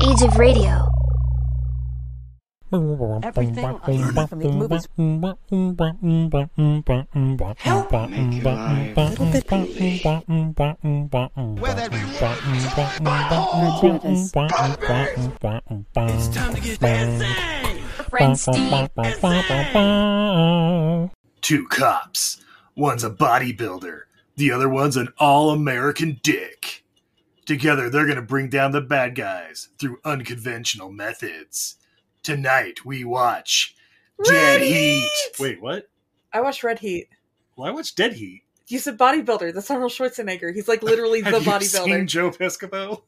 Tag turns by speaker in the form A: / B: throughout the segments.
A: Age of Radio.
B: Everything I see from these movies. Help make
C: It's time to get
D: Two cops. One's a bodybuilder, the other one's an all American dick. Together, they're going to bring down the bad guys through unconventional methods. Tonight, we watch Dead
B: Red
D: Heat.
B: Heat!
D: Wait, what?
B: I watched Red Heat.
D: Well, I watched Dead Heat.
B: You said bodybuilder. That's Arnold Schwarzenegger. He's like literally the
D: Have you
B: bodybuilder.
D: seen Joe Piscopo?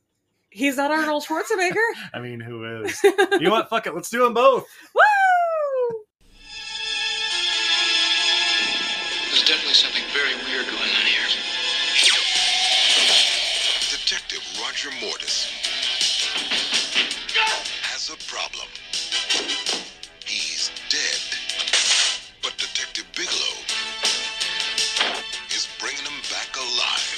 B: He's not Arnold Schwarzenegger.
D: I mean, who is? you know what? Fuck it. Let's do them both.
B: Woo!
E: There's definitely something very weird going on here.
F: Detective Roger Mortis has a problem. He's dead. But Detective Bigelow is bringing him back alive.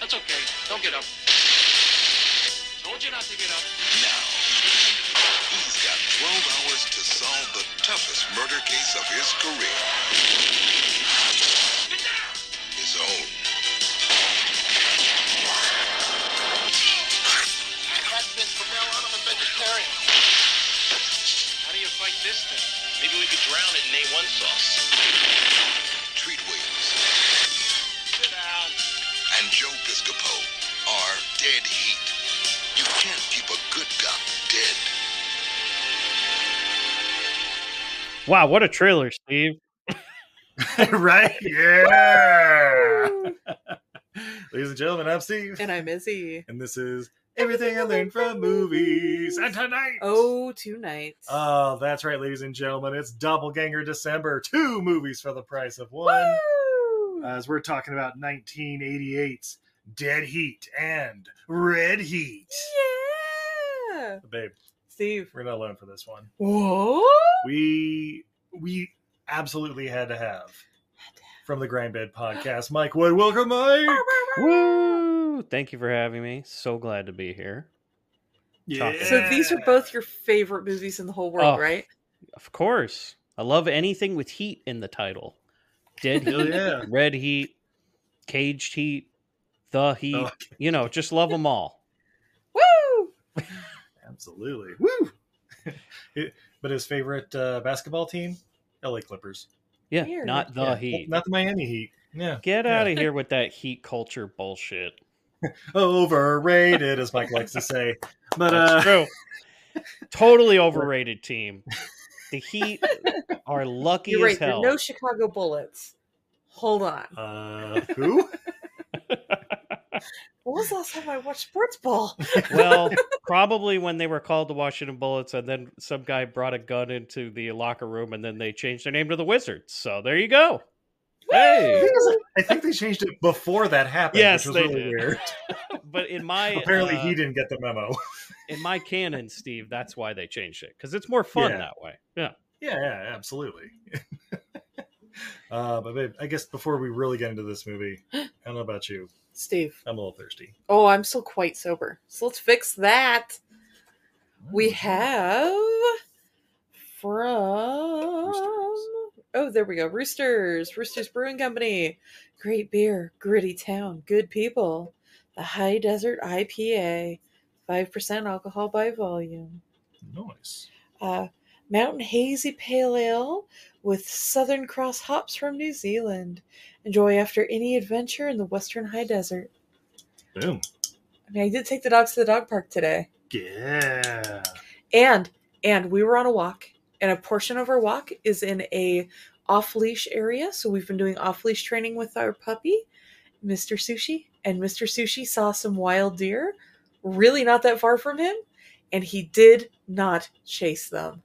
E: That's okay. Don't get up. Told you not to get up.
F: Now, he's got 12 hours to solve the toughest murder case of his career. His own.
E: How do you fight this thing? Maybe we could drown it in A1 sauce.
F: Treat Williams. And Joe Piscopo are dead heat. You can't keep a good cop dead.
G: Wow, what a trailer, Steve.
D: right? Yeah. Ladies and gentlemen, I'm Steve.
B: And I'm Izzy.
D: And this is Everything I Learned from Movies. And tonight.
B: Oh, two nights.
D: Oh, that's right, ladies and gentlemen. It's Doppelganger December. Two movies for the price of one.
B: Woo!
D: As we're talking about 1988's Dead Heat and Red Heat.
B: yeah.
D: Babe,
B: Steve.
D: we're not alone for this one.
B: Whoa.
D: We we absolutely had to have from the Grindbed podcast, Mike Wood. Welcome, Mike.
G: Woo! Thank you for having me. So glad to be here.
D: Yeah.
B: So these are both your favorite movies in the whole world,
G: Oh.
B: right?
G: Of course. I love anything with heat in the title. Dead
D: Hell
G: heat,
D: yeah.
G: red heat, caged heat, the heat.
D: Oh,
G: You know, just love them all.
B: Woo!
D: Absolutely. Woo! but his favorite uh, basketball team, LA Clippers.
G: Yeah,
B: Weird.
G: not the
D: Yeah.
G: heat.
D: Not the Miami Heat. Yeah.
G: Get
D: Yeah.
G: out of here with that heat culture bullshit.
D: Overrated, as Mike likes to say. But
G: That's
D: uh,
G: true. Totally overrated team. The Heat are lucky
B: You're right.
G: as
B: There are
G: hell.
B: no Chicago Bullets. Hold on.
D: uh, who?
B: When was the last time I watched sports ball?
G: well, probably when they were called the Washington Bullets, and then some guy brought a gun into the locker room, and then they changed their name to the Wizards. So there you go.
D: I
G: Hey,
D: think, it was- I think they changed it before that happened.
G: Yes,
D: which was
G: they
D: really
G: did.
D: weird.
G: but in my
D: Apparently,
G: uh,
D: he didn't get the memo.
G: in my canon, Steve, that's why they changed it because it's more fun
D: Yeah.
G: that way. Yeah,
D: Yeah, yeah, absolutely. uh, but babe, I guess before we really get into this movie, I don't know about you.
B: Steve.
D: I'm a little thirsty.
B: Oh, I'm still quite sober. So let's fix that. We have from Oh, there we go. Roosters, Roosters Brewing Company. Great beer, gritty town, good people. The High Desert IPA, 5% alcohol by volume.
D: Nice.
B: Uh, Mountain Hazy Pale Ale with Southern Cross hops from New Zealand. Enjoy after any adventure in the Western High Desert.
D: Boom.
B: I mean, I did take the dogs to the dog park today.
D: Yeah.
B: and and we were on a walk and a portion of our walk is in a off leash area so we've been doing off leash training with our puppy mr sushi and mr sushi saw some wild deer really not that far from him and he did not chase them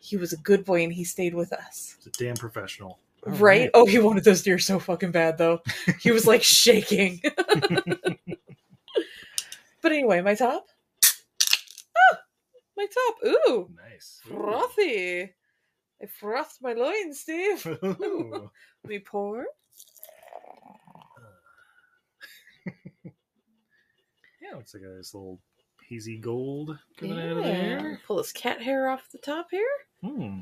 B: he was a good boy and he stayed with us
D: It's a damn professional.
B: right? oh he wanted those deer so fucking bad though he was like shaking but anyway my top Ah, my top ooh
D: Oh, Nice.
B: frothy. I frothed my loins, Steve.
D: Ooh.
B: Me pour.
D: yeah, looks like a nice little hazy gold coming out of
B: Yeah.
D: there.
B: Pull his cat hair off the top here.
D: Hmm.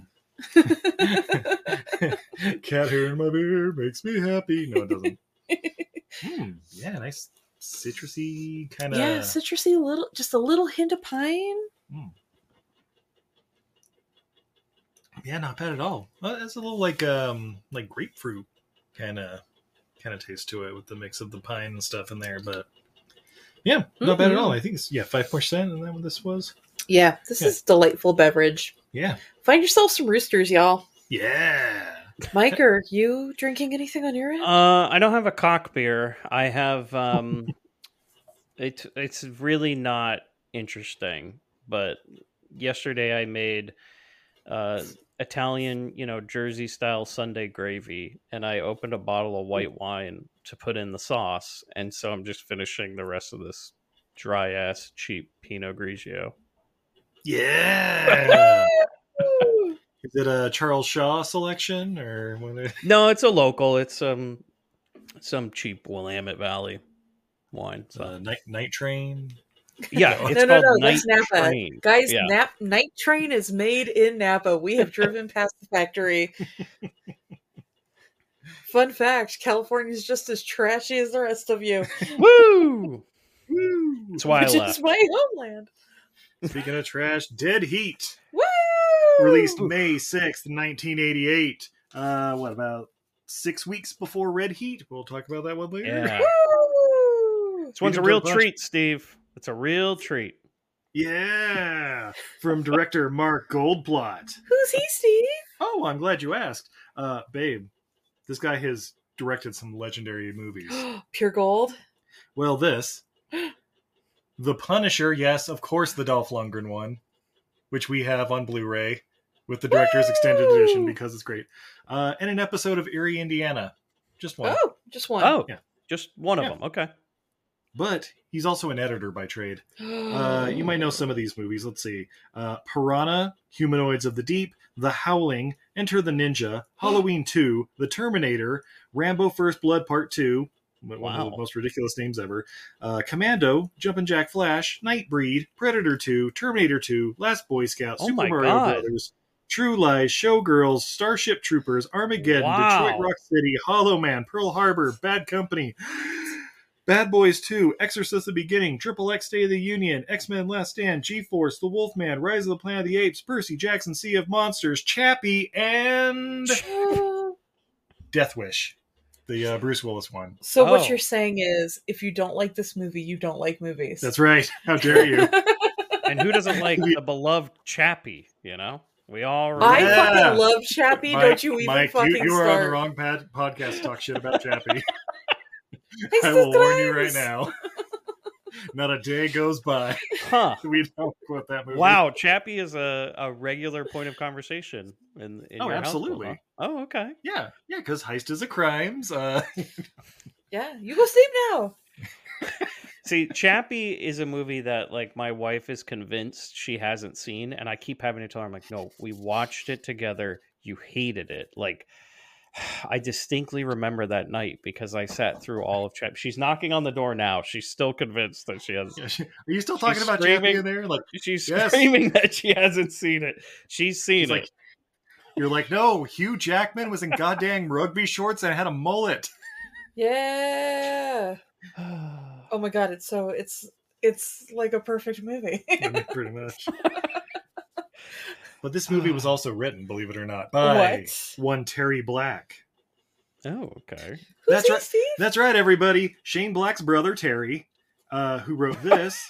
D: Cat hair in my beer makes me happy. No, it doesn't. Hmm. Yeah, nice citrusy kind of.
B: Yeah, citrusy little, just a little hint of pine.
D: Yeah, not bad at all. Well, It's a little like um like grapefruit kind of kind of taste to it with the mix of the pine and stuff in there, but yeah, not bad at
B: Mhm.
D: all. I think it's yeah five percent, and that what this was.
B: Yeah, this
D: Yeah.
B: is a delightful beverage.
D: Yeah,
B: Find yourself some roosters, y'all.
D: yeah.
B: Mike, are you drinking anything on your end?
G: Uh, I don't have a cock beer. I have um, it. It's really not interesting. But yesterday I made uh Italian, you know, Jersey style Sunday gravy, and I opened a bottle of white wine to put in the sauce, and so I'm just finishing the rest of this dry ass cheap Pinot Grigio.
D: Yeah. Is it a Charles Shaw selection or what?
G: No, it's a local. It's um some cheap Willamette Valley wine. So.
D: Uh, night night train.
G: Yeah, it's
B: no, no,
G: called
B: no.
G: Night
B: That's Napa,
G: Train.
B: guys.
G: Yeah.
B: Nap Night Train is made in Napa. We have driven past the factory. Fun fact: California's just as trashy as the rest of you.
G: Woo!
D: Woo!
G: That's why I
B: which is
G: left.
B: my homeland.
D: Speaking of trash, Dead Heat
B: Woo!
D: released May sixth, nineteen eighty eight. Uh, what about six weeks before Red Heat? We'll talk about that one later.
G: Yeah.
B: Woo!
G: This one's a
D: Speaking
G: real
D: of bunch-
G: treat, Steve. It's a real treat.
D: Yeah, from director Mark Goldblatt.
B: Who's he, Steve?
D: Oh, I'm glad you asked, uh, babe. This guy has directed some legendary movies.
B: Pure gold.
D: Well, this, The Punisher. Yes, of course, the Dolph Lundgren one, which we have on Blu-ray with the director's extended edition
B: Woo!
D: because it's great, uh, and an episode of Erie, Indiana. Just one.
B: Oh, just one.
G: Oh,
D: Yeah.
G: just one of
D: Yeah.
G: them. Okay.
D: But he's also an editor by trade. Uh, you might know some of these movies. Let's see: uh, Piranha, Humanoids of the Deep, The Howling, Enter the Ninja, Halloween Two, The Terminator, Rambo: First Blood Part Two. One of
G: Wow.
D: the most ridiculous names ever. Uh, Commando, Jumpin' Jack Flash, Nightbreed, Predator 2, Terminator 2, Last Boy Scout,
G: Oh
D: Super
G: my
D: Mario
G: God.
D: Brothers, True Lies, Showgirls, Starship Troopers, Armageddon,
G: Wow.
D: Detroit Rock City, Hollow Man, Pearl Harbor, Bad Company, Bad Boys 2, Exorcist the Beginning, Triple X Day of the Union, X Men Last Stand, G Force, The Wolfman, Rise of the Planet of the Apes, Percy Jackson, Sea of Monsters, Chappie, and Death Wish, the uh, Bruce Willis one.
B: So
G: Oh.
B: what you're saying is, if you don't like this movie, you don't like movies.
D: That's right. How dare you?
G: And who doesn't like the beloved Chappie? You know, we all
B: I
G: remember-
D: Yeah.
B: fucking love Chappie.
D: Mike-
B: don't you even
D: Mike,
B: fucking
D: you, you are
B: start.
D: on the wrong pad, podcast to talk shit about Chappie.
B: Hey,
D: I will warn you right
B: subscribers!
D: now. Not a day goes by
G: huh?
D: that we don't quote that movie.
G: Wow, Chappie is a, a regular point of conversation in, in
D: Oh,
G: your household,
D: absolutely.
G: huh? Oh, okay.
D: Yeah, yeah, because heist is a crime. Uh,
B: Yeah, you go sleep now.
G: See, Chappie is a movie that like my wife is convinced she hasn't seen, and I keep having to tell her, I'm like, no, we watched it together. You hated it. Like, I distinctly remember that night because I sat through all of Chappie. She's knocking on the door now. She's still convinced that she has.
D: are you still talking about
G: screaming.
D: Chappie in there? Like,
G: She's
D: Yes.
G: screaming that she hasn't seen it. She's seen
D: She's
G: it.
D: like, You're like, no, Hugh Jackman was in goddamn rugby shorts and had a mullet.
B: Yeah. oh my god, it's so it's it's like a perfect movie.
D: I mean, pretty much. But this movie was also written, believe it or not, by
B: What?
D: one Terry Black.
G: Oh, okay.
B: Who's
D: that's
B: he,
D: right.
B: Steve?
D: That's right, everybody. Shane Black's brother Terry, uh, who wrote this.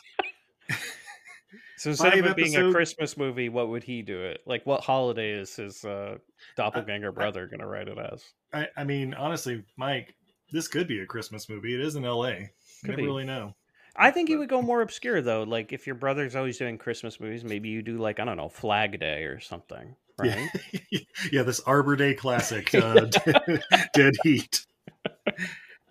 G: So instead of
D: Five
G: it being a
D: episode-
G: Christmas movie, what would he do it? Like, what holiday is his uh, doppelganger brother going to write it as?
D: I, I mean, honestly, Mike, this could be a Christmas movie. It is in L.A.
G: Could
D: Never
G: be.
D: really know.
G: I think he would go more obscure though. Like, if your brother's always doing Christmas movies, maybe you do like I don't know, Flag Day or something, right?
D: Yeah, yeah this Arbor Day classic, uh, Dead Heat.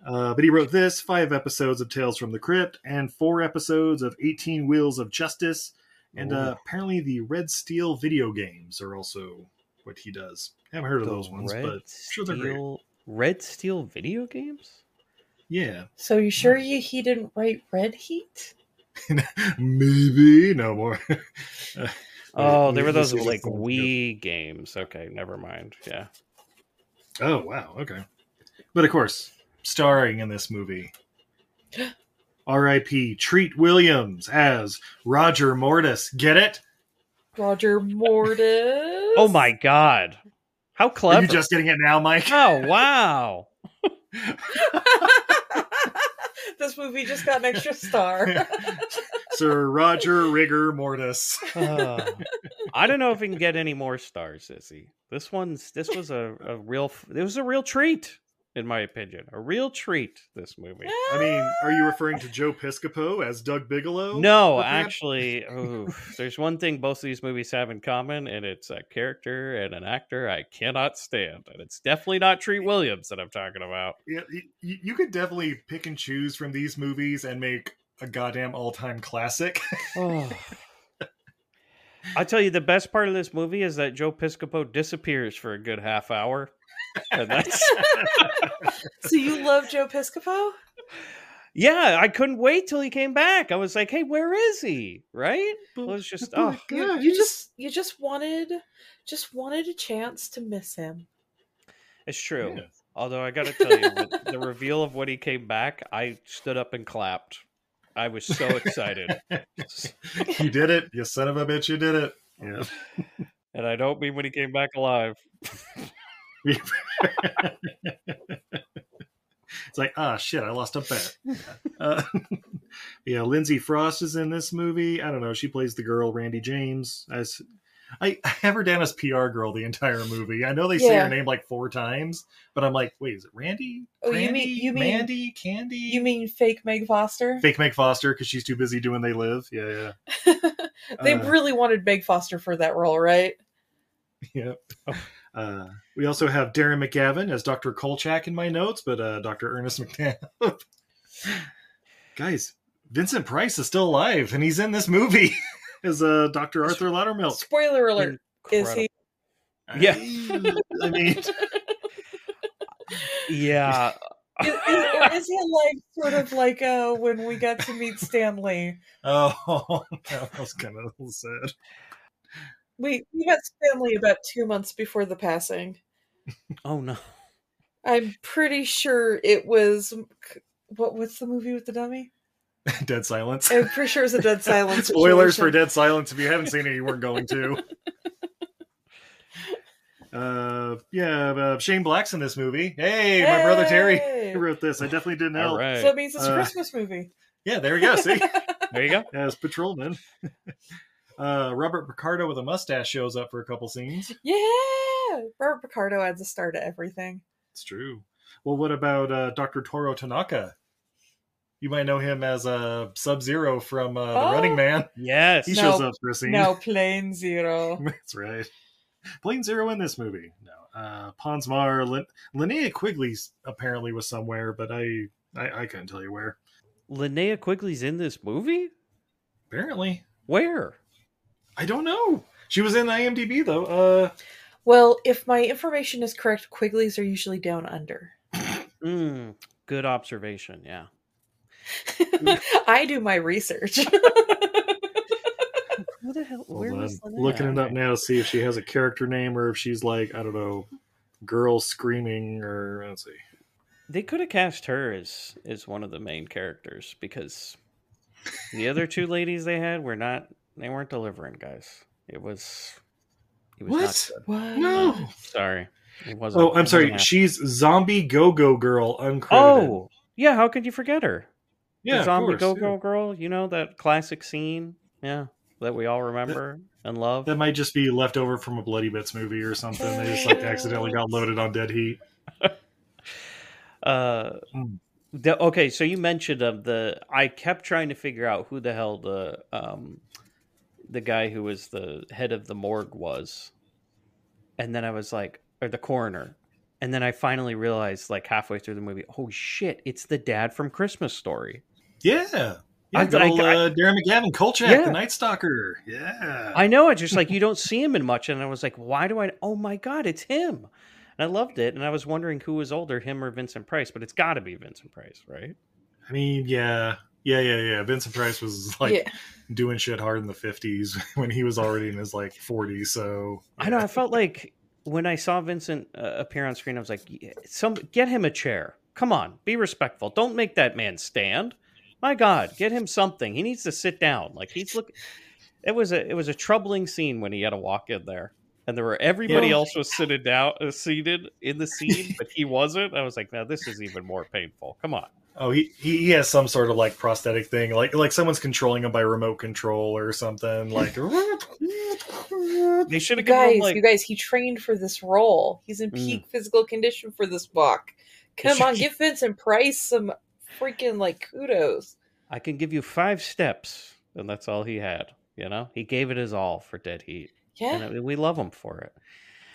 D: Uh, but he wrote this five episodes of Tales from the Crypt and four episodes of 18 Wheels of Justice. And uh, apparently, the Red Steel video games are also what he does. haven't heard of
G: The
D: those ones,
G: Red
D: but I'm sure they're great.
G: Steel, Red Steel video games.
D: Yeah.
B: So you sure you he didn't write Red Heat?
D: Maybe. No more. Uh,
G: Oh,
D: maybe
G: there were
D: this
G: those
D: is
G: like
D: something
G: Wii games. Okay, never mind. Yeah.
D: Oh wow, okay. But of course, starring in this movie, R.I.P. Treat Williams as Roger Mortis. Get it?
B: Roger Mortis.
G: Oh my god. How clever.
D: Are you just getting it now, Mike?
G: Oh wow.
B: this movie just got an extra star.
D: Sir Roger Rigor Mortis.
G: Uh, I don't know if we can get any more stars, Sissy. This one's this was a, a real it was a real treat, in my opinion. A real treat, this movie.
D: I mean, are you referring to Joe Piscopo as Doug Bigelow?
G: No,
D: perhaps?
G: actually, ooh, there's one thing both of these movies have in common, and it's a character and an actor I cannot stand. And it's definitely not Tree Williams that I'm talking about.
D: Yeah, y- y- you could definitely pick and choose from these movies and make a goddamn all-time classic.
G: Oh. I tell you, the best part of this movie is that Joe Piscopo disappears for a good half hour. And that's,
B: so you love Joe Piscopo?
G: yeah, I couldn't wait till he came back. I was like, "Hey, where is he?" Right? It was just, oh,
B: You, you just you just wanted just wanted a chance to miss him.
G: it's true.
D: Yeah.
G: Although I got to tell you, with the reveal of when he came back, I stood up and clapped. I was so excited,
D: you did it, you son of a bitch! You did it. Yeah.
G: and I don't mean when he came back alive.
D: it's like, ah, shit, I lost a bet. Uh, yeah, Lindsay Frost is in this movie. I don't know. She plays the girl, Randy James. I, s- I, I have her down as PR girl the entire movie. I know they say
B: Yeah.
D: her name like four times, but I'm like, wait, is it Randy?
B: Oh, you mean-
D: Randy?
B: you mean-
D: Mandy? Candy?
B: You mean fake Meg Foster?
D: Fake Meg Foster because she's too busy doing They Live. Yeah, yeah,
B: they
D: Uh,
B: really wanted Meg Foster for that role, right?
D: yeah. Uh, we also have Darren McGavin as Dr. Kolchak in my notes, but uh, Dr. Ernest McNabb. Guys, Vincent Price is still alive, and he's in this movie as uh, Dr. Arthur Loudermilk.
B: Spoiler alert. Is he
G: Yeah.
D: I mean,
G: Yeah,
B: is, is, or is he like sort of like uh when we got to meet Stanley?
D: oh, that was kind of sad.
B: We we met Stanley about two months before the passing.
G: Oh no.
B: I'm pretty sure it was what what's the movie with the dummy?
D: Dead Silence.
B: I'm pretty sure it was a Oh, dead silence.
D: Spoilers for
B: situation.
D: Dead Silence. If you haven't seen it, you weren't going to. Uh, yeah, uh, Shane Black's in this movie. Hey, my brother Terry
B: Hey!
D: wrote this. I definitely didn't know.
G: All right.
B: So it means it's a
D: Uh,
B: Christmas movie.
D: Yeah, there we go. See,
G: There you go.
D: as patrolman, uh, Robert Picardo with a mustache shows up for a couple scenes.
B: Yeah, Robert Picardo adds a star to everything.
D: It's true. Well, what about uh, Doctor Toro Tanaka? You might know him as uh, Sub Zero from uh, The
B: Oh.
D: Running Man.
G: Yes.
D: He
B: No.
D: shows up for a scene.
B: No, Plane Zero.
D: That's right. Plane Zero in this movie. No, uh, Pons Mar, Lin- Linnea Quigley apparently was somewhere, but I, I I couldn't tell you where.
G: Linnea Quigley's in this movie?
D: Apparently,
G: Where?
D: I don't know. She was in IMDb though. Uh,
B: Well, if my information is correct, Quigleys are usually down under.
G: Mm, good observation. Yeah.
B: I do my research.
G: Who the hell?
D: Hold
G: Where
D: on.
G: was that?
D: Looking it up now to see if she has a character name or if she's like, I don't know, girl screaming or let's see.
G: They could have cast her as as one of the main characters because the other two ladies they had were not. They weren't delivering, guys. It was. It was
D: What?
G: Not
D: good. No.
G: Sorry. It wasn't.
D: Oh,
G: it
D: I'm
G: wasn't
D: sorry.
G: happening.
D: She's Zombie Go Go Girl, uncredited.
G: Oh, yeah. How could you forget her?
D: Yeah,
G: the
D: of
G: zombie
D: course,
G: go go girl. You know that classic scene. Yeah, that we all remember and love.
D: That might just be left over from a Bloody Bits movie or something. They just like accidentally got loaded on Dead Heat.
G: Uh,
D: Hmm.
G: the, okay, so you mentioned of the. I kept trying to figure out who the hell the um, the guy who was the head of the morgue was, and then I was like, or the coroner, and then I finally realized, like halfway through the movie, oh shit, it's the dad from Christmas Story.
D: Yeah. Yeah,
G: I-
D: good
G: I-
D: old, uh, Darren McGavin, Kolchak,
G: Yeah.
D: the Night Stalker. Yeah.
G: I know. I just like you don't see him in much, and I was like, why do I? Oh my god, it's him! And I loved it, and I was wondering who was older, him or Vincent Price, but it's got to be Vincent Price, right?
D: I mean, yeah. Yeah, yeah, yeah. Vincent Price was like
G: Yeah.
D: doing shit hard in the 50s when he was already in his like 40s. So
G: I know. I felt like when I saw Vincent uh, appear on screen, I was like, "Yeah, "Some get him a chair. Come on, be respectful. Don't make that man stand. My God, get him something. He needs to sit down. Like he's look. It was a it was a troubling scene when he had to walk in there, and there were everybody
D: Yeah.
G: else was sitting down, uh, seated in the scene, but he wasn't. I was like, "Now this is even more painful. Come on."
D: Oh, he, he he has some sort of like prosthetic thing, like like someone's controlling him by remote control or something. Like Oh,
G: They should have given
B: guys,
G: him like
B: you guys, he trained for this role. He's
G: Mm.
B: in peak physical condition for this walk. Come on, give Vincent Price some freaking like kudos.
G: I can give you five steps, and that's all he had. You know, he gave it his all for Dead Heat.
B: Yeah.
G: and it- we love him for it.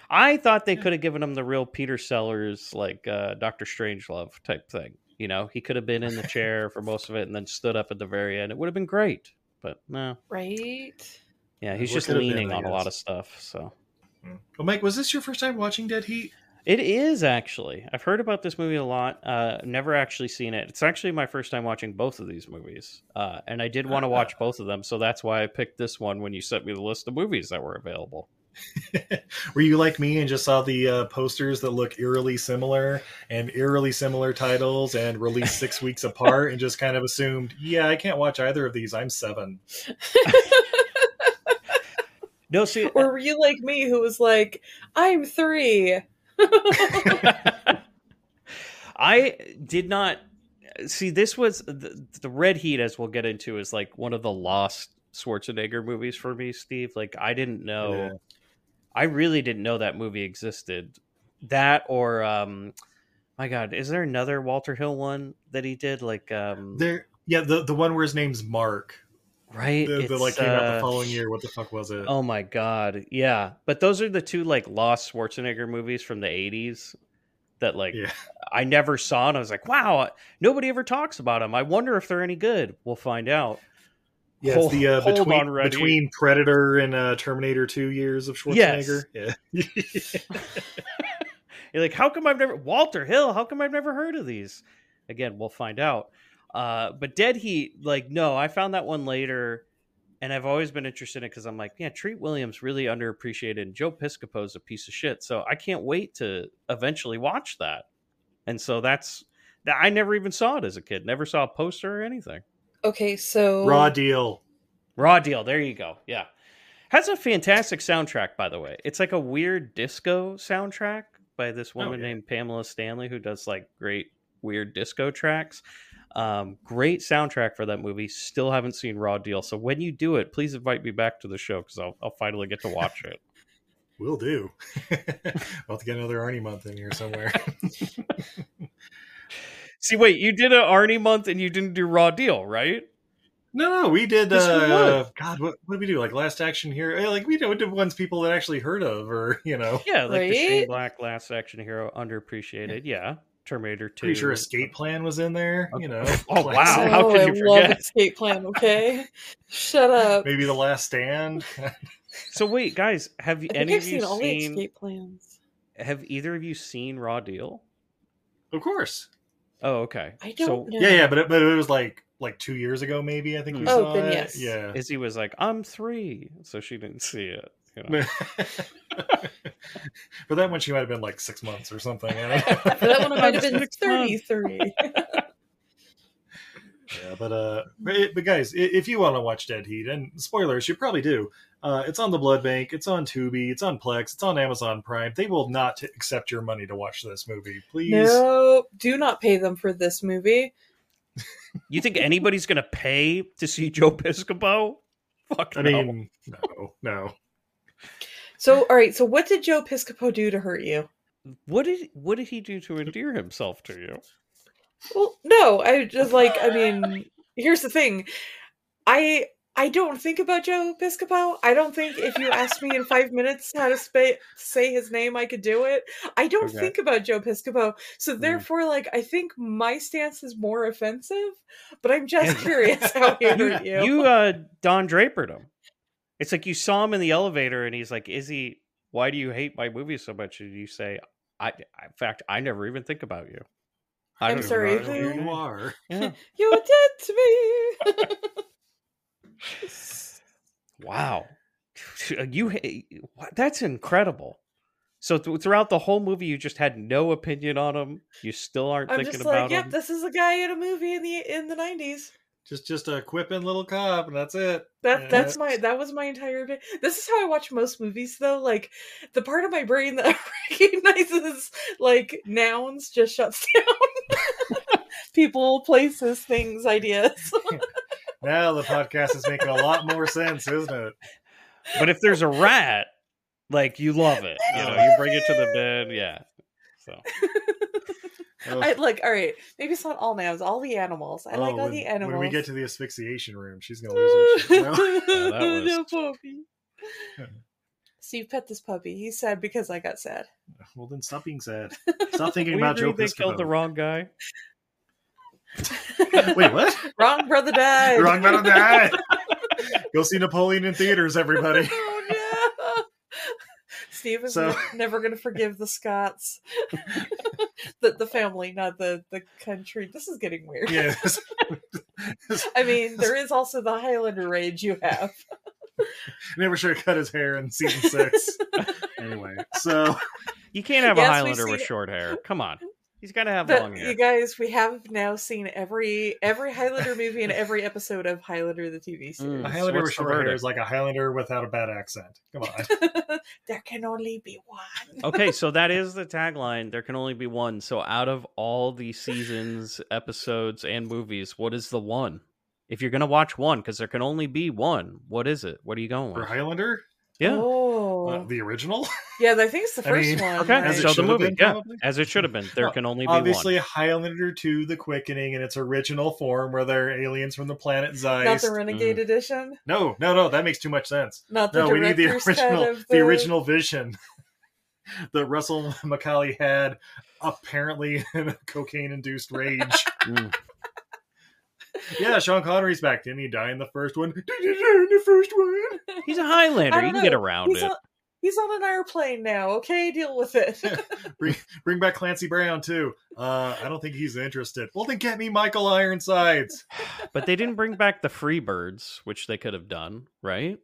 G: I thought they could have given him the real Peter Sellers, like uh, Doctor Strangelove type thing. You know, he could have been in the chair for most of it, and then stood up at the very end. It would have been great, but no.
B: Right?
G: Yeah,
D: What
G: he's just
D: could have been,
G: leaning
D: I
G: on a lot
D: guess.
G: of stuff. So
D: Well, Mike, was this your first time watching Dead Heat?
G: it is actually. I've heard about this movie a lot. Uh, never actually seen it. It's actually my first time watching both of these movies, uh, and I did want to watch both of them, so that's why I picked this one when you sent me the list of movies that were available.
D: Were you like me and just saw the uh, posters that look eerily similar and eerily similar titles and released six weeks apart and just kind of assumed, yeah, I can't watch either of these. I'm seven.
G: No, see,
B: Or were you like me who was like, I'm three?
G: I did not see this was the, the Red Heat, as we'll get into, is like one of the lost Schwarzenegger movies for me, Steve. Like I didn't know,
D: Yeah.
G: I really didn't know that movie existed. That or um, my God, is there another Walter Hill one that he did? Like um,
D: There, yeah, the the one where his name's Mark,
G: right?
D: The, the,
G: It's,
D: like came out
G: uh,
D: the following year. What the fuck was it?
G: Oh my god, yeah. But those are the two like lost Schwarzenegger movies from the '80s that like I never saw, and I was like, wow, nobody ever talks about them. I wonder if they're any good. We'll find out.
D: yeah,
G: Hold-
D: it's the uh,
G: hold
D: between
G: on, Reddy.
D: between Predator and uh, Terminator Two years of
G: Yes.
D: Schwarzenegger. Yeah.
G: You're like, how come I've never Walter Hill? How come I've never heard of these? Again, we'll find out. Uh, but Dead Heat, like, no, I found that one later, and I've always been interested in it because I'm like, yeah, Treat Williams really underappreciated. And Joe Piscopo's a piece of shit, so I can't wait to eventually watch that. And so that's that. I never even saw it as a kid. Never saw a poster or anything.
B: Okay,
G: Oh.
B: so
D: Raw Deal.
G: Raw Deal. There you go. Yeah. Has a fantastic soundtrack, by the way. It's like a weird disco soundtrack by this woman named Pamela Stanley, who does like great weird disco tracks. Um, great soundtrack for that movie. Still haven't seen Raw Deal. So when you do it, please invite me back to the show because I'll, I'll finally get to watch it.
D: Will do. I'll have to get another Arnie month in here somewhere.
G: See, wait, you did an Arnie month and you didn't do Raw Deal, right?
D: No, no, we did.
G: Yes, we
D: uh, God, what, what did we do? Like last action here? eh, Like we did, we did ones people that actually heard of, or you know,
G: Yeah, like the Shane Black Last Action Hero, underappreciated. Yeah. Terminator 2.
D: Pretty sure Escape Plan was in there. You know.
G: Oh,
D: Like,
G: wow. How
B: oh,
G: could
B: I
G: you
B: love
G: forget?
B: escape plan. Okay, shut up.
D: Maybe the Last Stand.
G: So wait, guys, have
B: I think
G: any
B: I've
G: of you
B: seen all the
G: seen
B: escape plans.
G: Have either of you seen Raw Deal?
D: Of course.
G: Oh, okay.
B: I don't
G: So-
B: know.
D: Yeah, yeah, but it, but it was like like two years ago, maybe. I think we
B: Oh,
D: saw
B: then
D: it.
B: yes.
D: Yeah.
G: Izzy was like, "I'm three. so she didn't see it. You know?
D: but that one she might have been like six months or something. I don't
B: For that one, it might have
D: know.
B: been 33.
D: yeah, but uh, but, it, but guys, i- if you want to watch Dead Heat, and spoilers, you probably do. Uh, it's on the Blood Bank. It's on Tubi. It's on Plex. It's on Amazon Prime. They will not accept your money to watch this movie. Please,
B: no, do not pay them for this movie.
G: You think anybody's gonna pay to see Joe Piscopo? Fuck
D: I
G: no.
D: mean, no, no.
B: So, all right. So, what did Joe Piscopo do to hurt you?
G: What did what did he do to endear himself to you?
B: Well, no, I just like I mean, here's the thing. I I don't think about Joe Piscopo. I don't think if you asked me in five minutes how to spa say his name, I could do it. I don't
G: Okay. Hmm.
B: think about Joe Piscopo, so therefore, like, I think my stance is more offensive. But I'm just curious how he hurt you.
G: You uh Don Drapered him. It's like you saw him in the elevator and he's like, Izzy, why do you hate my movie so much? And you say, I in fact I never even think about you. I don't
B: I'm
G: even
B: sorry,
G: know
B: who?
G: your
B: You
G: name."
D: are.
G: Yeah.
B: You did to me.
G: Wow. uh, You ha- what- that's incredible. So th- throughout the whole movie, you just had no opinion on him. You still aren't
B: I'm
G: thinking
B: just
G: about
B: like, yep,
G: him.
B: this is a guy in a movie in the in the '90s.
D: Just just a quipping little cop, and that's it.
B: That
D: Yeah.
B: that's my that was my entire bit. This is how I watch most movies though. Like the part of my brain that recognizes like nouns just shuts down. People, places, things, ideas.
D: now the podcast is making a lot more sense, isn't it?
G: But if there's a rat, like you love it. You know, you bring it to the bed. Yeah. So
B: I like all right, maybe it's not all nouns, all the animals. I like all
D: Oh, when,
B: the animals.
D: When we get to the asphyxiation room, she's gonna lose her shit. No?
G: that was-
B: The puppy. So you pet this puppy. He's sad because I got sad.
D: Well, then stop being sad. Stop thinking
G: we
D: about
G: agree
D: Joe
G: they killed the
D: Piscopo.
G: wrong guy.
D: Wait, what?
B: Wrong brother died.
D: Wrong metal guy. Go see Napoleon in theaters, everybody.
B: Oh no! Steve is
D: So-
B: ne- never going to forgive the Scots, the the family, not the the country. This is getting weird.
D: Yes.
B: I mean, there is also the Highlander rage you have.
D: Never should have cut his hair in season six. anyway, so
G: You can't have
B: Yes,
G: a
B: we've
G: Highlander
B: seen
G: with
B: it.
G: short hair. Come on. He's got to have long
B: But
G: hair.
B: you guys, we have now seen every every Highlander movie and every episode of Highlander the TV series.
G: Mm.
D: a Highlander with
G: what's the
D: short hair
G: verdict?
D: is like a Highlander without a bad accent. Come on.
B: There can only be one.
G: okay, so that is the tagline. There can only be one. So out of all the seasons, episodes, and movies, what is the one? If you're gonna watch one, because there can only be one, what is it? What are you going
D: For
G: with?
D: Highlander,
G: Yeah.
B: Oh.
D: uh, the original.
B: yeah, I think it's the
D: I
B: first
D: mean,
B: one.
G: Okay.
D: As it
G: so the
D: should have
G: movie,
D: been,
G: yeah,
D: probably.
G: as it should have been. There can only be
D: Obviously,
G: one.
D: Highlander 2, The Quickening, in its original form, where they're aliens from the planet
B: Not
D: Zeist.
B: the Renegade Edition.
D: No, no, no, that makes too much sense.
B: Not the
D: No, we need the
B: director's cut
D: original,
B: of
D: the... original vision that Russell McCauley had, apparently in a cocaine-induced rage.
G: Mm.
D: yeah, Sean Connery's back. Didn't he die in the first one? Did he die in the first one?
G: He's a Highlander.
B: I
G: You
B: don't
G: can get
B: know.
G: around
B: he's
G: it.
B: On, he's on an airplane now. Okay, deal with it.
D: Bring, bring back Clancy Brown too. Uh, I don't think he's interested. Well, then get me Michael Ironsides.
G: But they didn't bring back the Freebirds, which they could have done, right?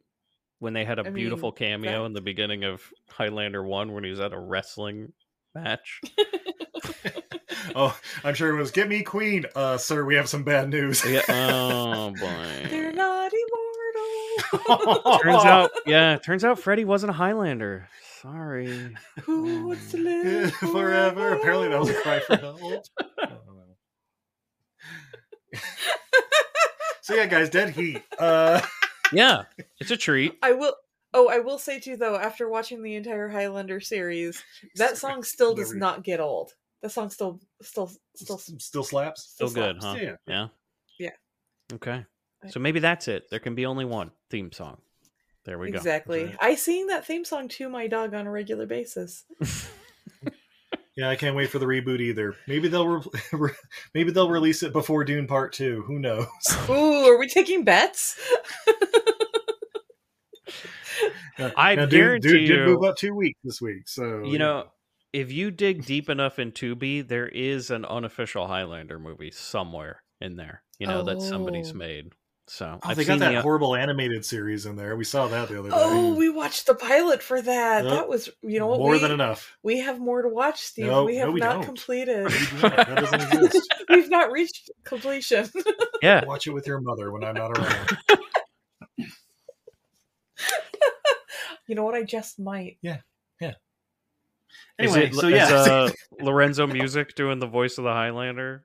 G: When they had a
B: I mean,
G: beautiful cameo
B: that-
G: in the beginning of Highlander One, when he was at a wrestling match.
D: Oh, I'm sure it was get me Queen. Uh, sir, we have some bad news.
G: Yeah. Oh boy.
B: They're not immortal.
G: turns out, yeah, turns out Freddy wasn't a Highlander. Sorry.
B: Who wants to
D: Yeah,
B: live
D: forever. Apparently, that was a cry for help. I don't know. so yeah, guys, Dead Heat. Uh,
G: Yeah, it's a treat.
B: I will. Oh, I will say too, though, after watching the entire Highlander series, that song still does
D: Never-
B: not get old. That song still, still, still.
D: s- still slaps.
G: Still good, huh?
D: slaps, yeah.
G: Yeah.
B: Yeah.
G: Okay. So maybe that's it. There can be only one theme song. There we
B: Exactly. I sing that theme song to my dog on a regular basis.
D: Yeah, I can't wait for the reboot either. Maybe they'll re- re- maybe they'll release it before Dune Part Two. Who knows?
B: Ooh, are we taking bets?
D: Now-
G: I
D: now,
G: guarantee
D: did
G: you-
D: move up two weeks this week. So
G: go. You know, if you dig deep enough in Tubi, there is an unofficial Highlander movie somewhere. in there, you know, that somebody's
B: Oh.
G: made. So
D: Oh, they got that
G: the- uh,
D: horrible animated series in there. We saw that the other day.
B: Oh, we watched the pilot for that.
D: Yep.
B: That was, you know, what,
D: More
B: we,
D: than enough.
B: We have more to watch, Steve.
D: No,
B: we
D: no,
B: have
D: we
B: not
D: don't.
B: completed.
D: That doesn't exist.
B: We've not reached completion.
G: yeah.
D: Watch it with your mother when I'm not around.
B: you know what? I just might.
D: Yeah. Yeah.
G: Is
D: Anyway,
G: it-
D: so
G: is,
D: yeah.
G: uh, Lorenzo Music doing the voice of the Highlander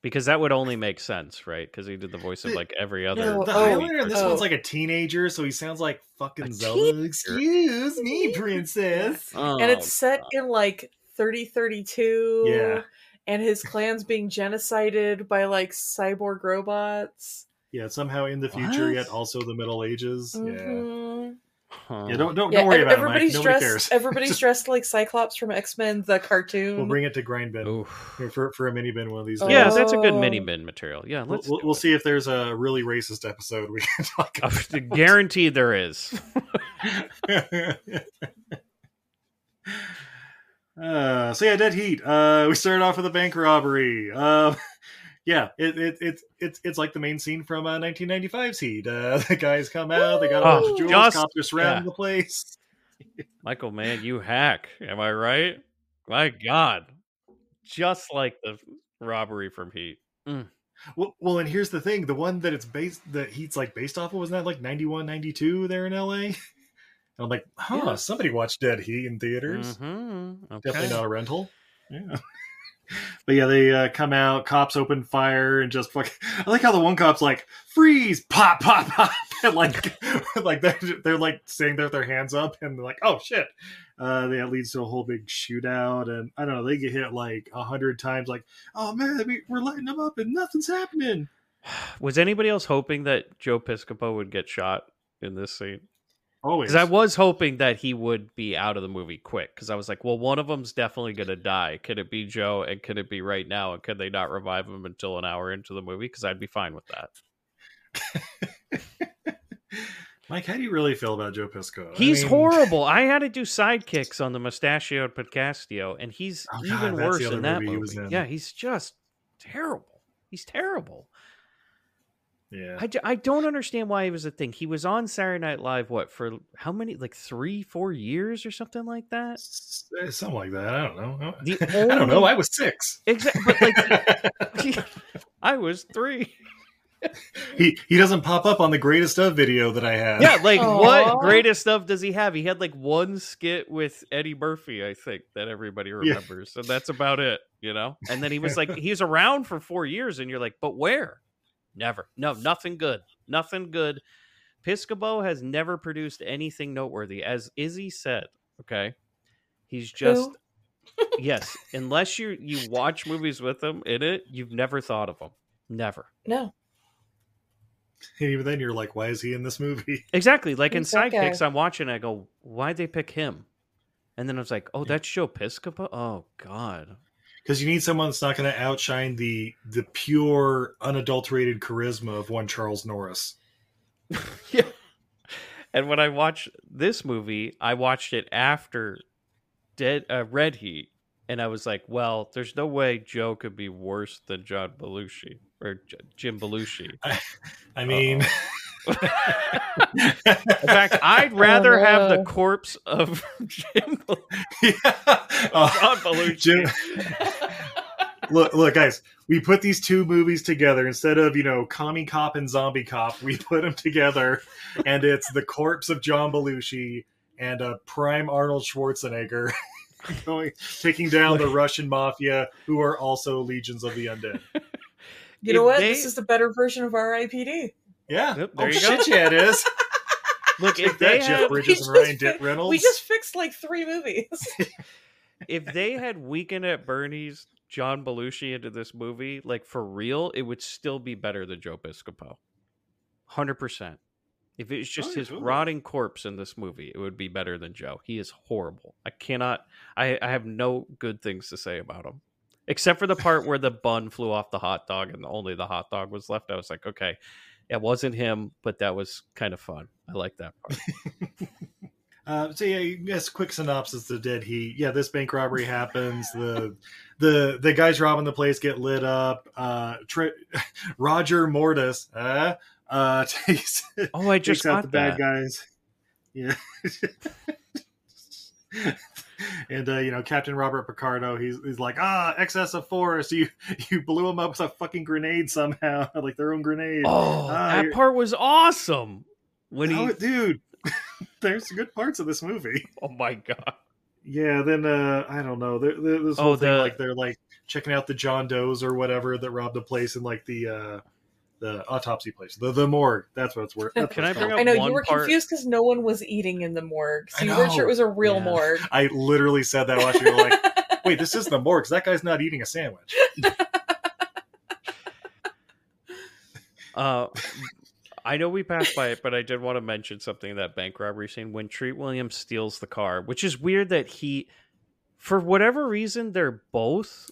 G: because that would only make sense, right? Because he did the voice of
D: The-
G: like every other.
D: No, the
B: oh,
G: Greek
D: Highlander in this
G: person.
D: one's like a teenager, so he sounds like fucking Zelda. Excuse me, princess.
G: Oh,
B: and it's set in like 3032.
D: Yeah.
B: And his clan's being genocided by like cyborg robots.
D: yeah, somehow in the future,
B: What?
D: yet also the Middle Ages. Yeah.
B: Mhm.
D: Yeah, don't don't,
B: Yeah,
D: don't worry about
B: ev-
D: it, Mike.
B: everybody's
D: Nobody
B: dressed.
D: cares.
B: Everybody's
D: Just-
B: dressed like Cyclops from X Men, the cartoon.
D: We'll bring it to grind bin Here, for for a mini bin one of these.
G: Yeah, that's a good
B: Oh.
G: mini bin material. Yeah,
D: We'll,
G: let's Oh,
D: we'll, we'll see if there's a really racist episode we can talk about.
G: guarantee there is.
D: uh, so yeah, Dead Heat. Uh, we started off with a bank robbery. Um, yeah, it, it, it's it's it's like the main scene from uh, 1995's Heat. Uh, the guys come out, they got a bunch of
G: Oh,
D: jewels,
G: just-
D: cops are surrounding
G: yeah.
D: the place.
G: Michael, man, you hack. Am I right? My God, just like the robbery from Heat.
D: Well, well, and here's the thing: the one that it's based, that Heat's like based off of, wasn't that like 91, 92 there in LA? And I'm like, huh,
G: Yeah.
D: somebody watched Dead Heat in theaters.
G: Mhm, okay.
D: Definitely not a rental. Yeah. But yeah, they uh, come out, cops open fire, and just fuck. I like how the one cop's like, freeze, pop, pop, pop. And like, like they're, they're like sitting there with their hands up, and they're like, oh shit. Uh, that leads to a whole big shootout, and I don't know, they get hit like a hundred times, like, oh man, we, we're lighting them up, and nothing's happening.
G: Was anybody else hoping that Joe Piscopo would get shot in this scene?
D: Always.
G: Because I was hoping that he would be out of the movie quick. Because I was like, well, one of them's definitely going to die. Could it be Joe? And could it be right now? And could they not revive him until an hour into the movie? Because I'd be fine with that.
D: Mike, how do you really feel about Joe Pisco? I
G: He's
D: mean,
G: horrible. I had to do sidekicks on the Mustachio and Podcastio, and he's
D: Oh, God,
G: even
D: that's the
G: worse
D: other
G: in that
D: movie
G: movie.
D: he was in.
G: Yeah, he's just terrible. He's terrible.
D: Yeah.
G: I, d- I don't understand why he was a thing. He was on Saturday Night Live, what, for how many, like three, four years or something like that?
D: Eh, Something like that. I don't know.
G: The
D: I don't know.
G: only-
D: I was six.
G: Exactly. But like, I was three.
D: He he doesn't pop up on the greatest of video that I have.
G: Yeah, like what
B: Aw.
G: greatest stuff does he have? He had like one skit with Eddie Murphy, I think, that everybody remembers, and that's about it, you know. And then he was like, he was around for four years, and you're like, but where? Never. No, nothing good. Nothing good. Piscopo has never produced anything noteworthy, as Izzy said. Okay, he's just yes. Unless you you watch movies with him in it, you've never thought of him. Never.
B: No.
D: And even then, you're like, why is he in this movie?
G: Exactly. Like in
B: Who's that guy?
G: Sidekicks, I'm watching. I go, why'd they pick him? And then I was like, oh, that's Joe Piscopo. Oh God.
D: Because you need someone that's not going to outshine the the pure, unadulterated charisma of one Charles Norris.
G: yeah. And when I watched this movie, I watched it after Dead uh, Red Heat, and I was like, well, there's no way Joe could be worse than John Belushi or J- Jim Belushi.
D: I mean,
G: In fact, I'd rather have the
B: no.
G: corpse of Jim Bel-
D: Uh,
G: John Belushi.
D: Jim- look, look, guys, we put these two movies together instead of you know, Commie Cop and Zombie Cop. We put them together, and it's the corpse of John Belushi and a prime Arnold Schwarzenegger. Going, taking down the Russian mafia, who are also legions of the undead.
B: You
G: If
B: know what?
G: they-
B: This is the better version of RIPD.
D: Yeah,
G: Yep,
D: oh
G: there you go.
D: shit, yeah, it is.
G: Look, if
D: Take
G: they
D: that,
G: had
D: Jeff Bridges and
B: We
D: Ryan
B: just
D: Dick
B: fi-
D: Reynolds.
B: We just fixed like three movies.
G: if they had Weekend at Bernie's John Belushi into this movie, like for real, it would still be better than Joe Piscopo. 100%. If it was just
D: Oh, yeah,
G: his
D: totally.
G: rotting corpse in this movie, it would be better than Joe. He is horrible. I cannot, I, I have no good things to say about him. Except for the part where the bun flew off the hot dog and only the hot dog was left. I was like, okay, it wasn't him, but that was kind of fun. I like that part.
D: Uh, so yeah, yes. Quick synopsis: The Dead Heat. Yeah, this bank robbery happens. the the the guys robbing the place get lit up. Uh, Tri- Roger Mortis uh, uh, takes
G: oh, I just
D: takes out
G: got
D: the
G: that.
D: bad guys. Yeah. And uh, you know Captain Robert Picardo, he's he's like ah excess of force. You you blew him up with a fucking grenade somehow, like their own grenade.
G: Oh,
D: Ah,
G: that
D: you're-
G: part was awesome. When
D: Oh,
G: he,
D: dude, there's good parts of this movie.
G: oh my god,
D: Yeah, then uh, I don't know. There, there, this whole
G: Oh,
D: thing,
G: the-
D: like they're like checking out the John Does or whatever that robbed the place in like the uh, the autopsy place, the the morgue. That's what it's worth. That's
G: Can
D: what
G: I
D: it's
G: bring
D: called.
G: up
B: I know
G: one
B: you were
G: part-
B: confused because no one was eating in the morgue, so
D: I
B: you weren't sure
D: know.
B: it was a real
G: Yeah.
B: morgue.
D: I literally said that watching. You're like, wait, this is the morgue. 'cause that guy's not eating a sandwich.
G: Uh, I know we passed by it, but I did want to mention something in that bank robbery scene when Treat Williams steals the car, which is weird that he, for whatever reason, they're both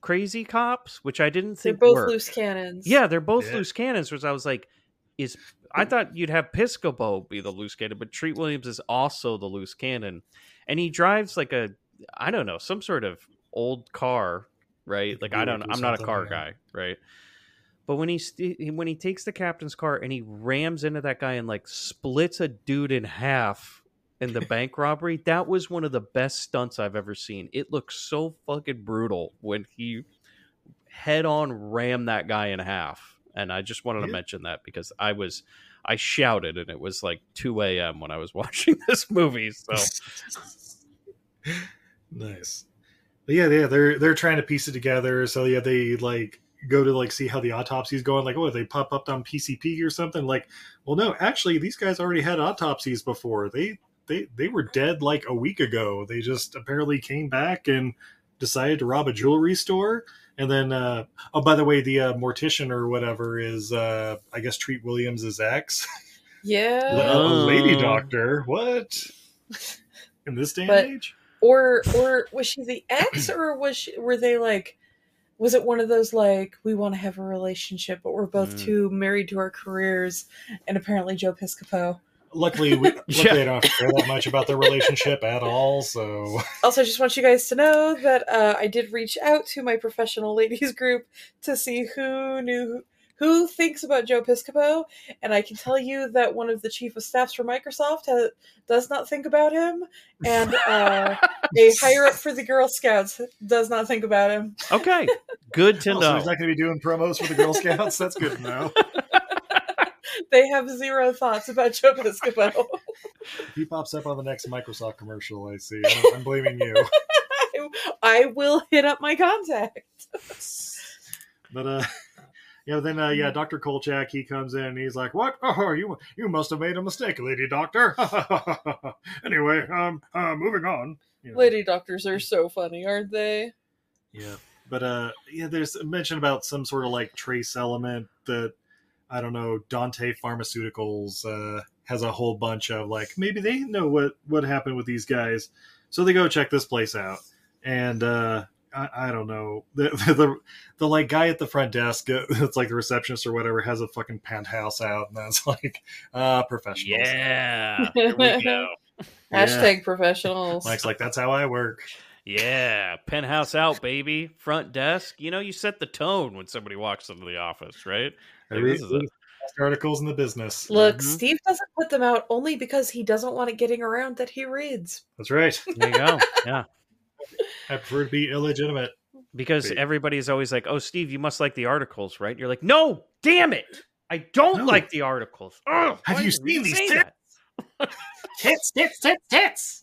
G: crazy cops, which I didn't
B: They're
G: think
B: both
G: worked.
B: loose cannons.
G: Yeah, they're both
D: Yeah.
G: loose cannons, which I was like, is I thought you'd have Piscopo be the loose cannon, but Treat Williams is also the loose cannon. And he drives like a I don't know, some sort of old car, right? Like I don't know,
D: Buick or
G: I'm not a
D: something,
G: car
D: yeah.
G: guy, right? But when he st- when he takes the captain's car and he rams into that guy and like splits a dude in half in the bank robbery, that was one of the best stunts I've ever seen. It looked so fucking brutal when he head on ram that guy in half. And I just wanted to
D: Yeah.
G: mention that because I was I shouted and it was like 2 a.m. when I was watching this movie. So
D: nice. But yeah, yeah, they're they're trying to piece it together. So yeah, they like go to like see how the autopsy's going. Like, oh, they pop up on PCP or something. Like, well, no, actually, these guys already had autopsies before. They they they were dead like a week ago. They just apparently came back and decided to rob a jewelry store. And then, uh, oh, by the way, the uh, mortician or whatever is, uh, I guess, Treat Williams' ex,
B: Yeah.
D: a lady
G: Oh.
D: doctor. What in this day
B: But-
D: and age?
B: Or or was she the ex or was she, were they like was it one of those like we want to have a relationship but we're both
G: Mm.
B: too married to our careers and apparently Joe Piscopo.
D: luckily we luckily
G: Yeah.
D: I don't have to care that much about their relationship at all. So
B: Also, I just want you guys to know that uh, I did reach out to my professional ladies group to see who knew who thinks about Joe Piscopo, and I can tell you that one of the chief of staffs for Microsoft ha- does not think about him, and uh, a higher up for the Girl Scouts does not think about him.
G: okay, good to
D: Oh, so
G: know.
D: he's not going to be doing promos for the Girl Scouts. That's good to know.
B: They have zero thoughts about Joe Piscopo.
D: If he pops up on the next Microsoft commercial. I see. I'm, I'm blaming you.
B: I, I will hit up my contact.
D: But uh, you know, then uh, yeah, Doctor Kolchak he comes in and he's like, "What? Oh, you you must have made a mistake, lady doctor." anyway, um, uh, moving on. You know.
B: Lady doctors are so funny, aren't they?
D: Yeah. But uh yeah, there's a mention about some sort of like trace element that I don't know, Dante Pharmaceuticals uh has a whole bunch of like maybe they know what what happened with these guys. So they go check this place out. And uh I, I don't know. The, the the the, like guy at the front desk, uh, it's like the receptionist or whatever, has a fucking penthouse out, and that's like uh professional.
G: Yeah, here we go.
B: Hashtag professionals.
D: Mike's like that's how I work.
G: Yeah, penthouse out, baby. Front desk. You know, you set the tone when somebody walks into the office, right?
D: I
G: Like,
D: read
G: this is a-
D: articles in the business.
B: Look,
G: Mhm.
B: Steve doesn't put them out only because he doesn't want it getting around that he reads.
D: That's right.
G: there you go. Yeah,
D: I prefer to be illegitimate.
G: because
D: Great.
G: everybody's always like, "Oh, Steve, you must like the articles, right?" You're like, "No, damn it, I don't
D: No.
G: like the articles." Oh,
D: Have
G: why
D: you
G: did
D: seen these
G: say
D: tits?
G: that?
D: Tits, tits, tits, tits.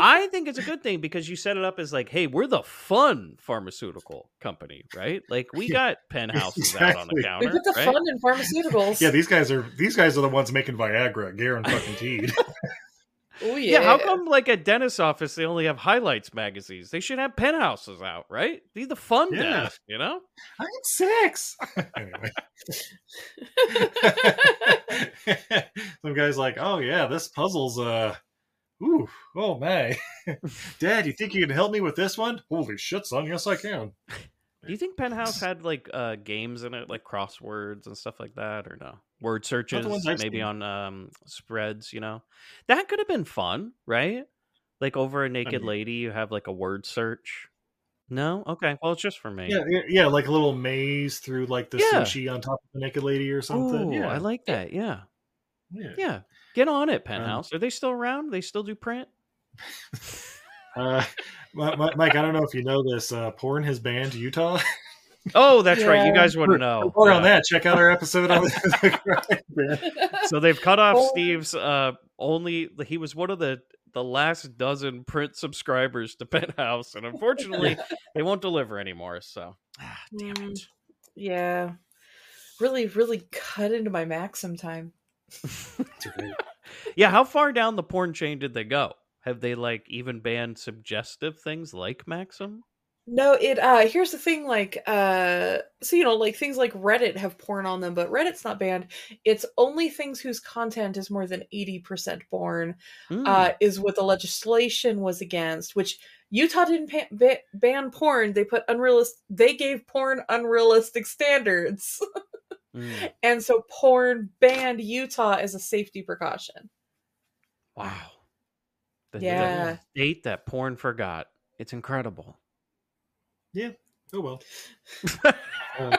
G: I think it's a good thing because you set it up as like, hey, we're the fun pharmaceutical company, right? Like we got penthouses out on the
D: Exactly.
G: counter.
B: we put the
G: right?
B: fun in pharmaceuticals.
D: Yeah, these guys are these guys are the ones making Viagra, guaranteed.
B: oh yeah.
G: yeah. how come like at dentist's office they only have highlights magazines? They should have penthouses out, right? Be the fun
D: Yeah.
G: desk, you know?
D: I had sex. anyway. Some guy's like, oh yeah, this puzzle's uh, ooh, oh my, Dad, you think you can help me with this one? Holy shit, son, yes I can.
G: Do you think Penthouse had like uh games in it, like crosswords and stuff like that, or no? Word searches,
D: ones I've
G: maybe
D: seen.
G: on um spreads, you know? That could have been fun, right? Like over a naked
D: mean-
G: lady, you have like a word search. No? Okay. Well, it's just for me.
D: Yeah, yeah, yeah, like a little maze through like the
G: Yeah.
D: sushi on top of the naked lady or something.
G: Ooh,
D: yeah,
G: I like that. Yeah.
D: Yeah. Um
G: Yeah. Get on it, Penthouse. Are they still around? They still do print?
D: Uh, Mi- Mi- Mike, I don't know if you know this. Uh, porn has banned Utah.
G: Oh, that's right. You guys wouldn't know.
D: More on
G: Yeah.
D: that. Check out our episode on the
G: so they've cut off Steve's uh only he was one of the the last dozen print subscribers to Penthouse and unfortunately they won't deliver anymore so
B: Damn it. Mm. Yeah. Really, really cut into my Mac sometime.
G: yeah how far down the porn chain did they go have they like even banned suggestive things like Maxim
B: No, it uh here's the thing like uh so you know like things like Reddit have porn on them but Reddit's not banned. It's only things whose content is more than 80% porn uh
D: Mm.
B: is what the legislation was against which Utah didn't pa- ba- ban porn. They put unrealistic they gave porn unrealistic standards.
G: Mm,
B: and so porn banned Utah as a safety precaution.
G: wow the
B: Yeah.
G: state that porn forgot it's incredible
D: Yeah. Oh well. Um,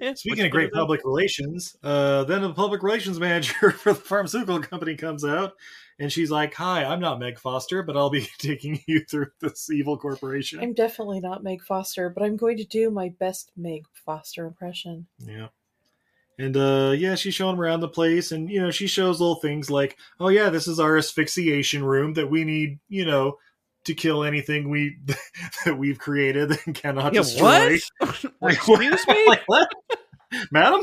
G: What's
D: Speaking
G: good
D: of great
G: about-
D: public relations, uh, then the public relations manager for the pharmaceutical company comes out and she's like, Hi, I'm not Meg Foster, but I'll be taking you through this evil corporation.
B: I'm definitely not Meg Foster, but I'm going to do my best Meg Foster impression.
D: Yeah. And uh yeah, she's showing him around the place and you know, she shows little things like, Oh yeah, this is our asphyxiation room that we need, you know, to kill anything we that we've created and cannot
G: Yeah,
D: destroy. Like,
G: Excuse me?
D: like, what? Madam?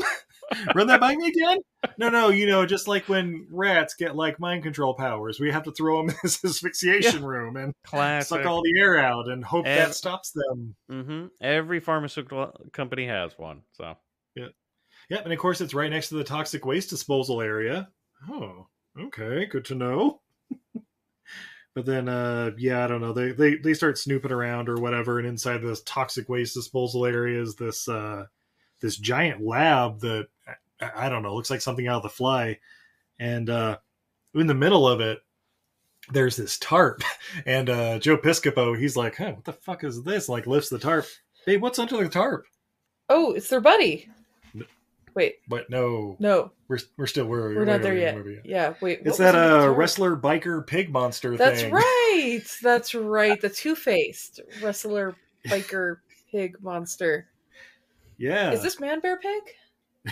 D: Run that by me again? No, no, you know, just like when rats get like mind control powers, we have to throw them in this asphyxiation room and
G: Classic.
D: suck all the air out and hope
G: Ev-
D: that stops them.
G: hmm every pharmaceutical company has one so
D: Yeah. Yep, and of course it's right next to the toxic waste disposal area. Oh, okay, good to know. but then uh yeah, I don't know. They they they start snooping around or whatever, and inside this toxic waste disposal area is this uh this giant lab that I, I don't know, looks like something out of the fly. And uh in the middle of it, there's this tarp. And uh Joe Piscopo, he's like, huh, what the fuck is this? Like lifts the tarp. Babe, what's under the tarp?
B: Oh, it's their buddy. Wait,
D: But no,
B: no,
D: we're we're still we're,
B: we're not there
D: in the
B: yet.
D: movie.
B: Yeah, wait.
D: It's
B: what was
D: that
B: under the
D: uh,
B: tarp?
D: wrestler biker pig monster
B: That's
D: thing.
B: right. That's right. The two faced wrestler, biker, pig monster.
D: Yeah,
B: Is this Man Bear Pig?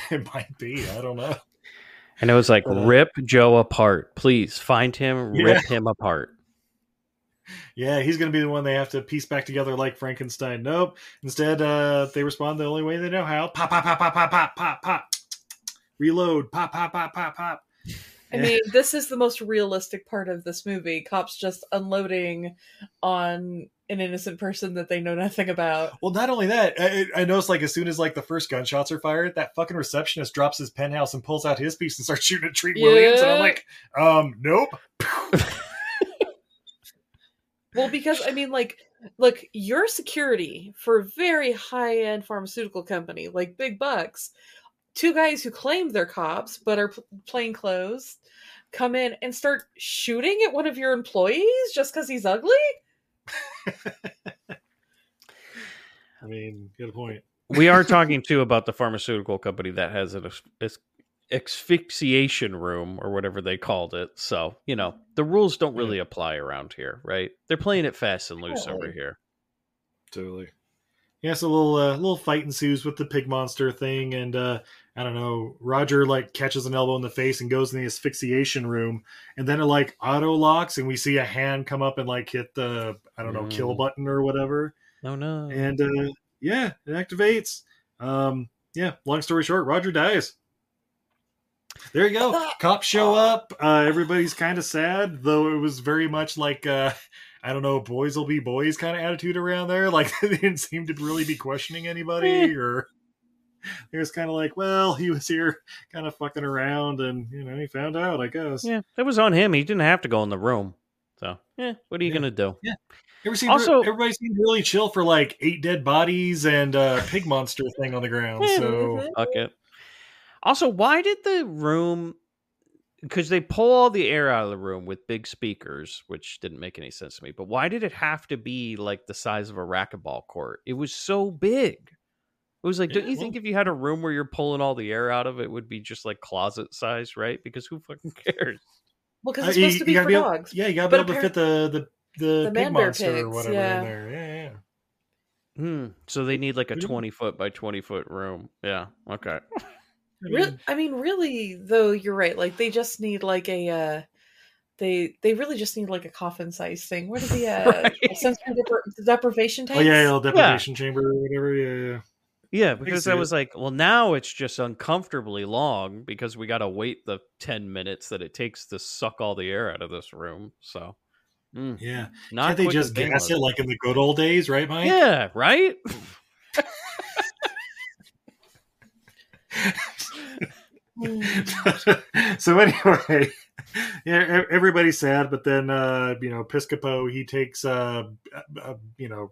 D: it might be. I don't know.
G: and it was like
D: Uh,
G: rip joe apart please find him
D: Yeah.
G: rip him apart
D: Yeah, he's gonna be the one they have to piece back together like Frankenstein. Nope. Instead, uh, they respond the only way they know how. Pop, pop, pop, pop, pop, pop, pop, pop. Reload. Pop, pop, pop, pop, pop.
B: I mean, this is the most realistic part of this movie. Cops just unloading on an innocent person that they know nothing about.
D: Well, not only that, I, I I noticed like as soon as like the first gunshots are fired, that fucking receptionist drops his penthouse and pulls out his piece and starts shooting at Treat Williams, and I'm
B: Yeah.
D: like, um, nope.
B: Well, because I mean, like, look, your security for a very high end pharmaceutical company, like big bucks, two guys who claim they're cops but are pl- plain clothes come in and start shooting at one of your employees just because he's ugly?
D: I mean, you got a point.
G: we are talking too about the pharmaceutical company that has an as- as- asphyxiation room or whatever they called it. So you know the rules don't really apply around here, right? They're playing it fast and loose over
D: Totally.
G: here.
D: Totally. Yeah, so a little uh, little fight ensues with the pig monster thing, and uh, I don't know. Roger like catches an elbow in the face and goes in the asphyxiation room, and then it like auto locks, and we see a hand come up and like hit the I don't know kill
G: Mm.
D: button or whatever,
G: Oh no!
D: and uh, yeah, it activates. Um, yeah, long story short, Roger dies. There you
G: Uh,
D: go. Cops show up. Uh, everybody's kind of sad, though it was very much like, uh, I don't know, boys will be boys kind of attitude around there. Like, they didn't seem to really be questioning
G: Eh.
D: anybody, or they was kind of like, well, he was here kind of fucking around, and, you know, he found out, I guess.
G: yeah, that was on him. He didn't have to go in the room. So yeah, what are you gonna do?
D: Yeah. Ever seen
G: Also-
D: everybody seemed really chill for like eight dead bodies and uh, pig monster thing
G: Eh, mm-hmm.
D: on the ground. So
G: Fuck it. Also, why did the room because they pull all the air out of the room with big speakers, which didn't make any sense to me. But why did it have to be like the size of a racquetball court? It was so big. It was like, don't you think if you had a room where you're pulling all the air out of it would be just like closet size, right? Because who fucking cares?
B: Well, because
D: Uh,
B: it's
D: you-
B: supposed to
D: you
B: be
D: gotta
B: for
D: be able-
B: dogs.
D: yeah, you gotta
B: But
D: be able to fit the the the,
B: The
D: pig
B: man bear
D: monster or
B: pigs,
D: whatever
B: yeah.
D: in there. Yeah, yeah. yeah.
G: Hmm. So they need like a
D: We don't-
G: twenty foot by twenty foot room. Yeah. Okay.
D: Mm.
B: Re- I mean, really though, you're right. Like they just need like a uh they they really just need like a coffin size thing. What are the uh sensory depri- deprivation tanks?
D: Oh yeah, yeah, little
G: Yeah.
D: deprivation chamber or whatever. Yeah, yeah.
G: Yeah, because I
D: sense.
G: was like, well, now it's just uncomfortably long because we got to wait the ten minutes that it takes to suck all the air out of this room. So, mm,
D: Yeah.
G: not
D: Can't they
G: quick
D: just
G: as they
D: gas
G: look.
D: it like in the good old days, right, Mike?
G: Yeah, right.
D: so anyway, yeah, e- everybody's sad, but then uh, you know, Piscopo he takes uh, uh you know,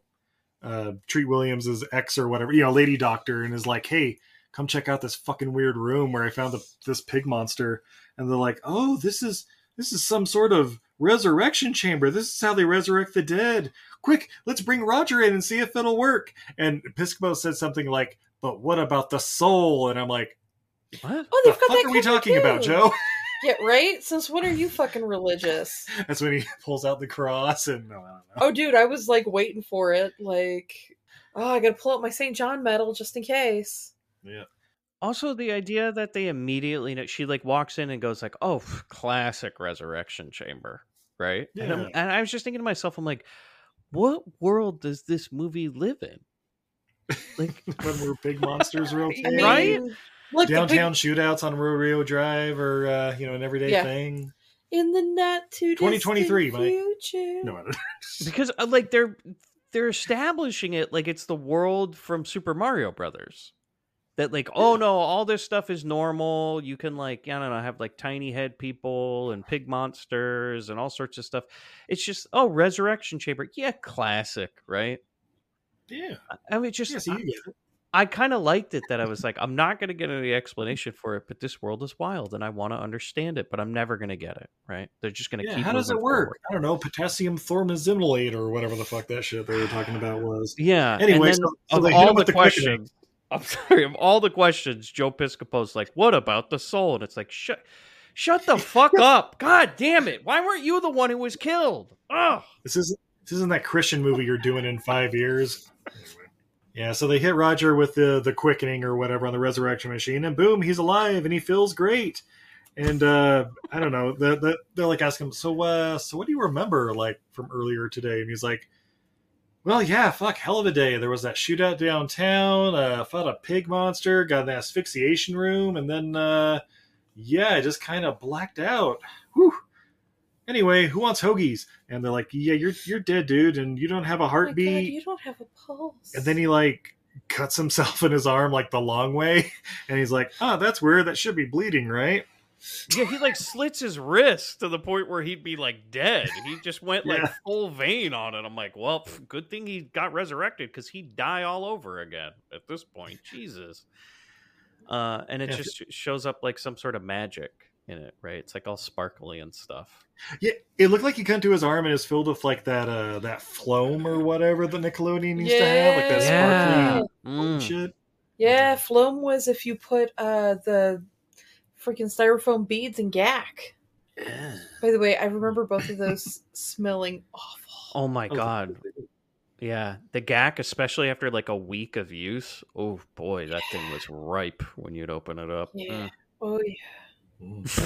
D: uh Treat Williams's ex or whatever, you know, lady doctor, and is like, hey, come check out this fucking weird room where I found the, this pig monster, and they're like, oh, this is this is some sort of resurrection chamber. This is how they resurrect the dead. Quick, let's bring Roger in and see if it'll work. And Piscopo said something like, but what about the soul? And I'm like,
G: What?
B: Oh,
D: the
B: they've got
D: fuck
B: that
D: are we
B: covered,
D: talking about,
B: too.
D: Joe?
B: Yeah, right? Since when are you fucking religious?
D: That's when he pulls out the cross and no, I don't know.
B: Oh dude, I was like waiting for it. Like oh I gotta pull out my St. John medal just in case.
D: Yeah.
G: Also, the idea that they immediately know she like walks in and goes like, "Oh, pff, classic resurrection chamber," right? And, I'm-
D: Yeah.
G: and I was just thinking to myself, I'm like, what world does this movie live in? Like,
D: when we're big monsters real
B: I
D: quick.
B: mean,
G: Right?
B: Look, the big-
D: Downtown shootouts on Rio Rio Drive or uh, you know, an everyday
B: Yeah.
D: thing.
B: in the not too
D: 2023,
B: 2023
D: Mike.
B: future.
D: No, I don't
G: because uh, like they're they're establishing it like it's the world from Super Mario Brothers. That like, oh no, all this stuff is normal. You can like, I don't know, have like tiny head people and pig monsters and all sorts of stuff. It's just oh, resurrection chamber, yeah, classic, right?
D: Yeah.
G: I mean, just
D: Yeah, so you get it.
G: I, kind of liked it that I was like, I'm not going to get any explanation for it, but this world is wild and I want to understand it, but I'm never going to get it. Right? They're just going to
D: Yeah,
G: keep.
D: how does it
G: moving
D: work?
G: forward.
D: I don't know, potassium thormazimolate or whatever the fuck that shit they were talking about was.
G: Yeah.
D: Anyway,
G: and then
D: so- so
G: of
D: they hit
G: all
D: him
G: the,
D: with the quick
G: questions, I'm sorry, of all the questions, Joe Piscopo's like, "What about the soul?" And it's like, "Shut, shut the fuck up! God damn it! Why weren't you the one who was killed?" Oh,
D: This isn't this isn't that Christian movie you're doing in five years. Yeah, so they hit Roger with the the quickening or whatever on the resurrection machine, and boom, he's alive and he feels great. And uh, I don't know, the, the, they're like asking him, so uh, so what do you remember like from earlier today? And he's like, well, yeah, fuck, hell of a day. There was that shootout downtown. Uh, fought a pig monster, got an asphyxiation room, and then uh, yeah, I just kind of blacked out. Whew. Anyway, who wants hoagies? And they're like, yeah, you're you're dead, dude, and you don't have a
B: Oh my God,
D: heartbeat.
B: you don't have a pulse.
D: And then he like cuts himself in his arm like the long way, and he's like, "Oh, that's weird. That should be bleeding, right?"
G: yeah, he like slits his wrist to the point where he'd be like dead. He just went like
D: Yeah.
G: full vein on it. I'm like, well, pff, good thing he got resurrected because he'd die all over again at this point. Jesus. Uh, and it
D: Yeah.
G: just sh- shows up like some sort of magic in it, right? It's like all sparkly and stuff.
D: Yeah, it looked like he cut into his arm and is filled with like that uh that phloem or whatever that Nickelodeon used to have, like that
G: Yeah.
D: sparkly
G: Mm.
D: shit.
B: yeah, phloem was if you put uh the freaking styrofoam beads in gack. By the way, I remember both of those smelling awful.
G: Oh my god. Yeah, the gack, especially after like a week of use. Oh boy, that thing was ripe when you'd open it up.
B: Yeah.
G: Mm.
B: Oh yeah.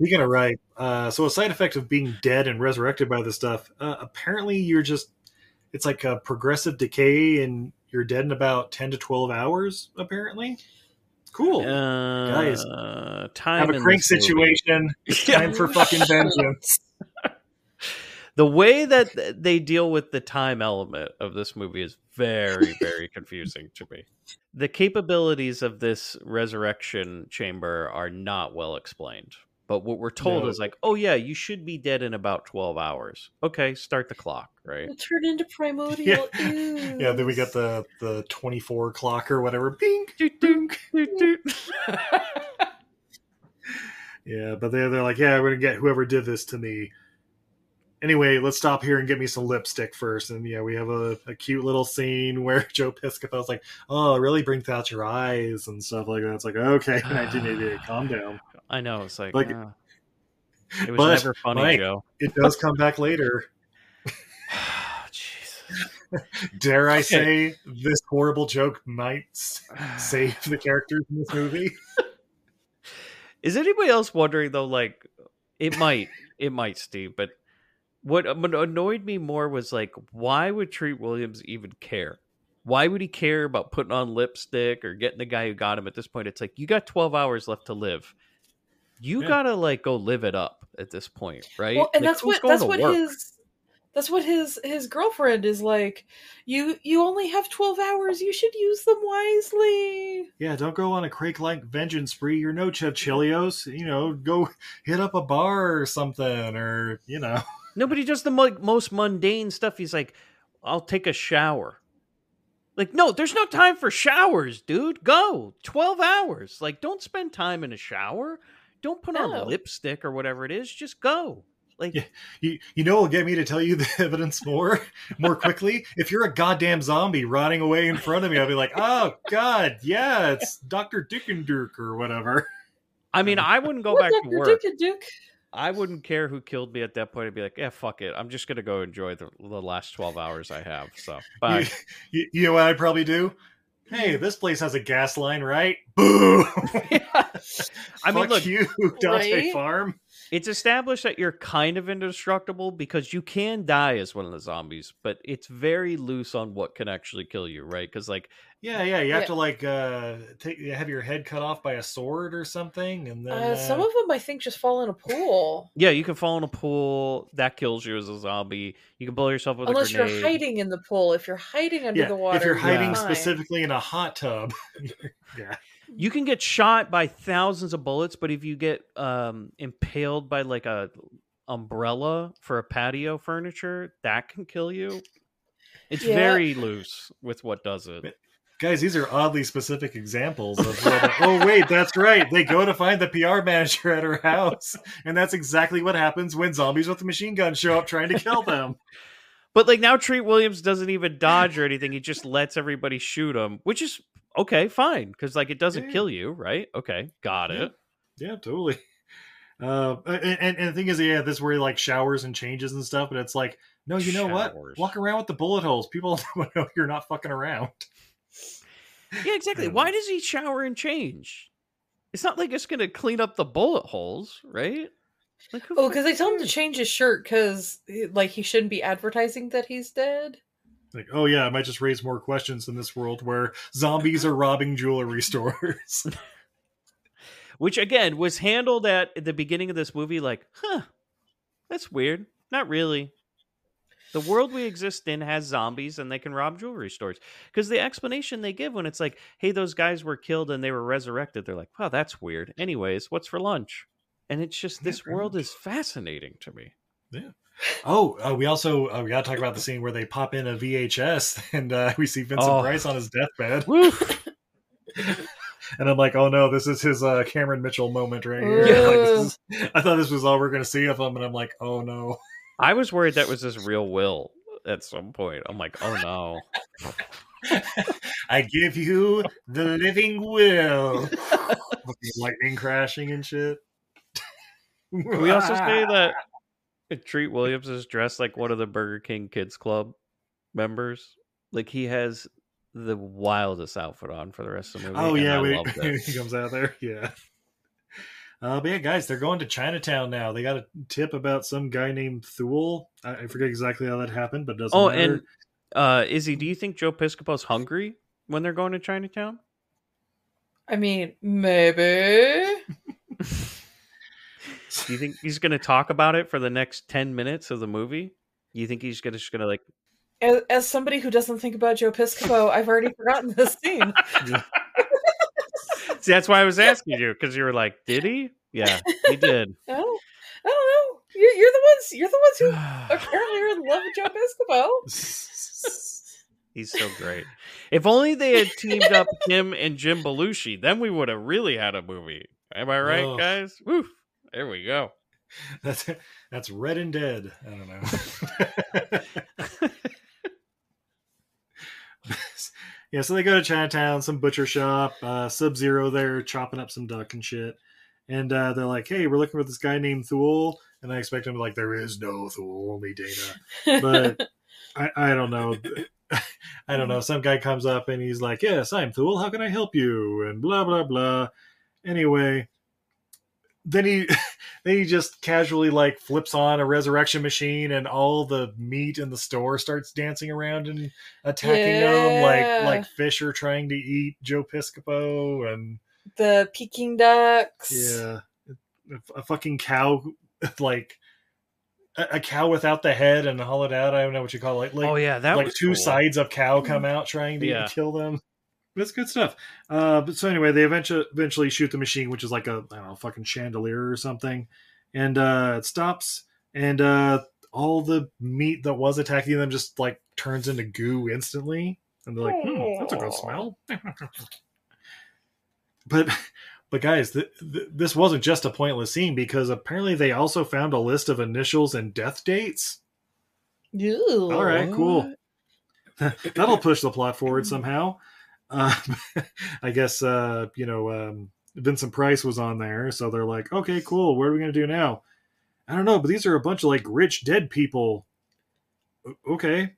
D: Speaking of right, uh, so a side effect of being dead and resurrected by this stuff, uh, apparently you're just it's like a progressive decay and you're dead in about ten to twelve hours. Apparently, cool.
G: Uh,
D: Guys,
G: time
D: Have
G: in
D: a
G: this
D: crank
G: movie.
D: situation.
G: Yeah.
D: Time for fucking vengeance.
G: The way that th- they deal with the time element of this movie is very, very confusing to me. The capabilities of this resurrection chamber are not well explained. But what we're told
D: No.
G: is like, oh yeah, you should be dead in about twelve hours. Okay, start the clock, right?
B: It'll turn into primordial.
D: Yeah.
B: ooze.
D: Yeah, then we got the the 24 clock or whatever. Bing.
G: Doot, doot, doot, doot.
D: Yeah, but they're, they're like, yeah, we're going to get whoever did this to me. Anyway, let's stop here and get me some lipstick first. And yeah, we have a, a cute little scene where Joe Piscopo's like, oh, really bring out your eyes and stuff like that. It's like, okay, 1988, calm down.
G: I know. It's like,
D: Like-
G: uh, it was
D: But,
G: never funny,
D: Mike,
G: Joe.
D: It does come back later. Dare I say this horrible joke might s- save the characters in this movie?
G: Is anybody else wondering though? Like, it might, it might, Steve. But what am- annoyed me more was like, why would Treat Williams even care? Why would he care about putting on lipstick or getting the guy who got him? At this point, it's like you got twelve hours left to live. You
D: Yeah.
G: gotta like go live it up at this point, right?
B: Well, and
G: Like,
B: that's
G: who's
B: what
G: going
B: that's
G: to
B: what
G: work?
B: his that's what his his girlfriend is like. You you only have twelve hours. You should use them wisely.
D: Yeah, don't go on a Crake like vengeance spree. You're no Chichilios. You know, go hit up a bar or something, or, you know.
G: No, but he does the mo- most mundane stuff. He's like, I'll take a shower. Like, no, there's no time for showers, dude. Go 12 hours. Like, don't spend time in a shower. Don't put
B: No.
G: on lipstick or whatever it is. Just go. Like,
D: Yeah. You, you know, will get me to tell you the evidence more, more quickly. if you're a goddamn zombie rotting away in front of me, I'll be like, oh, God, yeah, it's Dr. Dickendirk or whatever.
G: I mean, I wouldn't go
B: What,
G: back to
B: Dr.
G: work.
B: Duke, Duke?
G: I wouldn't care who killed me at that point. I'd be like, yeah, fuck it. I'm just going to go enjoy the, the last 12 hours I have. So, bye.
D: You, you, you know what I'd probably do? Hey, this place has a gas line, right? Boo!
G: I mean,
D: Fuck
G: look,
D: you, Dante
B: Right?
D: Farm.
G: It's established that you're kind of indestructible because you can die as one of the zombies, but it's very loose on what can actually kill you, right? Because like,
D: Yeah, yeah. You have
B: Yeah.
D: to like uh take have your head cut off by a sword or something, and then
B: Uh, some
D: uh,
B: of them I think just fall in a pool
G: yeah, you can fall in a pool that kills you as a zombie. You can blow yourself with
B: unless
G: a
B: you're
G: grenade.
B: hiding in the pool. If you're hiding under
D: yeah,
B: the water,
D: if you're hiding
G: Yeah.
B: fine.
D: specifically in a hot tub, yeah,
G: You can get shot by thousands of bullets, but if you get um, impaled by like a umbrella for a patio furniture, that can kill you. It's
B: Yeah.
G: very loose with what does it.
D: guys, these are oddly specific examples of. What, oh wait, that's right. They go to find the PR manager at her house, and that's exactly what happens when zombies with a machine gun show up trying to kill them.
G: But like now, Treat Williams doesn't even dodge or anything. He just lets everybody shoot him, which is okay, fine, because like it doesn't
D: Yeah.
G: kill you, right? Okay, got
D: Yeah.
G: it.
D: Yeah, totally. Uh, and, and- and the thing is, yeah, this is where he like showers and changes and stuff, but it's like, no, you know what?
G: Showers.
D: Walk around with the bullet holes. People don't know you're not fucking around.
G: Yeah, exactly.
D: Yeah.
G: Why does he shower and change? It's not like it's gonna clean up the bullet holes, right? Like, who
B: Oh,
G: fuck-
B: because they tell him to change his shirt because like he shouldn't be advertising that he's dead.
D: Like, oh yeah, I might just raise more questions in this world where zombies are robbing jewelry stores.
G: which again was handled at the beginning of this movie, like, huh, that's weird. Not really. The world we exist in has zombies and they can rob jewelry stores. Because the explanation they give when it's like, hey, those guys were killed and they were resurrected, they're like, wow, that's weird. Anyways, what's for lunch? And it's just,
D: Yeah,
G: this
D: pretty
G: world is fascinating to me.
D: oh, uh, we also uh, we gotta talk about the scene where they pop in a VHS and uh, we see Vincent
G: Oh.
D: Price on his deathbed,
G: Woof.
D: and I'm like, oh no, this is his uh, Cameron Mitchell moment right here.
B: Yeah.
D: Like, this is- I thought this was all we're gonna see of him, and I'm like, oh no.
G: I was worried that was his real will at some point. I'm like, oh no.
D: I give you the living will. With the lightning crashing and shit.
G: Can we also say that Treat Williams is dressed like one of the Burger King Kids Club members? Like he has the wildest outfit on for the rest of the movie.
D: Oh
G: and
D: yeah,
G: I
D: we,
G: love that.
D: he comes out there. Yeah. Uh, but yeah, guys, they're going to Chinatown now. They got a tip about some guy named Thule. I, I forget exactly how that happened, but it doesn't
G: Oh,
D: matter.
G: and uh, Izzy, do you think Joe Piscopo's hungry when they're going to Chinatown?
B: I mean, maybe.
G: Do you think he's going to talk about it for the next ten minutes of the movie? You think he's gonna, just going to like?
B: As, as somebody who doesn't think about Joe Piscopo, I've already forgotten this scene.
G: See, that's why I was asking you because you were like, "Did he? Yeah, he did."
B: I don't, I don't know. You're, you're the ones. You're the ones who apparently are in love with Joe Piscopo.
G: He's so great. If only they had teamed up him and Jim Belushi, then we would have really had a movie. Am I right,
D: Ugh.
G: guys? Woof. There we go.
D: That's that's red and dead. I don't know. yeah, so they go to Chinatown, some butcher shop, uh, Sub Zero there chopping up some duck and shit. And uh, they're like, hey, we're looking for this guy named Thule. And I expect him to be like, there is no Thule, only Dana. But I, I don't know. I don't know. Some guy comes up and he's like, yes, I'm Thule. How can I help you? And blah, blah, blah. Anyway, then he then he just casually like flips on a resurrection machine and all the meat in the store starts dancing around and attacking them like
B: Yeah.
D: like fish are trying to eat Joe Piscopo and
B: The Peking ducks.
D: yeah a, a fucking cow like a, a cow without the head and hollowed out I don't know what you call it like
G: Oh yeah, that
D: like
G: was
D: two
G: cool.
D: sides of cow come out trying to
G: Yeah.
D: kill them. That's good stuff. Uh, but so anyway, they eventually eventually shoot the machine, which is like a I don't know fucking chandelier or something, and uh, it stops, and uh, all the meat that was attacking them just like turns into goo instantly, and they're like, hmm, "That's a good smell." but but guys, th- th- this wasn't just a pointless scene because apparently they also found a list of initials and death dates.
B: Ew.
D: All right, cool. That'll push the plot forward somehow. Uh, I guess uh, you know um, Vincent Price was on there, so they're like, okay, cool. What are we gonna do now? I don't know, but these are a bunch of like rich dead people. O- Okay.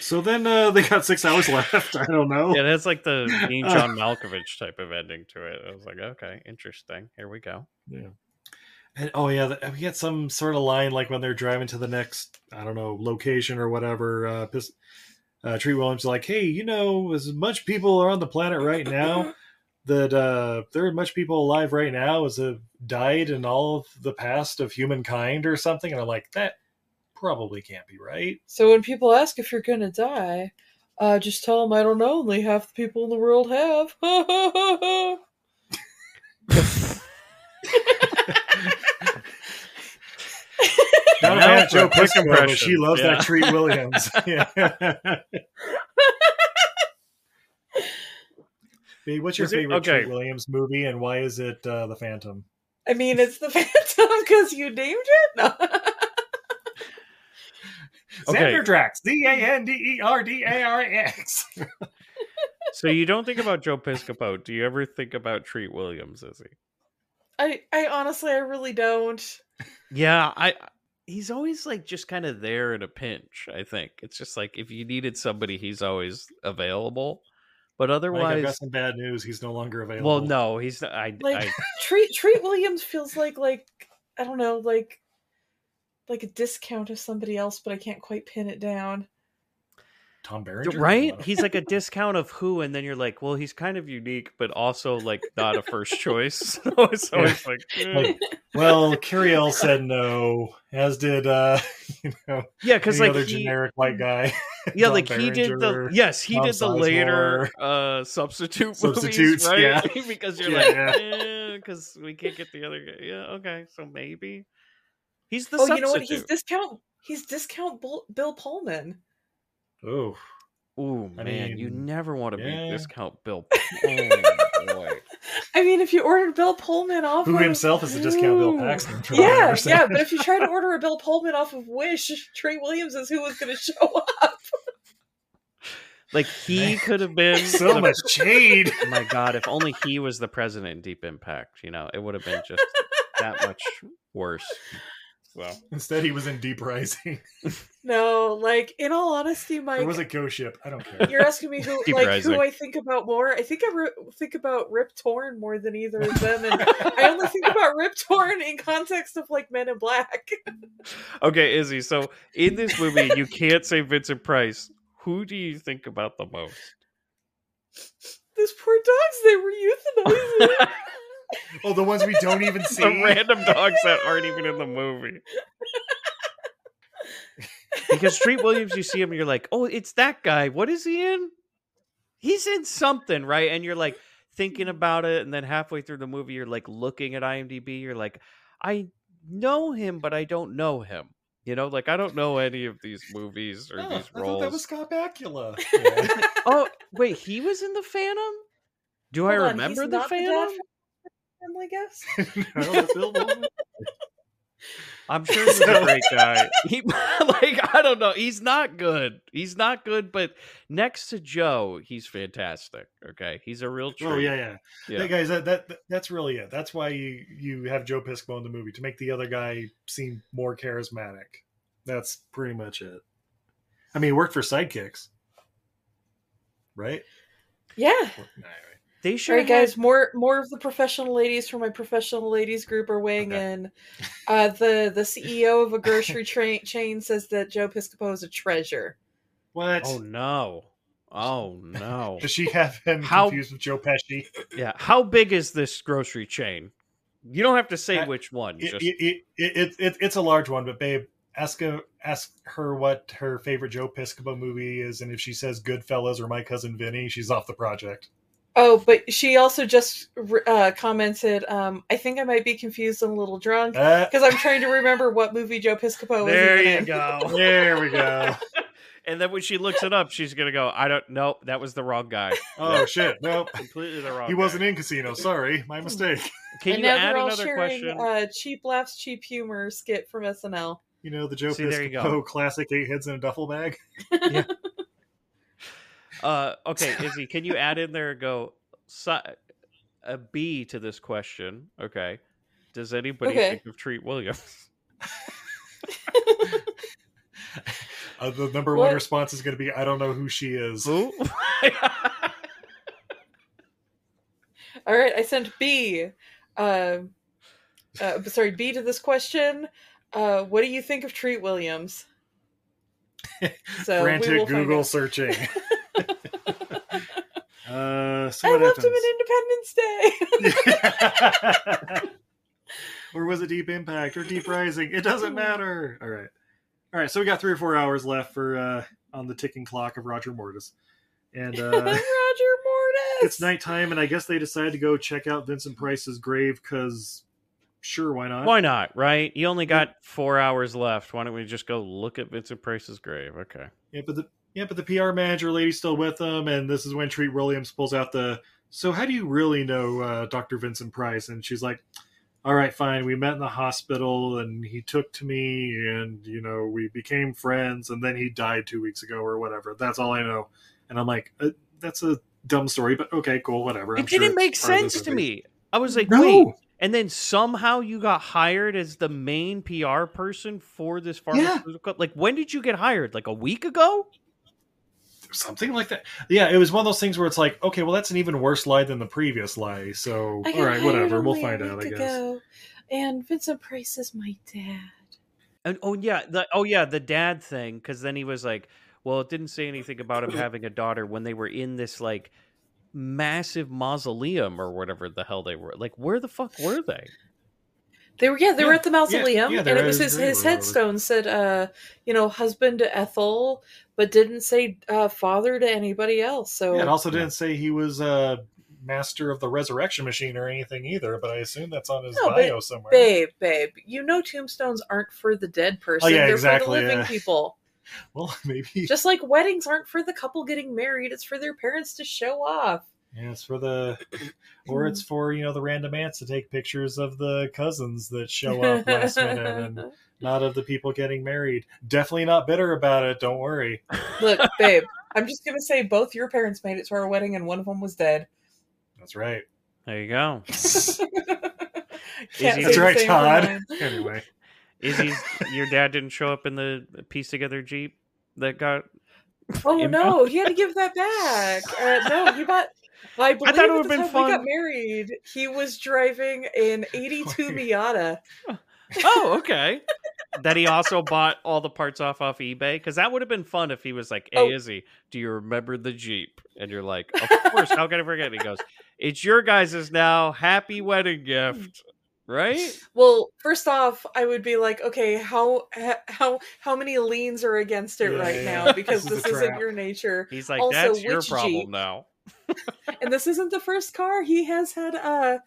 D: So then uh, they got six hours left. I don't know.
G: Yeah, that's like the Dean
D: Uh,
G: John Malkovich type of ending to it. I was like, okay, interesting. Here we go.
D: Yeah. And oh yeah, th- we get some sort of line like when they're driving to the next, I don't know, location or whatever. Uh, Pis- uh Treat Williams is like, hey, you know, as much people are on the planet right now that uh, there are much people alive right now as have died in all of the past of humankind or something. And I'm like, that probably can't be right.
B: So when people ask if you're gonna die, uh, just tell them I don't know. Only half the people in the world have.
D: Not a
G: Now
D: fan of
G: for a
D: Joe
G: quick
D: Piscopo, but she
G: impression.
D: loves
G: Yeah.
D: that Treat Williams. Yeah. Babe, What's your
G: Was it-
D: favorite
G: okay.
D: Treat Williams movie, and why is it uh, The Phantom?
B: I mean, it's the Phantom because you named it. No.
G: Okay.
D: Xander Drax, D A N D E R D A R X.
G: So you don't think about Joe Piscopo. Do you ever think about Treat Williams, is he?
B: I, I honestly, I really don't.
G: Yeah, I he's always like just kind of there in a pinch, I think. It's just like if you needed somebody, he's always available. But
D: Mike, I've got
G: otherwise
D: some bad news. He's no longer available.
G: well, no, he's not. I,
B: Like
G: I
B: treat treat Williams feels like like I don't know like like a discount of somebody else, but I can't quite pin it down.
D: Tom
G: D-
D: Berenger,
G: right he's like a discount of who and then you're like well he's kind of unique but also like not a first choice so it's always like, eh.
D: Like, well, Curiel said no, as did uh, you know,
G: yeah because
D: any
G: like
D: other
G: he-
D: generic white guy.
G: yeah
D: Tom
G: like he did the
D: Berenger,
G: yes he
D: Tom
G: did the
D: Sizemore.
G: later uh substitute
D: Substitutes,
G: movies, right
D: yeah.
G: because you're
D: Yeah.
G: like because we can't get the other guy yeah okay so maybe he's the
B: oh,
G: substitute
B: you know what? He's discount. He's discount Bull, Bill Pullman.
D: Oh,
G: Ooh,
D: I
G: man, you
D: mean,
G: never want to
D: yeah.
G: be discount Bill. Oh, boy.
B: I mean, if you ordered Bill Pullman off
D: who
B: of,
D: himself is a discount Bill
G: Ooh.
D: Paxton. from what I
B: yeah,
D: understand.
B: yeah. But if you try to order a Bill Pullman off of Wish, Trey Williams is who was going to show up.
G: Like he could have been
D: so
G: the
D: much shade.
G: Oh my god, if only he was the president in Deep Impact, you know, it would have been just that much worse. Well,
D: Instead, he was in Deep Rising.
B: No, like in all honesty, Mike,
D: or was it Ghost Ship? I don't care.
B: you're asking me who
G: Deep
B: like
G: Rising.
B: who I think about more. I think I re- think about Rip Torn more than either of them, and I only think about Rip Torn in context of like Men in Black.
G: okay, Izzy, so in this movie, you can't say Vincent Price. Who do you think about the most?
B: Those poor dogs, they were euthanized.
D: oh, the ones we don't even see.
G: The random dogs that aren't even in the movie. Because Street Williams, you see him, you're like, oh, it's that guy. What is he in? He's in something, right? And you're like thinking about it, and then halfway through the movie, you're like looking at IMDb. You're like, I know him, but I don't know him. You know, like I don't know any of these movies or
D: Oh,
G: these
D: I thought
G: roles.
D: that was Scott Bakula.
G: oh, wait, he was in the Phantom. Do I
B: Hold on, he's
G: remember the
B: not the dad
G: Phantom?
B: from- Family Guest?
D: no, that's Bill Pullman.
G: I'm sure he's a great guy. He, like I don't know, he's not good. He's not good, but next to Joe, he's fantastic. Okay, he's a real treat.
D: Oh yeah, yeah, That guy's that, that that- that's really it. That's why you you have Joe Piscopo in the movie to make the other guy seem more charismatic. That's pretty much it. I mean, he worked for Sidekicks, right?
B: Yeah.
G: They
B: All
G: should
B: right,
G: have-
B: guys. More more of the professional ladies from my professional ladies group are weighing in. Uh, the the CEO of a grocery tra- chain says that Joe Piscopo is a treasure.
D: What?
G: Oh no! Oh no!
D: Does she have him
G: How-
D: confused with Joe Pesci?
G: yeah, how big is this grocery chain? You don't have to say which one.
D: It,
G: Just
D: it, it, it, it, it's a large one, but babe, ask her, ask her what her favorite Joe Piscopo movie is, and if she says Goodfellas or My Cousin Vinny, she's off the project.
B: Oh, but she also just re- uh, commented. Um, I think I might be confused and a little drunk
D: Uh.
B: because I'm trying to remember what movie Joe Piscopo was.
G: there
B: even
G: you
B: in.
G: go.
D: There we go.
G: And then when she looks it up, she's gonna go, "I don't. Nope, that was the wrong guy.
D: Oh shit, no,
G: completely the wrong."
D: he
G: guy.
D: wasn't in Casino. Sorry,
G: Hmm.
D: my mistake.
G: Can
B: and
G: you
B: now
G: add
B: they're all
G: another
B: sharing
G: question?
B: Uh, cheap laughs, cheap humor skit from SNL.
D: You know the Joe
G: See, there you go.
D: Piscopo classic: eight heads in a duffel bag.
G: Uh, okay, Izzy, can you add in there? and Go si- a B to this question. Okay. Does anybody
B: Okay.
G: think of Treat Williams?
D: Uh, the number
B: What?
D: one response is going to be, "I don't know who she is."
G: Who?
B: All right, I sent B. Um, uh, sorry, B to this question. Uh, what do you think of Treat Williams? So
D: Frantic
B: find
D: Google
B: out.
D: searching. uh, so
B: I
D: what
B: left him
D: happens?
B: at Independence Day.
D: or was it Deep Impact or Deep Rising? It doesn't matter. All right, all right. So we got three or four hours left for uh, on the ticking clock of Roger Mortis, and
B: Roger
D: uh,
B: Mortis.
D: it's nighttime, and I guess they decide to go check out Vincent Price's grave because sure, why not?
G: Why not? Right? You only got four hours left. Why don't we just go look at Vincent Price's grave? Okay.
D: Yeah, but the yeah, but the PR manager lady's still with them, and this is when Treat Williams pulls out the. So how do you really know uh, Dr. Vincent Price? And she's like, "All right, fine. We met in the hospital, and he took to me, and you know we became friends, and then he died two weeks ago or whatever. That's all I know." And I'm like, uh, "That's a dumb story, but okay, cool, whatever." I'm
G: it
D: sure
G: didn't
D: it's
G: make
D: part of the
G: sense to
D: movie."
G: me. I was like,
D: No.
G: wait. And then somehow you got hired as the main PR person for this pharmaceutical. Like, when did you get hired? Like a week ago?
D: Something like that. Yeah, it was one of those things where it's like, okay, well, that's an even worse lie than the previous lie. So,
B: I got
D: all right,
B: hired
D: whatever. We'll
B: only a
D: find out,
B: week
D: I guess.
B: ago, And Vincent Price is my dad.
G: And oh yeah, the, oh yeah, the dad thing. Because then he was like, well, it didn't say anything about him having a daughter when they were in this like massive mausoleum or whatever the hell they were. Like, where the fuck were they?
B: They were yeah, they were
D: Yeah,
B: at the
D: yeah,
B: mausoleum,
D: yeah,
B: and
D: they're
B: it was
D: at
B: his
D: his grave
B: his
D: or whatever.
B: headstone said, uh, you know, husband to Ethel, but didn't say uh, father to anybody else. So
D: Yeah, it also didn't say he was a master of the resurrection machine or anything either, but I assume that's on his
B: No,
D: bio
B: but
D: somewhere.
B: babe, babe, you know, tombstones aren't for the dead person;
D: Oh, yeah,
B: they're
D: exactly,
B: for the living
D: yeah.
B: people.
D: Well, maybe
B: Just like weddings aren't for the couple getting married; it's for their parents to show off.
D: yeah, it's for the or it's for, you know, the random ants to take pictures of the cousins that show up last minute and not of the people getting married. Definitely not bitter about it, don't worry.
B: Look, babe, I'm just gonna say both your parents made it to our wedding, and one of them was dead.
D: That's right.
G: There you go.
B: Can't
G: Izzy-
B: say
G: That's
B: the
D: right,
B: same for
D: Todd.
B: mine.
D: Anyway.
G: Izzy's your dad didn't show up in the uh, piece together Jeep that got
B: Oh
G: Email?
B: no, he had to give that back. Uh, no, he bought. I believe
G: thought it
B: at
G: would've
B: the
G: been
B: time We got
G: fun.
B: married. He was driving an '82 Miata.
G: Oh, okay. that he also bought all the parts off off eBay because that would have been fun if he was like, "Hey
B: Oh.
G: Izzy, do you remember the Jeep?" And you're like, "Of course, how can I forget?" He goes, "It's your guys's now. Happy wedding gift, right?"
B: Well, first off, I would be like, okay, how ha- how how many liens are against it
D: Yeah,
B: right
D: yeah.
B: now because
D: This is
B: this,
D: a
B: isn't
D: trap.
B: your nature,
G: He's like,
B: Also,
G: "That's your
B: which
G: problem
B: Jeep?
G: now."
B: and this isn't the first car he has had. Uh,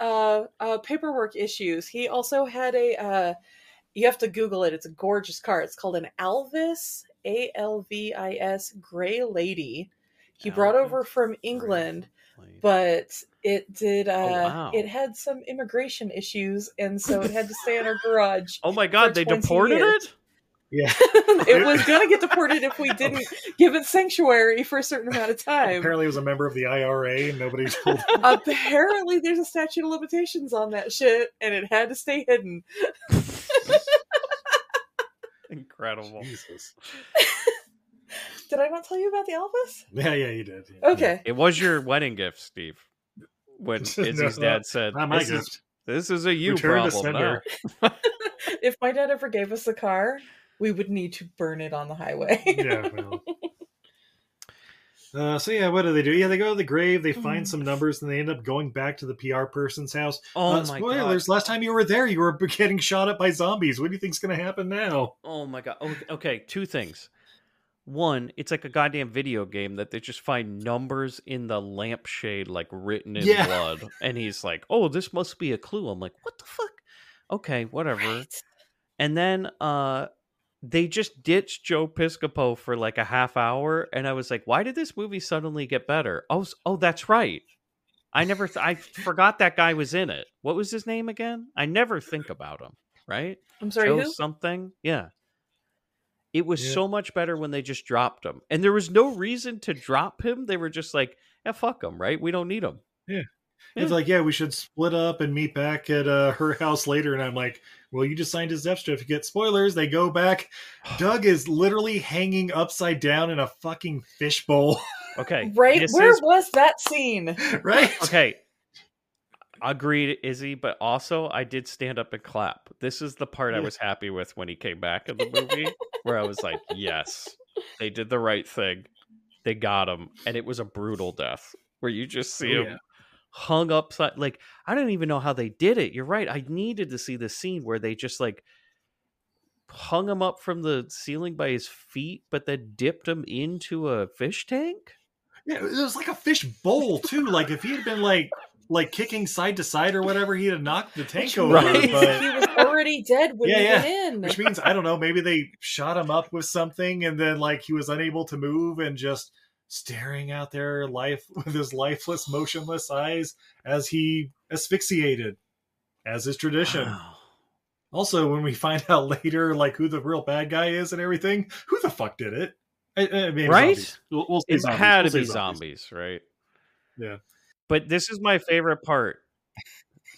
B: uh, uh, paperwork issues. He also had a. Uh, you have to Google it. It's a gorgeous car. It's called an Alvis A L V I S Gray Lady. he brought over from England, but it did. Uh,
G: wow.
B: It had some immigration issues, and so it had to stay in our garage.
G: Oh my God,
B: for
G: they
B: 20
G: deported
B: years.
G: it?
D: Yeah.
B: it was going to get deported if we didn't give it sanctuary for a certain amount of time.
D: Apparently, he was a member of the IRA, and nobody told.
B: Apparently, there's a statute of limitations on that shit, and it had to stay hidden.
G: Incredible.
D: Jesus.
B: Did I not tell you about the Elvis?
D: Yeah, yeah, you did. yeah.
B: Okay.
G: It was your wedding gift, Steve. When Izzy's
D: No,
G: dad said,
D: not my
G: this Is,
D: gift."
G: this is a you
D: Return to
G: problem.
D: sender.
G: now."
B: If my dad ever gave us the car, we would need to burn it on the highway.
D: yeah, well. Uh, so yeah, what do they do? Yeah, they go to the grave. They
G: Mm-hmm.
D: find some numbers, and they end up going back to the PR person's house.
G: Oh
D: Uh,
G: my God.
D: spoilers! Last time you were there, you were getting shot up by zombies. What do you think's going to happen now?
G: Oh my god. Okay, okay, two things. One, it's like a goddamn video game that they just find numbers in the lampshade like written in
D: Yeah.
G: blood. And he's like, "Oh, this must be a clue." I'm like, "What the fuck?" Okay, whatever. And then uh they just ditched Joe Piscopo for like a half hour and I was like, "Why did this movie suddenly get better?" Oh, s- oh, that's right. I never th- I forgot that guy was in it. What was his name again? I never think about him, right?
B: I'm sorry,
G: Joe
B: who?
G: something. Yeah. It was
D: Yeah.
G: so much better when they just dropped him. And there was no reason to drop him. They were just like, yeah, fuck him, right? We don't need him.
D: It's like, yeah, we should split up and meet back at uh, her house later. And I'm like, well, you just signed his death certificate. Spoilers. They go back. Doug is literally hanging upside down in a fucking fishbowl,
G: Okay.
B: Right?
G: this
B: Where
G: is-
B: was that scene?
D: right?
G: okay. Agreed, Izzy, but also I did stand up and clap. This is the part I
D: Yeah.
G: was happy with when he came back in the movie, where I was like, yes, they did the right thing. They got him. And it was a brutal death where you just see
D: Oh,
G: him
D: yeah.
G: hung upside. Like, I don't even know how they did it. You're right. I needed to see the scene where they just like hung him up from the ceiling by his feet, but then dipped him into a fish tank.
D: Yeah, it was like a fish bowl too. Like if he had been like like kicking side to side or whatever, he'd have knocked the tank over.
G: Right.
B: He
D: But,
B: was already dead when
D: Yeah,
B: he
D: yeah.
B: went in.
D: which means I don't know. Maybe they shot him up with something, and then like he was unable to move and just staring out there, life with his lifeless, motionless eyes as he asphyxiated, as is tradition.
G: Wow.
D: Also, when we find out later, like who the real bad guy is and everything, who the fuck did it? I, I mean,
G: Right?
D: zombies. We'll, we'll say
G: It
D: zombies.
G: had
D: We'll
G: to
D: say
G: be zombies, right?
D: Yeah.
G: But this is my favorite part.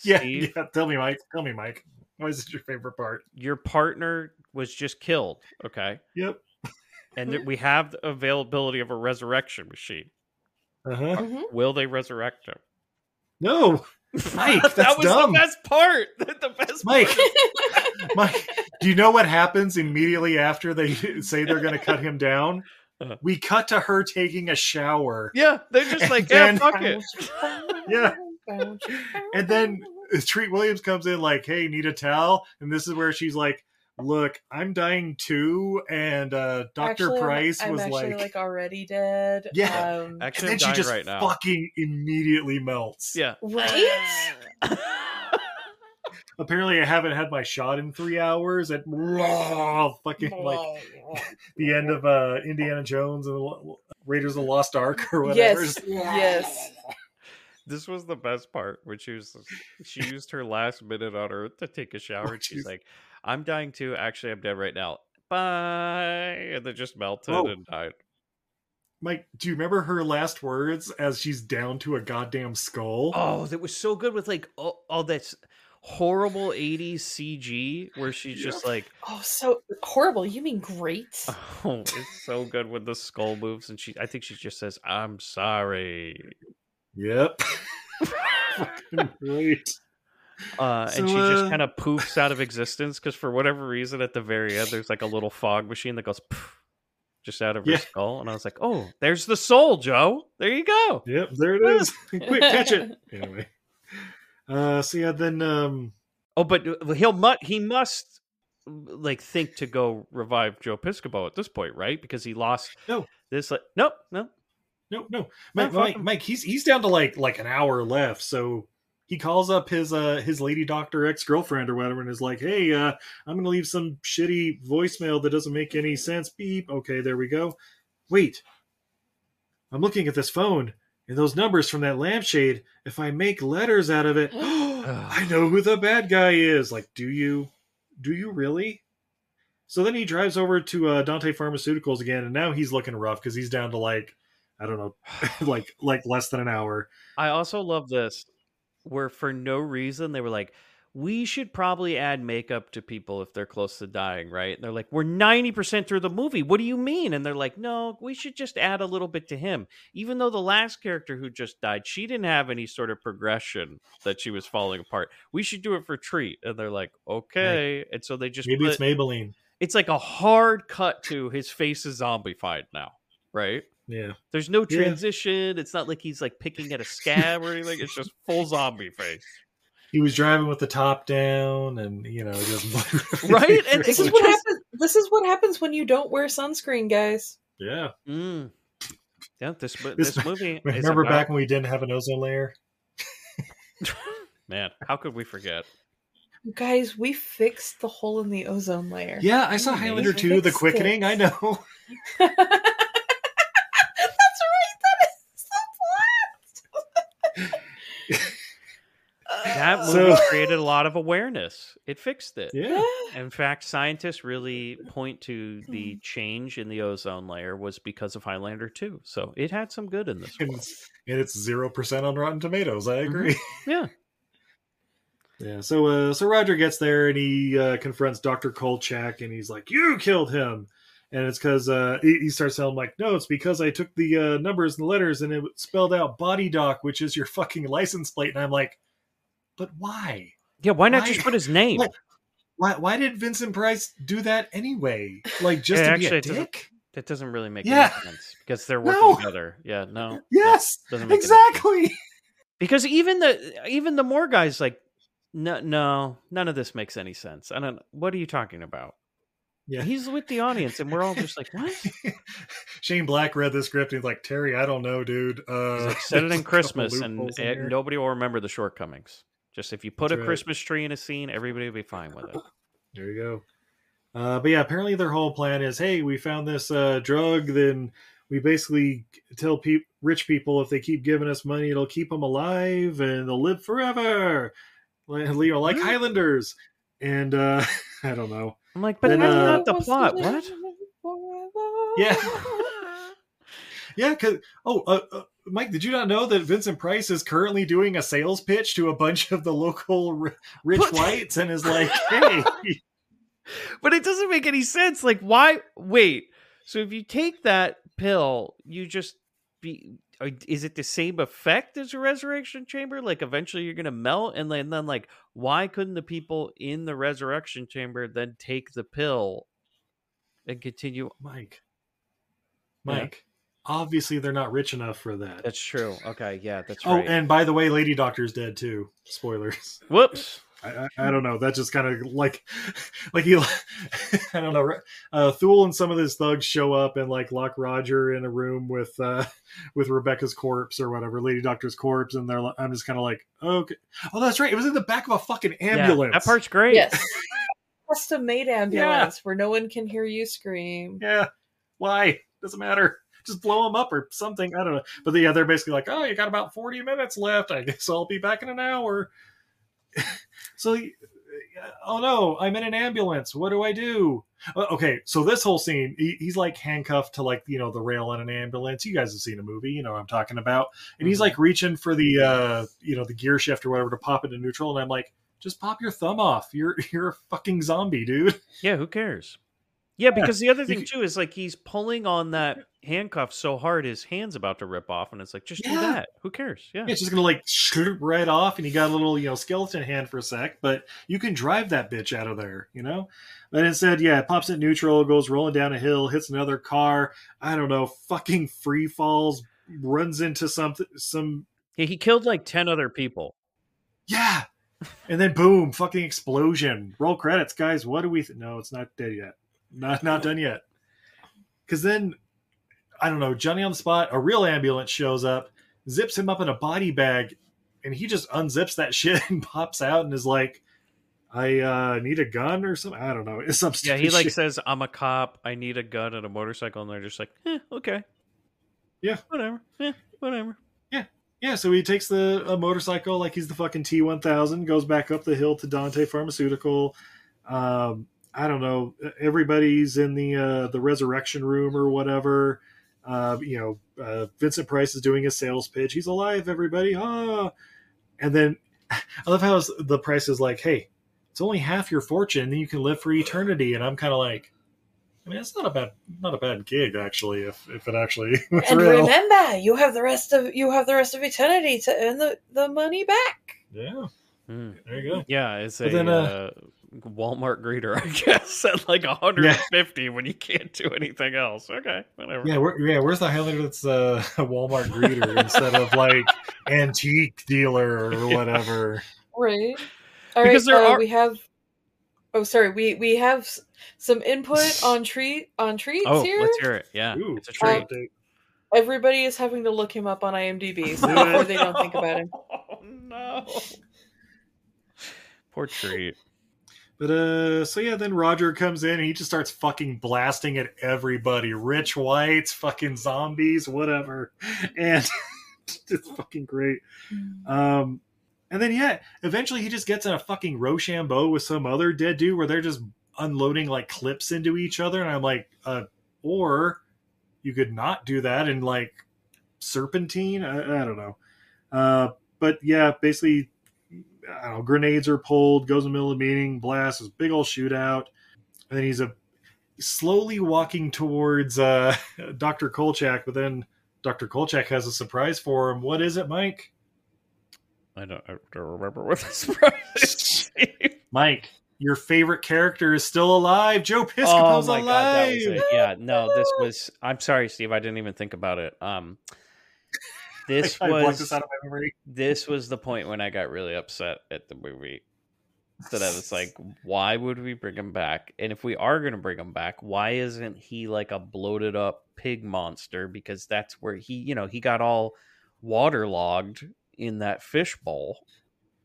D: Yeah,
G: Steve,
D: yeah. Tell me, Mike. Tell me, Mike. Why is this your favorite part?
G: your partner was just killed, okay?
D: Yep.
G: And that we have the availability of a resurrection machine.
D: Uh huh.
G: Will they resurrect him?
D: No, Mike. That's
G: that was
D: dumb.
G: the best part. The best
D: Mike.
G: part.
D: Mike. Do you know what happens immediately after they say they're going to cut him down?
G: Uh.
D: We cut to her taking a shower,
G: Yeah, they're just
D: And
G: like, yeah,
D: then-
G: fuck it.
D: Yeah. and then Treat Williams comes in like, "Hey, need a towel?" And this is where she's like, "Look, I'm dying too," and uh, Doctor
B: Actually, I'm-
D: Price
B: I'm
D: was
B: actually,
D: like,
B: already dead.
D: Yeah.
B: Um,
D: and
G: Actually,
D: then
G: I'm
D: she
G: dying
D: just
G: right now.
D: fucking immediately melts.
G: Yeah.
B: right?
D: apparently I haven't had my shot in three hours and blah, fucking like the end of uh Indiana Jones and the Lo- Raiders of the Lost Ark or whatever.
B: yes.
D: Just-
B: Yes.
G: This was the best part when she was she used her last minute on earth to take a shower and she's
D: jeez.
G: like, I'm dying too. Actually I'm dead right now. Bye. And they just melted
D: Oh.
G: and died.
D: Mike, do you remember her last words as she's down to a goddamn skull?
G: Oh, that was so good with like all, all that s- horrible 80s CG where she's just like,
B: Oh, so horrible. You mean great?
D: Uh,
G: oh, it's so good when the skull moves. And she, I think she just says, I'm sorry.
D: Yep. Fucking great.
G: Uh, and
D: So,
G: she just
D: uh,
G: kind of poofs out of existence because for whatever reason at the very end, there's like a little fog machine that goes "Pff," just out of her
D: Yeah.
G: skull. And I was like, oh, there's the soul, Joe. There you go.
D: Yep, there it is. Quick, catch it. Anyway. Uh so yeah, then um
G: Oh, but uh, he'll mu- he must mm, like think to go revive Joe Piscopo at this point, right? Because he lost
D: No.
G: this. Like, nope, no.
D: No, no, Mike,
G: fuck
D: Mike,
G: him.
D: Mike, he's he's down to like like an hour left, so he calls up his uh his lady doctor ex girlfriend or whatever, and is like, "Hey, uh, I'm gonna leave some shitty voicemail that doesn't make any sense." Beep. Okay, there we go. Wait. I'm looking at this phone and those numbers from that lampshade. If I make letters out of it, I know who the bad guy is. Like, do you? Do you really? So then he drives over to uh, Dante Pharmaceuticals again, and now he's looking rough because he's down to like, I don't know, like like less than an hour.
G: I also love this, where for no reason they were like, we should probably add makeup to people if they're close to dying, right? And they're like, we're ninety percent through the movie. What do you mean? And they're like, no, we should just add a little bit to him, even though the last character who just died, she didn't have any sort of progression that she was falling apart. We should do it for treat. And they're like, okay. And so they just
D: Maybe it's
G: put-
D: Maybelline.
G: it's like a hard cut to his face is zombified now, right?
D: Yeah.
G: There's no
D: Yeah.
G: transition. It's not like he's like picking at a scab or anything. It's just full zombie face,
D: He was driving with the top down, and you know, it doesn't
G: right? And
B: This is what happens. This is what happens when you don't wear sunscreen, guys.
D: Yeah.
G: Mm. Yeah, this mo-
D: This-
G: this, movie. is
D: Remember
G: about-
D: back when we didn't have an ozone layer?
G: man? How could we forget?
B: Guys, we fixed the hole in the ozone layer.
D: Yeah, I saw Highlander
B: We
D: 2, The
B: fixed
D: Quickening.
B: it.
D: I know.
B: That's right. That is the
G: That
D: So-
G: movie created a lot of awareness. It fixed it.
D: Yeah.
G: In fact, scientists really point to
D: Hmm.
G: the change in the ozone layer was because of Highlander 2. So it had some good in this.
D: And it's, and it's 0% on Rotten Tomatoes. I agree.
G: Mm-hmm. Yeah.
D: Yeah, so uh, so Roger gets there and he uh, confronts Doctor Kolchak and he's like, "You killed him," and it's because uh, he, he starts telling him like, "No, it's because I took the uh, numbers and letters and it spelled out body doc, which is your fucking license plate." And I'm like, "But why?
G: Yeah, why not
D: Why-
G: just put his name?
D: Like, why? Why did Vincent Price do that anyway? Like just
G: Yeah,
D: to
G: actually, it
D: be a
G: doesn't-
D: dick?
G: That doesn't really make
D: Yeah.
G: any sense because they're working
D: No.
G: together. Yeah, no.
D: Yes,
G: doesn't make any sense.
D: exactly.
G: Because even the even the more guys like no no, none of this makes any sense. I don't what are you talking about?
D: Yeah.
G: He's with the audience and we're all just like, "What?"
D: Shane Black read the script and he's like, "Terry, I don't know, dude. Uh,
G: Like, set it
D: there's
G: in
D: a couple
G: Christmas, and
D: loopholes in
G: eh,
D: here."
G: nobody will remember the shortcomings. Just if you put
D: That's
G: a
D: right.
G: Christmas tree in a scene, everybody will be fine with it.
D: There you go. Uh, but yeah, apparently their whole plan is, hey, we found this uh, drug, then we basically tell peop rich people if they keep giving us money, it'll keep them alive and they'll live forever. Like- You know, like Highlanders. And uh, I don't know.
G: I'm like, but
D: Then,
G: that's
D: uh,
G: not the plot. What?
D: Yeah. yeah, because, oh, uh, uh, Mike, did you not know that Vincent Price is currently doing a sales pitch to a bunch of the local r- rich whites and is like, hey,
G: But it doesn't make any sense. Like, why? Wait. So if you take that pill, you just be. are- Is it the same effect as a resurrection chamber? Like, eventually you're going to melt, and then, then like, why couldn't the people in the resurrection chamber then take the pill and continue?
D: Mike,
G: Yeah.
D: Mike, obviously they're not rich enough for that.
G: That's true. Okay, yeah, that's
D: Oh,
G: right.
D: and by the way, Lady Doctor's dead too. Spoilers.
G: Whoops.
D: I, I, I don't know. That just kind of like, like he, I don't know. Uh, Thule and some of his thugs show up and like lock Roger in a room with, uh, with Rebecca's corpse or whatever, Lady Doctor's corpse, and they're. li- I'm just kind of like, okay. Oh, that's right. It was in the back of a fucking ambulance.
G: that part's great.
B: Yes. Custom made ambulance where no one can hear you scream.
D: Yeah. Why? Doesn't matter. Just blow them up or something. I don't know. But yeah, they're basically like, oh, you got about 40 minutes left. I guess I'll be back in an hour. so, y- oh no, I'm in an ambulance. What do I do? Uh, Okay, so this whole scene, he, he's like handcuffed to like, you know, the rail in an ambulance. You guys have seen a movie, you know what I'm talking about. And he's like reaching for the, uh, you know, the gear shift or whatever to pop into neutral. And I'm like, just pop your thumb off. You're you're a fucking zombie, dude.
G: Yeah, who cares? Yeah, because the other
D: You
G: thing
D: could-
G: too is like he's pulling on that handcuff so hard his hand's about to rip off, and it's like just do
D: Yeah.
G: that. Who cares? Yeah.
D: Yeah, it's just gonna like slurp right off, and you got a little you know skeleton hand for a sec, but you can drive that bitch out of there, you know. But instead, yeah, it pops in neutral, goes rolling down a hill, hits another car. I don't know, fucking free falls, runs into something, some
G: He- he killed like ten other people.
D: yeah, and then boom, fucking explosion. Roll credits, guys. What do we? Th- no, it's not dead yet. Not not done yet. Because then, I don't know. Johnny on the spot, a real ambulance shows up, zips him up in a body bag, and he just unzips that shit and pops out and is like, "I uh, need a gun or something." I don't know. It's some
G: Yeah,
D: stupid
G: he like
D: shit.
G: says, "I'm a cop. I need a gun and a motorcycle," and they're just like, eh, "Okay."
D: Yeah.
G: Whatever. Yeah. Whatever.
D: Yeah. Yeah. So he takes the a motorcycle like he's the fucking T one thousand, goes back up the hill to Dante Pharmaceutical. Um, I don't know. Everybody's in the uh, the resurrection room or whatever. Uh, you know, uh, Vincent Price is doing a sales pitch. He's alive, everybody. Ah. And then I love how the price is like, hey, it's only half your fortune. You can live for eternity. And I'm kind of like, I mean, it's not a bad, not a bad gig actually. If, if it actually was
B: and
D: real.
B: remember, you have the rest of you have the rest of eternity to earn the, the money back.
D: yeah, there you go.
G: Hmm. Yeah, it's a
D: But then,
G: uh, Walmart greeter, I guess, at like 150 when you can't do anything else. Okay, whatever.
D: Yeah, where, yeah. Where's the highlighter that's uh, a Walmart greeter instead of like antique dealer or whatever?
B: Right. All right.
G: Because there
B: uh,
G: are-
B: we have. Oh, sorry. We we have s- some input on treat on treats
G: Oh,
B: here.
G: let's hear it. Yeah,
D: Ooh,
G: it's a treat.
B: Uh, Everybody is having to look him up on IMDb so
G: Oh,
B: therefore they don't think about him.
G: Oh no! Poor treat.
D: But uh, so yeah, then Roger comes in and he just starts fucking blasting at everybody, rich whites, fucking zombies, whatever, and it's fucking great. Um, and then yeah, eventually he just gets in a fucking Rochambeau with some other dead dude where they're just unloading like clips into each other, and I'm like, uh, or you could not do that and like serpentine. I, I don't know. Uh, but yeah, basically, I don't know, grenades are pulled, goes in the middle of the meeting, blasts, this big old shootout. And then he's a slowly walking towards uh, Dr. Kolchak, but then Dr. Kolchak has a surprise for him. What is it, Mike?
G: I don't, I don't remember what this price.
D: Mike, your favorite character is still alive. Joe
G: oh
D: Piscopo's
G: my
D: alive.
G: god, that was it. Yeah, no, this was. I'm sorry, Steve. I didn't even think about it. Um, this
D: I, I blocked
G: was
D: this out of my memory.
G: this was the point when I got really upset at the movie. That I was like, why would we bring him back? And if we are going to bring him back, why isn't he like a bloated up pig monster? Because that's where he, you know, he got all waterlogged in that fish bowl.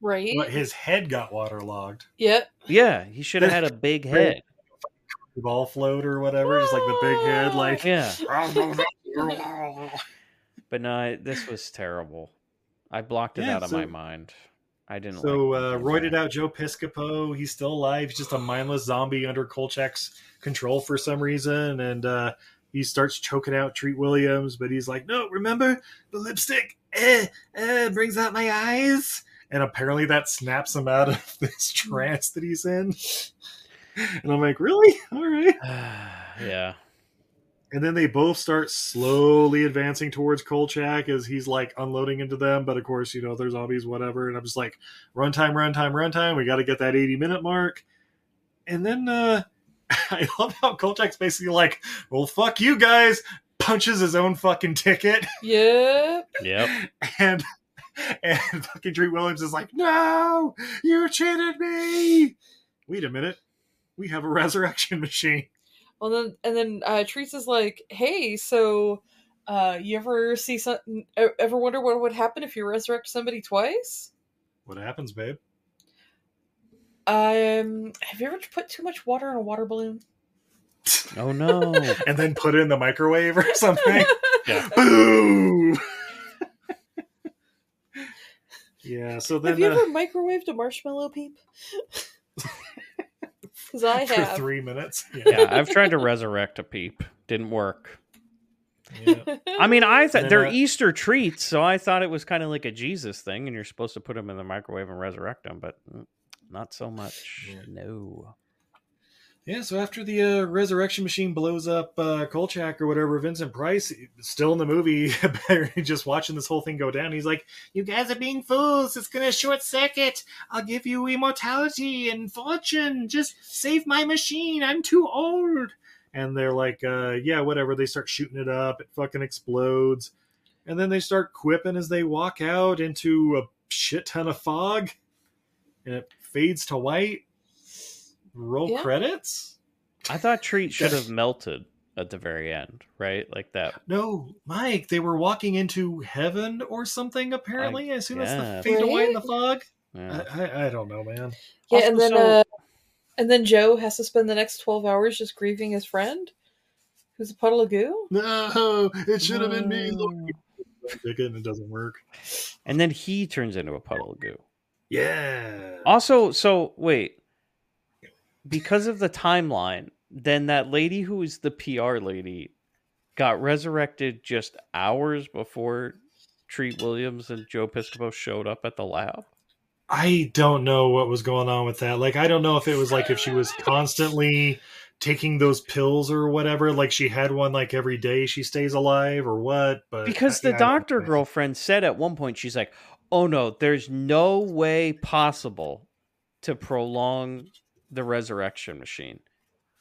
B: Right.
D: But his head got waterlogged.
B: Yep.
G: Yeah, he should have had a big head.
D: Ball float or whatever, just like the big head, like
G: Yeah, but no, this was terrible. I blocked it
D: Yeah,
G: out of
D: so-
G: my mind. I didn't.
D: So
G: like
D: uh, roided out Joe Piscopo. He's still alive. He's just a mindless zombie under Kolchak's control for some reason, and uh, he starts choking out Treat Williams. But he's like, "No, remember the lipstick? Eh, eh, brings out my eyes." And apparently that snaps him out of this
G: Hmm.
D: trance that he's in. And I'm like, "Really? All right."
G: yeah.
D: And then they both start slowly advancing towards Kolchak as he's like unloading into them. But of course, you know, there's zombies, whatever. And I'm just like, runtime, runtime, runtime. We got to get that 80 minute mark. And then uh, I love how Kolchak's basically like, well, fuck you guys, punches his own fucking ticket.
B: Yep.
G: Yep.
D: And, and fucking Treat Williams is like, no, you cheated me. Wait a minute. We have a resurrection machine.
B: Well, then and then uh, treats is like, hey, so uh, you ever see some? e, Ever wonder what would happen if you resurrect somebody twice?
D: What happens, babe?
B: Um, have you ever put too much water in a water balloon?
G: Oh no.
D: and then put it in the microwave or something.
G: Yeah.
D: Boom. yeah. So
B: Have
D: then
B: you
D: uh,
B: ever microwaved a marshmallow peep? Because I
D: for
B: have.
D: three minutes, yeah.
G: yeah, I've tried to resurrect a peep. Didn't work.
D: yeah.
G: I mean, I
D: And
G: thought
D: then,
G: they're
D: uh,
G: Easter treats, so I thought it was kind of like a Jesus thing, and you're supposed to put them in the microwave and resurrect them, but mm, not so much.
D: Yeah.
G: No.
D: Yeah, So after the uh, resurrection machine blows up uh, Kolchak or whatever, Vincent Price still in the movie, just watching this whole thing go down. He's like, "You guys are being fools. It's gonna short circuit. I'll give you immortality and fortune. Just save my machine. I'm too old." And they're like, uh, "Yeah, whatever." They start shooting it up. It fucking explodes, and then they start quipping as they walk out into a shit ton of fog, and it fades to white. Roll
B: Yeah.
D: credits.
G: I thought treat should have melted at the very end, right? Like that.
D: No, Mike, they were walking into heaven or something, apparently, as soon
G: guess.
D: as the fade away in the fog.
G: Yeah.
D: I, I, I don't know, man.
B: yeah,
G: Also,
B: and then
G: so-
B: uh, and then Joe has to spend the next twelve hours just grieving his friend, was a puddle of goo?
D: No, it should have been me. Look. Ticket and it doesn't work.
G: And then he turns into a puddle of goo.
D: Yeah.
G: Also, so wait, because of the timeline, then that lady who is the PR lady got resurrected just hours before Treat Williams and Joe Piscopo showed up at the lab.
D: I don't know what was going on with that. Like, I don't know if it was like if she was constantly taking those pills or whatever. Like, she had one like every day she stays alive or what. But
G: Because
D: I-
G: the
D: I don't
G: doctor
D: know.
G: girlfriend said at one point, she's like, "Oh no, there's no way possible to prolong the resurrection machine."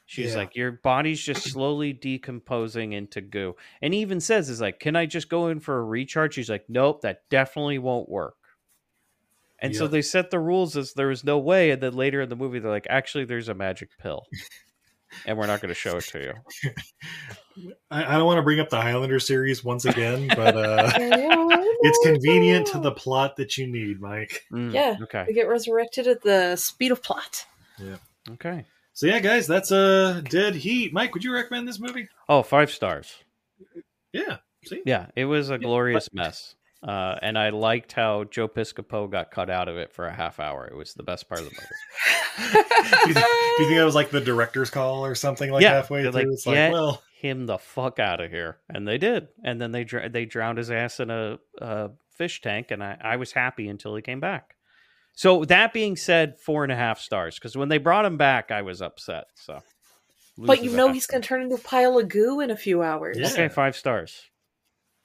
G: She's
D: Yeah.
G: like, "Your body's just slowly decomposing into goo," and he even says, "Is like, can I just go in for a recharge?" She's like, "Nope, that definitely won't work." And so
D: Yeah.
G: they set the rules as there is no way, and then later in the movie, they're like, "Actually, there's a magic pill." And we're not going to show it to you.
D: I, I don't want to bring up the Highlander series once again, but uh, it's
B: Oh,
D: convenient to the plot that you need, Mike.
G: Mm,
B: Yeah.
G: Okay.
B: They get resurrected at the speed of plot.
D: Yeah.
G: Okay.
D: So yeah, guys, that's uh, Dead Heat. Mike, would you recommend this movie?
G: Oh, five stars.
D: Yeah. See.
G: Yeah, it was a glorious mess. Uh, and I liked how Joe Piscopo got cut out of it for a half hour. It was the best part of the movie.
D: do, you, do you think that was like the director's call or something like
G: yeah,
D: halfway
G: they're
D: through?
G: like,
D: it's like,
G: "Get
D: well,
G: him the fuck out of here, and they did. And then they dr- they drowned his ass in a, a fish tank, and I, I was happy until he came back. So that being said, four and a half stars because when they brought him back, I was upset. So,
B: But
G: Loses
B: you
G: a
B: know
G: half
B: he's going to turn into a pile of goo in a few hours.
G: star. okay, five stars.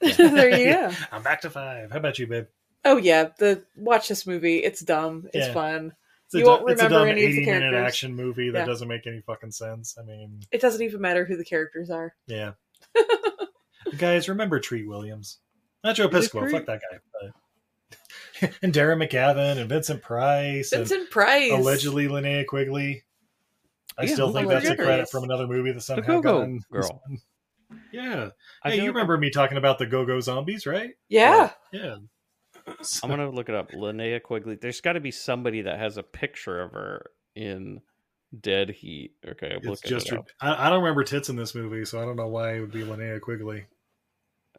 B: there you go.
D: I'm back to five. How about you, babe?
B: Oh yeah, the watch this movie. It's dumb. It's
D: Yeah.
B: fun.
D: It's a
B: you
D: du-
B: won't
D: it's a
B: remember
D: dumb
B: any of the
D: 80 minute
B: characters.
D: action movie that
B: Yeah.
D: doesn't make any fucking sense. I mean,
B: It doesn't even matter who the characters are.
D: yeah. guys, remember Treat Williams. Not Joe
B: Is it
D: Piscopo.
B: Treat?
D: Fuck that guy. but- and Darren McGavin and Vincent Price. and-
B: Vincent Price.
D: allegedly Linnea Quigley. I
G: Yeah,
D: still
G: who
D: think
G: the
D: that's a
G: fuck is?
D: credit from another movie that somehow
G: Go-Go
D: got in.
G: Girl.
D: Yeah.
G: I
D: hey,
G: don't-
D: you remember me talking about the Go Go Zombies, right?
B: Yeah.
D: Yeah.
G: I'm gonna look it up. Linnea Quigley. There's got to be somebody that has a picture of her in Dead Heat. Okay, I'm
D: It's
G: looking
D: just.
G: it up.
D: I, I don't remember tits in this movie, so I don't know why it would be Linnea Quigley.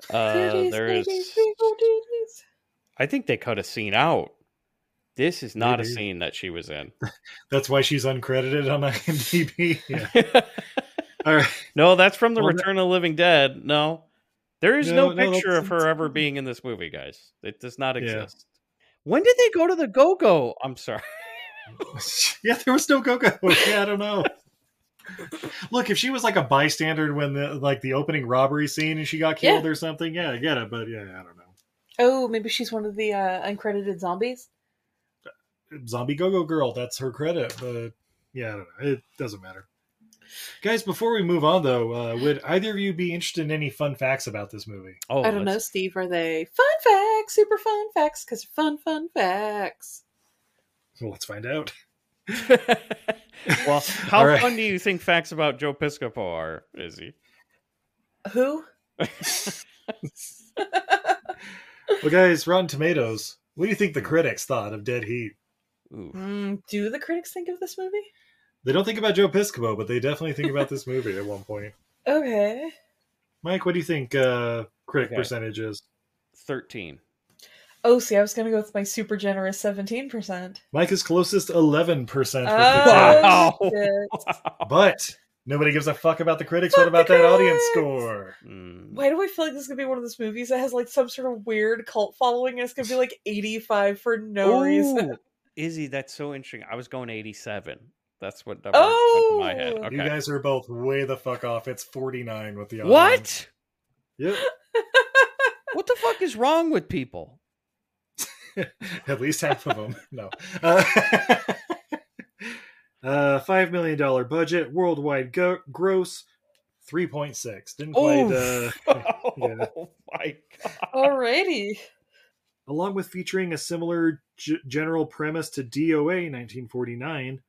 G: Uh,
B: Titties,
G: there
B: titties,
G: is.
B: wiggle titties.
G: I think they cut a scene out. This is not a
D: Maybe.
G: scene that she was in.
D: That's why she's uncredited on IMDb. Yeah. All right.
G: No, that's from the
D: Well, that-
G: Return of the Living Dead. No, there is
D: No,
G: no,
D: no, that's-
G: picture of her ever being in this movie, guys. It does not
D: Yeah.
G: exist. When did they go to the Go Go? I'm sorry.
D: yeah, there was no Coco. Yeah, I don't know. Look, if she was like a bystander when the like the opening robbery scene and she got
B: Yeah.
D: killed or something, yeah, I get it. But yeah, I don't know.
B: Oh, maybe she's one of the uh, uncredited zombies.
D: Zombie Go-Go Girl, that's her credit, but yeah, I don't know. It doesn't matter. Guys, before we move on though, uh, would either of you be interested in any fun facts about this movie?
G: Oh,
B: I don't know,
G: let's-
B: Steve. Are they fun facts? Super fun facts? Because fun, fun facts.
D: Well, let's find out.
G: Well, how
D: All right.
G: fun do you think facts about Joe Piscopo are, Izzy?
B: Who?
D: Well, guys, Rotten Tomatoes. What do you think the critics thought of Dead Heat?
G: Ooh.
B: Mm, do the critics think of this movie?
D: They don't think about Joe Piscopo, but they definitely think about this movie at one point.
B: Okay.
D: Mike, what do you think uh, critic
G: Okay.
D: percentage is?
G: 13.
B: Oh, see, I was going to go with my super generous 17%.
D: Mike is closest 11% for
B: Oh,
D: critics.
B: shit.
D: But nobody gives a fuck about the critics.
B: Fuck
D: what about
B: the
D: that audience
B: critics!
D: score?
G: Mm.
B: Why do I feel like this is going to be one of those movies that has like some sort of weird cult following and it's going to be like 85 for no reason?
G: Ooh, Izzy, that's so interesting. I was going 87. That's what that
B: Oh!
G: went to my head.
D: You
G: Okay.
D: guys are both way the fuck off. It's 49 with the audience.
G: What?
D: Yep.
G: What the fuck is wrong with people?
D: At least half of them. No. Uh, uh, $5 million budget, worldwide go- gross 3.6. Didn't quite.
G: Oh,
D: Uh, yeah.
G: oh my god.
B: Alrighty.
D: along with featuring a similar g- general premise to DOA 1949.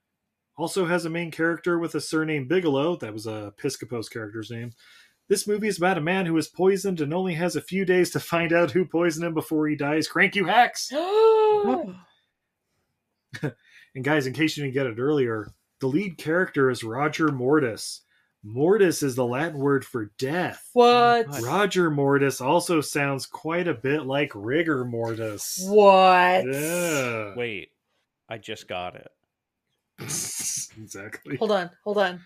D: Also has a main character with a surname Bigelow, that was a Piscopo's character's name. This movie is about a man who is poisoned and only has a few days to find out who poisoned him before he dies. Crank you hacks! And guys, in case you didn't get it earlier, the lead character is Roger Mortis, Mortis is the Latin word for death.
B: What?
D: Roger Mortis also sounds quite a bit like rigor mortis.
B: What?
D: Yeah.
G: Wait, I just got it.
D: exactly.
B: Hold on, hold on.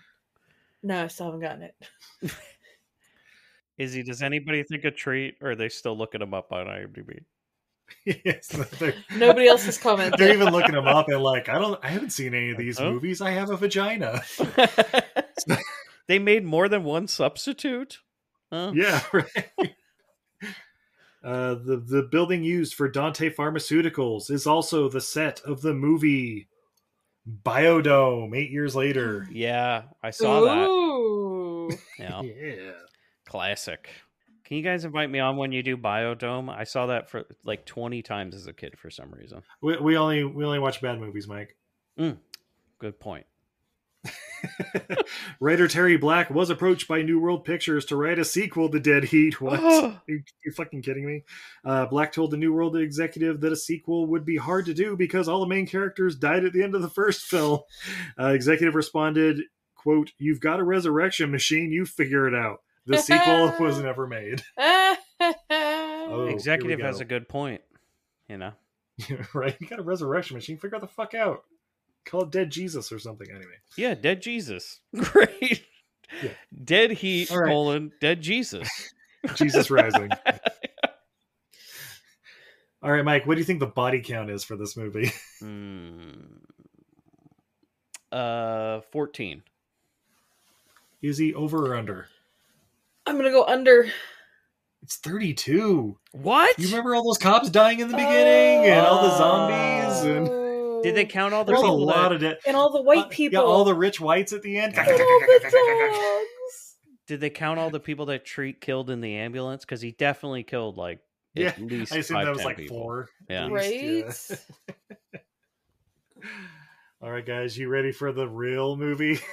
B: No, I still haven't gotten it.
G: Izzy, does anybody think a treat, or are they still looking them up on IMDb?
D: yes, they're-
B: Nobody else has commented.
D: They're even looking them up and like, I don't, I haven't seen any of these movies. I have a vagina.
G: They made more than one substitute. Huh?
D: Yeah, right. Uh, the the building used for Dante Pharmaceuticals is also the set of the movie Biodome. Eight years later,
G: Yeah, I saw that.
B: Ooh.
G: Yeah,
D: yeah,
G: classic. Can you guys invite me on when you do Biodome? I saw that for like twenty times as a kid for some reason.
D: we, we only we only watch bad movies, Mike.
G: Mm, good point.
D: Writer Terry Black was approached by New World Pictures to write a sequel to Dead Heat. What? Are you, you fucking kidding me? Uh, Black told the New World executive that a sequel would be hard to do because all the main characters died at the end of the first film. Uh, executive responded, "Quote: You've got a resurrection machine. You figure it out." The sequel was never made. Oh, here we
G: Executive
D: go.
G: has a good point. You know,
D: right. You got a resurrection machine. Figure the fuck out. Call it Dead Jesus or something. Anyway.
G: yeah, dead Jesus, great.
D: Yeah.
G: Dead heat
D: All right.
G: colon dead Jesus.
D: Jesus rising. All right, Mike, what do you think the body count is for this movie?
G: Mm. Uh, fourteen.
D: Is he over or under?
B: I'm gonna go under.
D: It's 32.
G: What?
D: You remember all those cops dying in the beginning and all the zombies and
G: Did they count all the
D: there's a
G: people
D: lot
G: that,
D: of dead. Uh,
B: Oh. And all the white
D: Yeah,
B: people.
D: all the rich whites at the end.
B: All the dogs.
G: Did they count all the people that Treat killed in the ambulance? Because he definitely killed like
D: Yeah,
G: at least
D: I assume
G: five,
D: that was
G: 10
D: like
G: people.
D: four.
G: Yeah.
D: At least, yeah.
B: Right?
D: all right, guys, you ready for the real movie?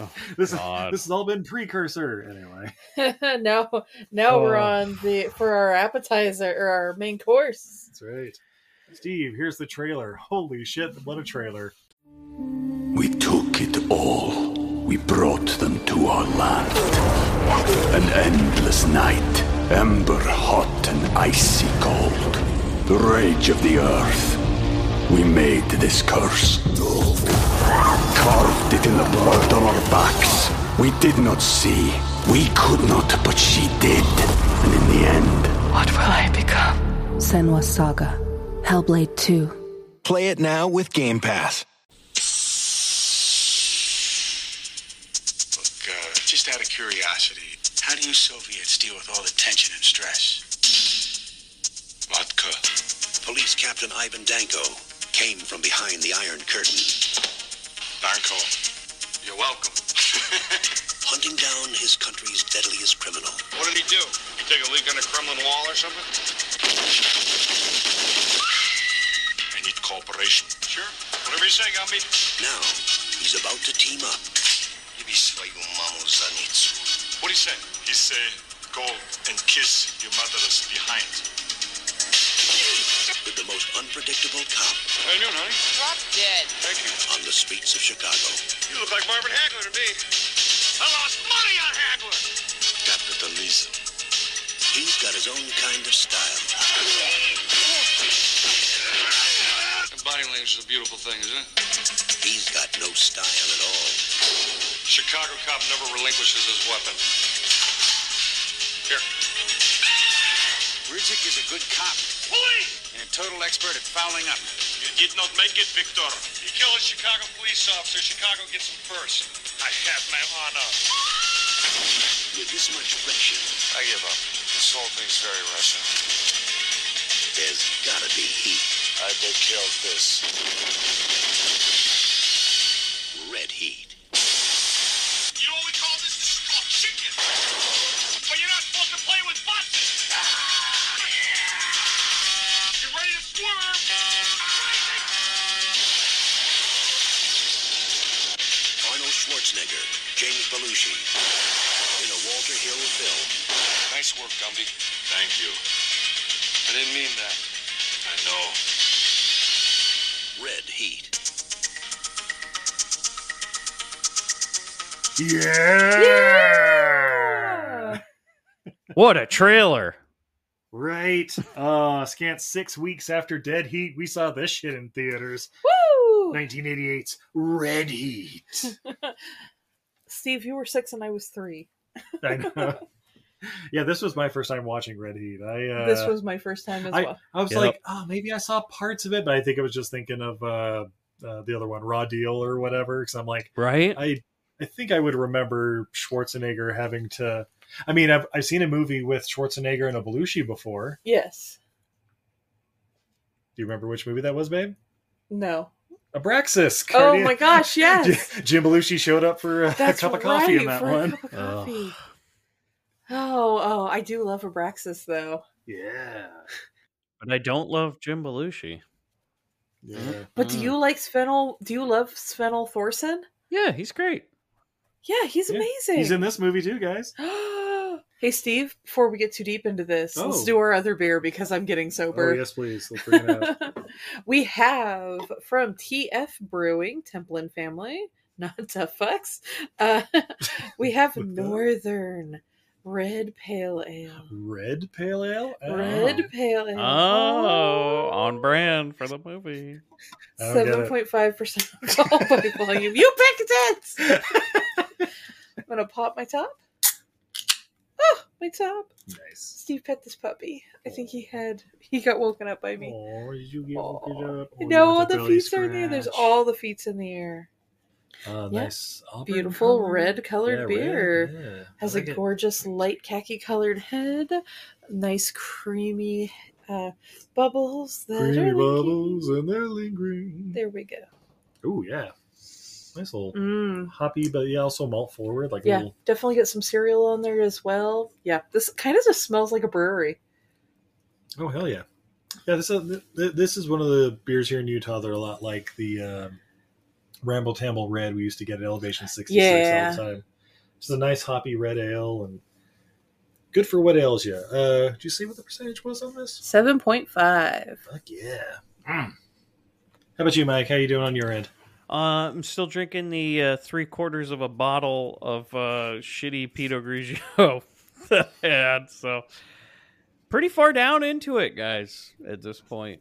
G: Oh,
D: this is,
G: God.
D: this has all been precursor anyway.
B: now, now we're
D: Oh.
B: on the for our appetizer or our main course.
D: That's right. Steve, here's the trailer. Holy shit, what a trailer.
H: We took it all. We brought them to our land. An endless night, ember hot and icy cold. The rage of the earth. We made this curse. Carved it in the blood on our backs. We did not see. We could not, but she did. And in the end,
I: What will I become? Senwa Saga. Hellblade 2.
J: Play it now with Game Pass.
K: Look, uh, just out of curiosity, how do you Soviets deal with all the tension and stress? Vodka. Police Captain Ivan Danko came from behind the Iron Curtain. Danko, you're welcome. hunting down his country's deadliest criminal.
C: What did he do? He take a leak on the Kremlin wall or something?
K: I need cooperation.
C: Sure. Whatever you say, Gumby.
K: Now, he's about to team up. Give me свою маму за
C: What do you say? He say, go and kiss your mother's behind.
K: with the most unpredictable cop
C: How you doing, honey? Drop dead. Thank you.
K: on the streets of Chicago.
C: You look like Marvin Hagler to me. I lost money on Hagler.
K: Capitalism. He's got his own kind of style.
C: Body language is a beautiful thing, isn't it?
K: He's got no style at all.
C: Chicago cop never relinquishes his weapon. Here.
K: Rudzik is a good cop
C: Police!
K: and a total expert at fouling up.
C: You did not make it, Victor. He killed a Chicago police officer. Chicago gets him first. I have my honor.
K: With this much friction,
C: I give up. This whole thing's very Russian.
K: there's gotta be heat.
C: I will kill this.
K: Red heat.
C: You know what we call this? This is called chicken. But you're not supposed to play with boxes. You ready to swerve?
K: Arnold Schwarzenegger, James Belushi. In a Walter Hill film.
C: Nice work, Gumby. Thank you. I didn't mean that. I know.
K: Red heat.
L: Yeah.
G: What a trailer.
D: Right. Uh scant six weeks after Dead Heat, we saw this shit in theaters.
B: Woo!
D: 1988's Red Heat.
B: Steve, you were six and I was three.
D: I know. Yeah, this was my first time watching Red Heat. I uh,
B: this was my first time as
D: I,
B: well.
D: I was like, oh, maybe I saw parts of it, but I think I was just thinking of uh, uh, the other one, Raw Deal or whatever. Because I'm like,
G: Right?
D: I I think I would remember Schwarzenegger having to. I mean, I've I've seen a movie with Schwarzenegger and a Belushi before.
B: yes.
D: Do you remember which movie that was, babe?
B: No.
D: Abraxas.
B: Oh my gosh, yes.
D: Jim, Jim Belushi showed up for a,
B: That's
D: cup of coffee in that
B: right, for a
D: one.
B: cup of coffee. Oh, oh, I do love Abraxas though.
D: Yeah.
G: But I don't love Jim Belushi.
D: Yeah.
B: But do you like Svenel? Do you love Svenel Thorson?
G: Yeah, he's great.
B: Yeah, he's
D: Yeah,
B: amazing.
D: He's in this movie too, guys.
B: hey, Steve, before we get too deep into this, let's
D: Oh.
B: do our other beer because I'm getting sober.
D: Oh yes, please. Let's bring it up.
B: We have from TF Brewing, Templin family, not tough fucks. Uh, we have Northern Red Pale Ale.
D: Red Pale Ale. Oh.
B: Red Pale Ale.
G: Oh, on brand for the movie.
D: I don't get
B: Oh. Seven
D: it.
B: point five percent alcohol by volume. You picked it. I'm gonna pop my top. Oh, my top.
D: Nice.
B: Steve pet this puppy. I think he had he got woken up by me.
D: Oh, did you get woken up? Oh, you
B: no, all
D: got
B: the
D: belly
B: feet are in the air. There's
D: scratch.
B: all the feet in the air.
D: Oh,
B: Yeah.
D: nice. auburn
B: Beautiful
D: color.
B: red colored
D: Yeah, red,
B: beer.
D: yeah. I
B: Has
D: like
B: a
D: it.
B: gorgeous light khaki colored head. Nice creamy uh, bubbles that are
D: Creamy
B: linking-
D: bubbles and they're lingering.
B: There we go.
D: Ooh, yeah. Nice little
B: Mm.
D: hoppy, but yeah, also malt forward, like a
B: yeah,
D: little
B: definitely get some cereal on there as well. Yeah, this kind of just smells like a brewery.
D: Oh hell yeah, yeah. This is, th- this is one of the beers here in Utah. They're a lot like the um, Ramble Tamble Red we used to get at Elevation Sixty Six
B: Yeah.
D: all the time. It's a nice hoppy red ale and good for what ails you. Uh, did you see what the percentage was on this?
B: Seven point five.
D: Fuck yeah. How Mm. about you, Mike? How you doing on your end?
G: Uh, I'm still drinking the uh, three quarters of a bottle of uh, shitty Pinot Grigio that I had. So, pretty far down into it, guys, at this point.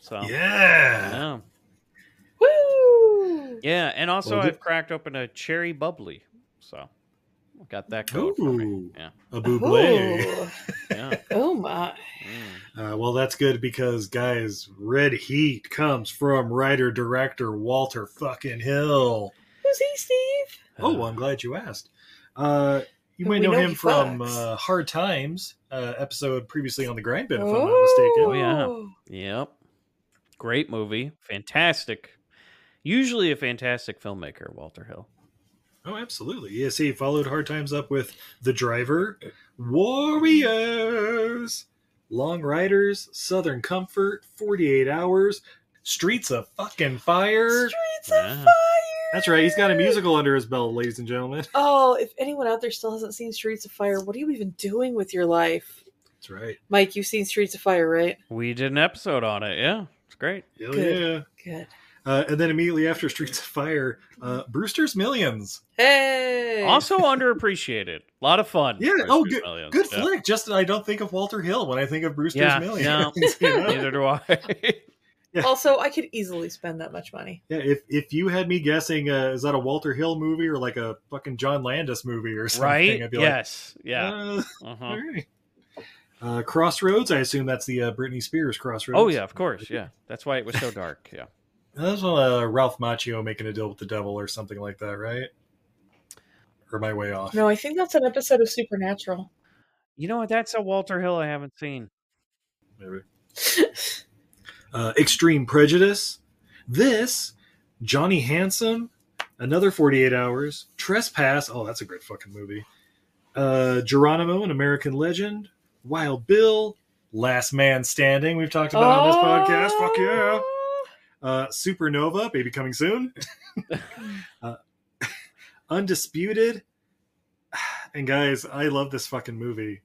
G: So,
D: Yeah.
B: Woo!
G: Yeah, and also
D: Well,
G: I've
D: good-
G: cracked open a cherry bubbly. So, got that going for me.
D: Ooh,
G: Yeah.
D: a buble.
G: Yeah. mm.
B: Oh my!
D: Uh, well, that's good because, guys, Red Heat comes from writer director Walter fucking Hill.
B: Who's he, Steve?
D: Oh, I'm glad you asked. Uh, you
B: We
D: might know,
B: know
D: him
B: he
D: from
B: fucks.
D: uh, Hard Times uh, episode previously on the Grind Bin, if I'm not mistaken.
G: Oh yeah. Yep. Great movie. Fantastic. Usually a fantastic filmmaker, Walter Hill.
D: Oh, absolutely. Yes, he followed Hard Times up with The Driver, Warriors, Long Riders, Southern Comfort, 48 Hours, Streets of Fucking Fire.
B: Streets
G: of
B: Fire.
D: That's right. He's got a musical under his belt, ladies and gentlemen.
B: Oh, if anyone out there still hasn't seen Streets of Fire, what are you even doing with your life,
D: That's right.
B: Mike? You've seen Streets of Fire, right?
G: We did an episode on it. Yeah. It's great.
D: Hell
B: Good.
D: yeah.
B: Good.
D: Uh, and then immediately after Streets of Fire, uh, Brewster's Millions.
B: Hey.
G: Also underappreciated. A lot of fun.
D: Yeah.
G: Brewster's
D: oh, good,
G: Millions.
D: good
G: Yeah.
D: flick. Just I don't think of Walter Hill when I think of Brewster's
G: Yeah,
D: Millions.
G: no.
D: you know?
G: Neither do I.
B: Also, I could easily spend that much money.
D: Yeah, if if you had me guessing, uh, is that a Walter Hill movie or like a fucking John Landis movie or something?
G: right?
D: I'd be
G: Yes. yeah.
D: Uh,
G: Uh-huh.
D: all right. Uh, Crossroads. I assume that's the uh, Britney Spears Crossroads.
G: Oh yeah, of course. Yeah. That's why it was so dark. Yeah.
D: that's one uh, Ralph Macchio making a deal with the devil or something like that, right? Or my way off.
B: No, I think that's an episode of Supernatural.
G: You know what? That's a Walter Hill I haven't seen.
D: Maybe. uh, Extreme Prejudice. This, Johnny Handsome, another 48 Hours, Trespass. Oh, that's a great fucking movie. Uh, Geronimo, an American legend, Wild Bill, Last Man Standing, we've talked about on this podcast. Fuck yeah.
B: Oh!
D: Uh, Supernova, baby coming soon. uh, Undisputed. And guys, I love this fucking movie.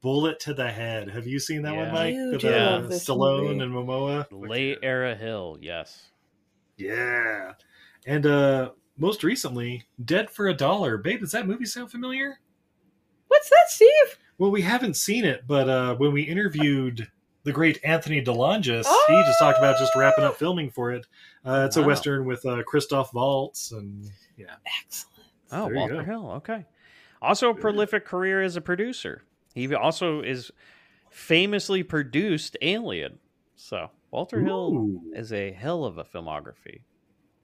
D: Bullet to the Head. Have you seen that
G: Yeah.
D: one, Mike? With
B: Huge fan
D: uh,
B: of this
D: Stallone
B: movie.
D: and Momoa.
G: Late era Hill. Yes.
D: Yeah. And uh most recently, Dead for a Dollar. Babe, does that movie sound familiar?
B: What's that, Steve?
D: Well, we haven't seen it, but uh, when we interviewed the great Anthony DeLongis, he just talked about just wrapping up filming for it. Uh, it's a
G: Oh! Wow.
D: western with uh, Christoph Waltz, and yeah,
B: excellent.
G: Oh,
D: There you
G: Walter
D: go.
G: Hill. Okay. Also, a prolific career as a producer. He also is famously produced Alien. So, Walter Hill is a hell of a filmography.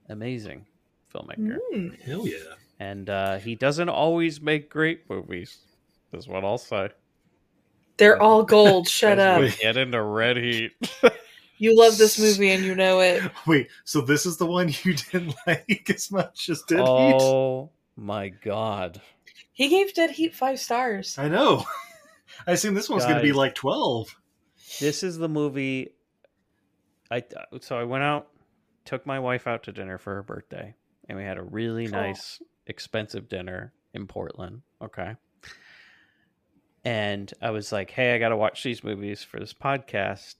G: Amazing filmmaker.
B: Hmm.
D: Hell yeah.
G: And uh, he doesn't always make great movies, is what I'll say.
B: They're all gold. Shut
G: As
B: up.
G: we Get into red heat.
B: You love this movie and you know it.
D: Wait, so this is the one you didn't like as much as Dead Heat?
G: oh my god.
B: He gave Dead Heat five stars.
D: I know. I assume this one's going to be
G: Guys.
D: like 12.
G: This is the movie. I uh, so I went out, took my wife out to dinner for her birthday, and we had a really
M: Cool.
G: nice, expensive dinner in Portland. Okay. And I was like, "Hey, I got to watch these movies for this podcast."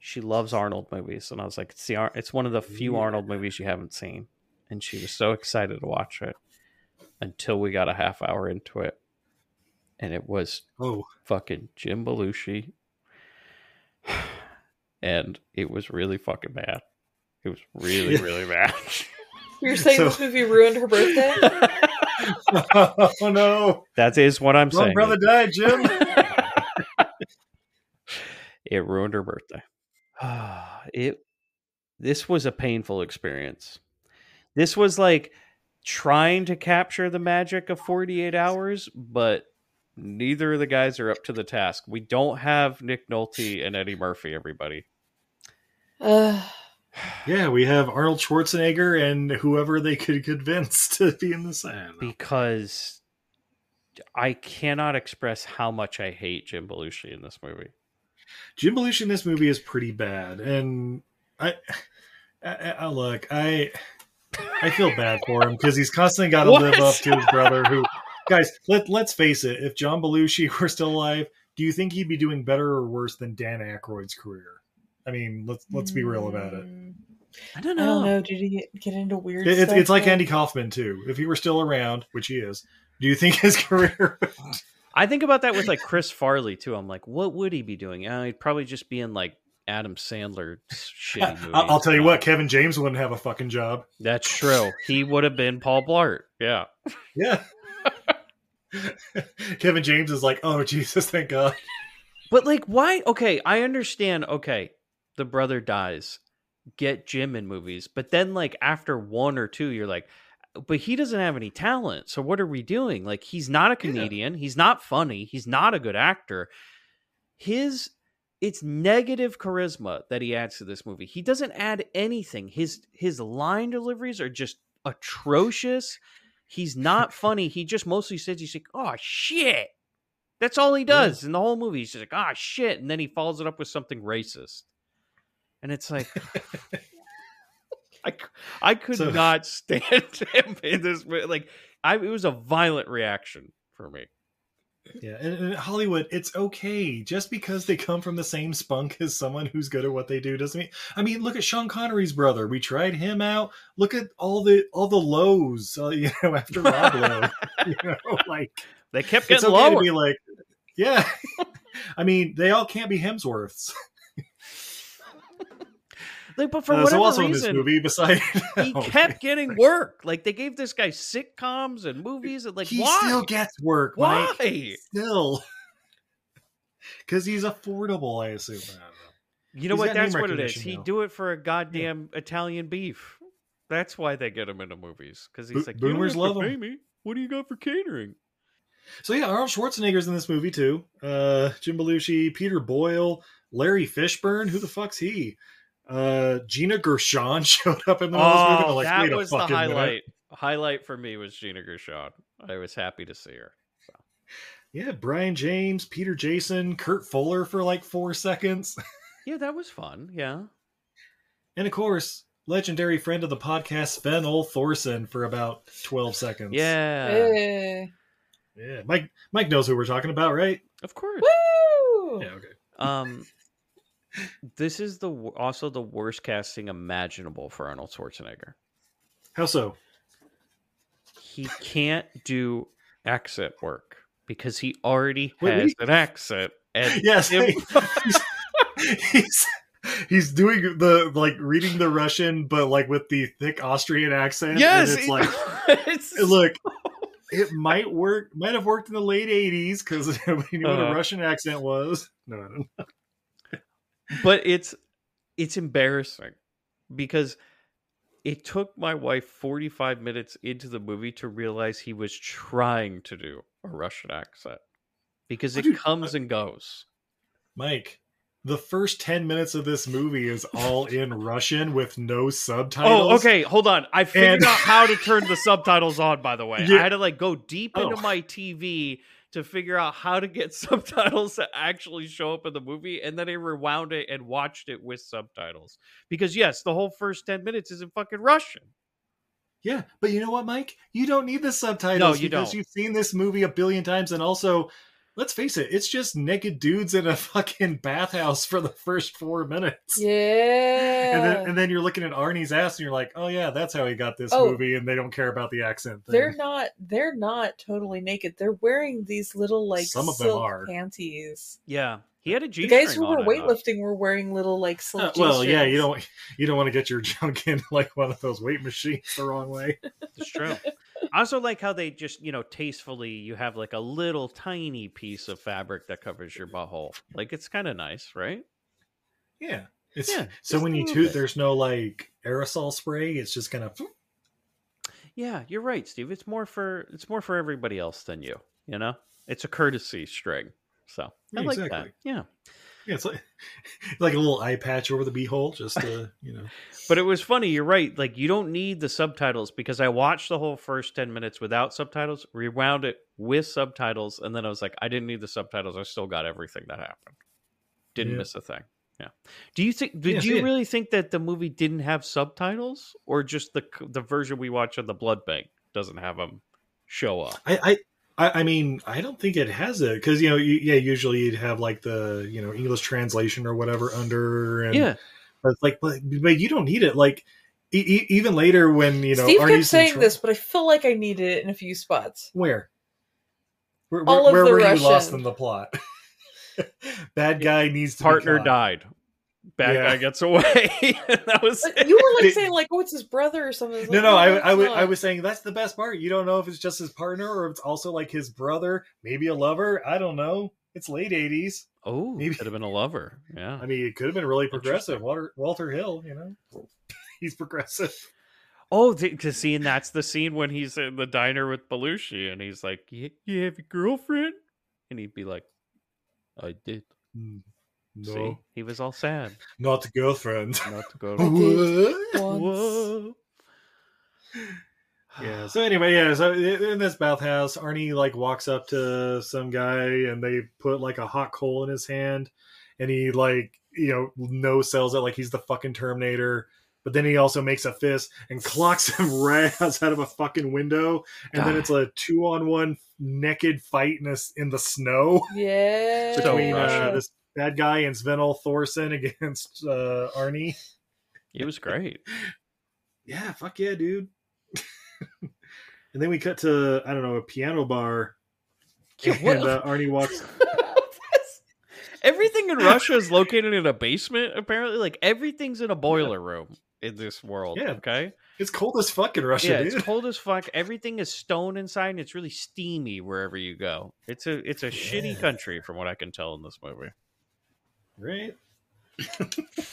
G: She loves Arnold movies, and I was like, "It's the Ar- it's one of the few Arnold movies you haven't seen." And she was so excited to watch it until we got a half hour into it, and it was
D: oh
G: fucking Jim Belushi and it was really fucking bad. It was really,
D: Yeah.
G: really bad.
B: You're saying
G: So-
B: this movie ruined her birthday?
D: oh no.
G: That is what I'm
D: Wrong
G: saying.
D: brother died, Jim.
G: It ruined her birthday. it this was a painful experience. This was like trying to capture the magic of 48 hours, but neither of the guys are up to the task. We don't have Nick Nolte and Eddie Murphy, everybody.
B: Ugh.
D: yeah, we have Arnold Schwarzenegger and whoever they could convince to be in this. I don't know.
G: because I cannot express how much I hate Jim Belushi in this movie.
D: Jim Belushi in this movie is pretty bad, and I, I, I look, I, I feel bad for him because he's constantly got to
L: What?
D: live up to his brother. Who, guys, let let's face it, if John Belushi were still alive, do you think he'd be doing better or worse than Dan Aykroyd's career? I mean, let's let's be real about
B: Mm,
D: it.
B: Hmm.
G: I don't
B: know. I don't know. Did he get, get into weird
D: It- it's
B: stuff?
D: it's like Andy Kaufman too. If he were still around, which he is, do you think his career?
G: I think about that with like Chris Farley too. I'm like, what would he be doing? Uh, he'd probably just be in like Adam Sandler shitty movies.
D: I- I'll tell you what, Kevin James wouldn't have a fucking job.
G: That's true. He would have been Paul Blart. Yeah.
D: Yeah. Kevin James is like, oh Jesus, thank God.
G: But like, why? Okay, I understand. Okay, the brother dies. Get Jim in movies, but then like after one or two, you're like, "Uh, but he doesn't have any talent. So what are we doing? Like, he's not a comedian. He's not funny. He's not a good actor. His it's negative charisma that he adds to this movie. He doesn't add anything. His his line deliveries are just atrocious. He's not funny. He just mostly says he's like, "Oh shit." That's all he does in the whole movie. He's just like, ah, shit. And then he follows it up with something racist. And it's like, I, c- I could
M: So-
G: not stand him in this movie. Like, I, it was a violent reaction for me.
D: Yeah, and, and Hollywood, it's okay just because they come from the same spunk as someone who's good at what they do doesn't mean. I mean, look at Sean Connery's brother. We tried him out. Look at all the all the lows, uh, you know, after Rob Lowe. You know, like
G: they kept
D: it's
G: getting
D: okay to
G: lower.
D: be like, yeah. I mean, they all can't be Hemsworths.
G: Like, but for
D: Uh, so
G: whatever
D: also in this
G: reason,
D: movie, beside-
G: he
D: Oh,
G: kept getting work. Like, they gave this guy sitcoms and movies. And, like,
D: he
G: why?
D: still gets work.
G: Why?
D: Mike. Still, because he's affordable. I assume. I don't know.
G: You know
D: He's
G: what?
D: got name
G: That's what it is.
D: recognition,
G: He'd
D: though.
G: do it for a goddamn Italian beef. That's why they get him into movies because he's
D: Bo-
G: like, "You don't
D: boomers
G: have to
D: love 'em.
G: pay me. What do you got for catering?
D: So yeah, Arnold Schwarzenegger's in this movie too. Uh, Jim Belushi, Peter Boyle, Larry Fishburne. Who the fuck's he? Uh, Gina Gershon showed up in the middle of this movie. I'm
G: Oh,
D: like,
G: that
D: wait a
G: was the
D: fucking minute.
G: highlight. Highlight for me was Gina Gershon. I was happy to see her.
D: Yeah, Brian James, Peter Jason, Kurt Fuller for like four seconds,
G: Yeah, that was fun. Yeah.
D: and of course, legendary friend of the podcast Sven Ol Thorson for about twelve seconds.
G: Yeah.
B: Eh,
D: yeah. Mike, Mike knows who we're talking about, right?
G: Of course. Oh.
B: Woo!
D: Yeah. Okay.
G: Um, this is the wo- also the worst casting imaginable for Arnold Schwarzenegger.
D: How so?
G: he can't do accent work because he already
D: Wait,
G: has
D: we-
G: an accent. And
D: Yes,
G: him-
D: he's he's doing the like reading the Russian, but like with the thick Austrian accent.
G: Yes,
D: and it's
G: he-
D: like look, it might work. Might have worked in the late '80s because we knew what a
G: Uh-huh.
D: Russian accent was. No, I don't know.
G: but it's it's embarrassing because it took my wife 45 minutes into the movie to realize he was trying to do a Russian accent because it comes and goes.
D: Mike. The first ten minutes of this movie is all in Russian with no subtitles.
G: Oh, okay. Hold on. I figured
D: And-
G: out how to turn the subtitles on. By the way,
D: Yeah.
G: I had to like go deep into
D: Oh.
G: my TV to figure out how to get subtitles to actually show up in the movie, and then I rewound it and watched it with subtitles because yes, the whole first ten minutes is in fucking Russian.
D: Yeah, but you know what, Mike? You don't need the subtitles
G: No, you
D: because
G: don't.
D: you've seen this movie a billion times, and also, let's face it, it's just naked dudes in a fucking bathhouse for the first four minutes.
B: Yeah.
D: And then, and then you're looking at Arnie's ass, and you're like, "Oh yeah, that's how he got this
B: Oh.
D: movie," and they don't care about the accent. Thing.
B: they're not they're not totally naked. They're wearing these little like
D: Some of them
B: silk
D: are.
B: panties.
G: Yeah, he had a G.
B: the guys who were weightlifting were wearing little like silk.
D: Uh, well, yeah,
B: G-strings.
D: you don't you don't want to get your junk in like one of those weight machines the wrong way.
G: It's true. I also like how they just, you know, tastefully you have like a little tiny piece of fabric that covers your butthole. Like it's kind of nice, right?
D: Yeah, it's
G: Yeah,
D: so
G: just
D: when
G: a
D: you
G: little
D: toot,
G: bit.
D: there's no like aerosol spray. It's just kind of
G: Yeah, you're right, Steve. It's more for it's more for everybody else than you. You know, it's a courtesy string. So I
D: Yeah,
G: like that.
D: exactly.
G: Yeah,
D: yeah, it's like like a little eye patch over the beehole, just to you know.
G: but it was funny. You're right. Like you don't need the subtitles because I watched the whole first ten minutes without subtitles, rewound it with subtitles, and then I was like, I didn't need the subtitles. I still got everything that happened. Didn't
D: Yeah.
G: miss a thing. Yeah. Do you think? Did
D: Yes,
G: you
D: yeah.
G: really think that the movie didn't have subtitles, or just the c- the version we watch on the Blood Bank doesn't have them show up?
D: I, I, I I mean, I don't think it has it because you know, you, yeah, usually you'd have like the you know English translation or whatever under, and
G: Yeah.
D: but it's like, but, but you don't need it. Like e- e- even later when you know
B: Steve kept
D: Arnie's in
B: saying
D: tr-
B: this, but I feel like I needed it in a few spots.
D: Where? Where,
B: All of
D: where
B: the
D: were you lost
B: Russian.
D: in the plot? Bad guy needs to be
G: partner
D: caught.
G: died. Bad
D: Yeah.
G: guy gets away. that was
B: Like, you were like
D: Did-
B: saying like, "Oh, it's his brother" or something. It's
D: No,
B: like,
D: no,
B: "Oh,
D: I,
B: it's
D: I, w-
B: not."
D: I was saying that's the best part. You don't know if it's just his partner or if it's also like his brother, maybe a lover. I don't know. It's late 80s.
G: oh,
D: Maybe-
G: could have been a lover. Yeah.
D: I mean, it could have been really
G: progressive.
D: progressive. Walter, Walter Hill, you know, he's progressive.
G: Oh, because see, and that's the scene when he's in the diner with Belushi, and he's like, "You, you have a girlfriend?" And he'd be like, "I did."
D: Hmm. No,
G: See, he was all sad
D: not a girlfriend.
G: not to go.
D: yeah.
B: Once.
G: Whoa.
D: So anyway, yeah. So i- in this bathhouse, Arnie like walks up to some guy, and they put like a hot coal in his hand, and he like you know no sells it like he's the fucking Terminator. But then he also makes a fist and clocks him right outside of a fucking window, and then
G: God.
D: it's a two-on-one naked fight in, a s in the snow.
B: yeah.
G: So
D: between uh,
G: Russian.
D: this bad guy and Svenel Thorson against uh, Arnie.
G: It was great.
D: Yeah, fuck yeah, dude. and then we cut to I don't know a piano bar,
G: Yeah, what
D: and uh, Arnie walks.
G: Everything in Russia is located in a basement. Apparently, like everything's in a boiler room in this world.
D: Yeah.
G: Okay.
D: It's cold as fuck in Russia,
G: yeah,
D: dude.
G: it's cold as fuck. Everything is stone inside, and it's really steamy wherever you go. It's a it's a shitty country, from what I can tell in this movie.
D: Right.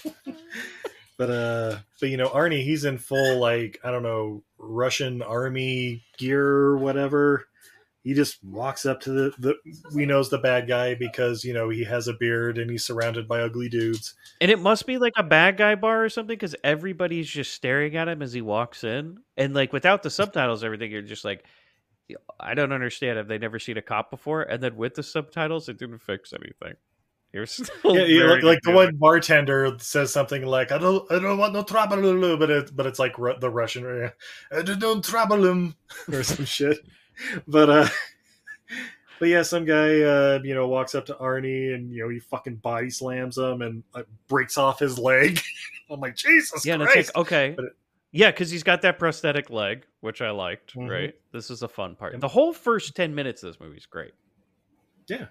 D: but uh, but you know Arnie, he's in full like I don't know Russian army gear or whatever. He just walks up to the, the we knows the bad guy because you know he has a beard and he's surrounded by ugly dudes.
G: And it must be like a bad guy bar or something because everybody's just staring at him as he walks in, and like without the subtitles, and everything you're just like, I don't understand. Have they never seen a cop before? And then with the subtitles, it didn't fix anything. You're still
D: yeah, yeah,
G: very
D: like, like the
G: confused.
D: one bartender says something like "I don't, I don't want no trouble," but it, but it's like Ru- the Russian uh, "I don't want trouble um," or some shit. But uh, but yeah, some guy uh, you know walks up to Arnie and you know he fucking body slams him and like, breaks off his leg. I'm like Jesus
G: Yeah, and it's
D: Christ!
G: like oh okay,
D: But it-
G: Yeah, because he's got that prosthetic leg, which I liked.
D: Mhm.
G: Right, this is a fun part. The whole first ten minutes of this movie is great.
D: Yeah.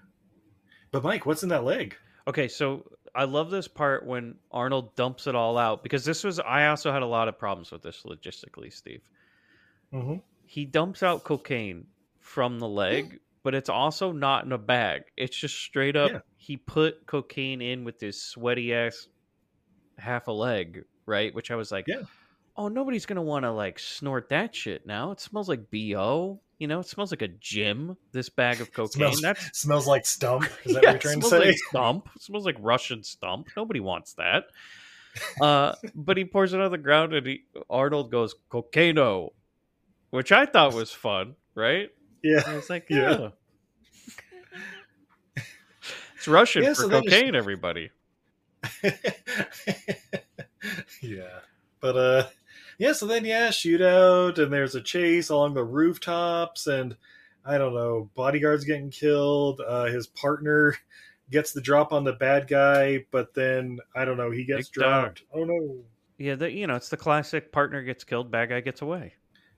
D: But Mike, what's in that leg?
G: Okay, so I love this part when Arnold dumps it all out because this was I also had a lot of problems with this logistically, Steve. Mm-hmm.
D: Mhm.
G: He dumps out cocaine from the leg, but it's also not in a bag. It's just straight up
D: Yeah.
G: he put cocaine in with his sweaty ass half a leg, right? Which I was like, Oh, nobody's gonna wanna like snort that shit now. It smells like BO. You know, it smells like a gym, this bag of cocaine.
D: Smells,
G: That's
D: smells like stump. Is that
G: yeah,
D: what you're trying to
G: smells
D: say?
G: Like stump. It smells like Russian stump. Nobody wants that. Uh, but he pours it on the ground, and he, Arnold goes cocaino, which I thought was fun, right?
D: Yeah,
G: I was like,
D: Yeah.
G: yeah. It's Russian
D: Yeah,
G: for
D: so that is-
G: cocaine, everybody.
D: yeah. But uh yeah, so then yeah, shootout and there's a chase along the rooftops and I don't know, bodyguards getting killed, uh his partner gets the drop on the bad guy, but then I don't know, he gets
G: Big dog.
D: dropped. Oh no.
G: Yeah, the, you know, it's the classic partner gets killed, bad guy gets away.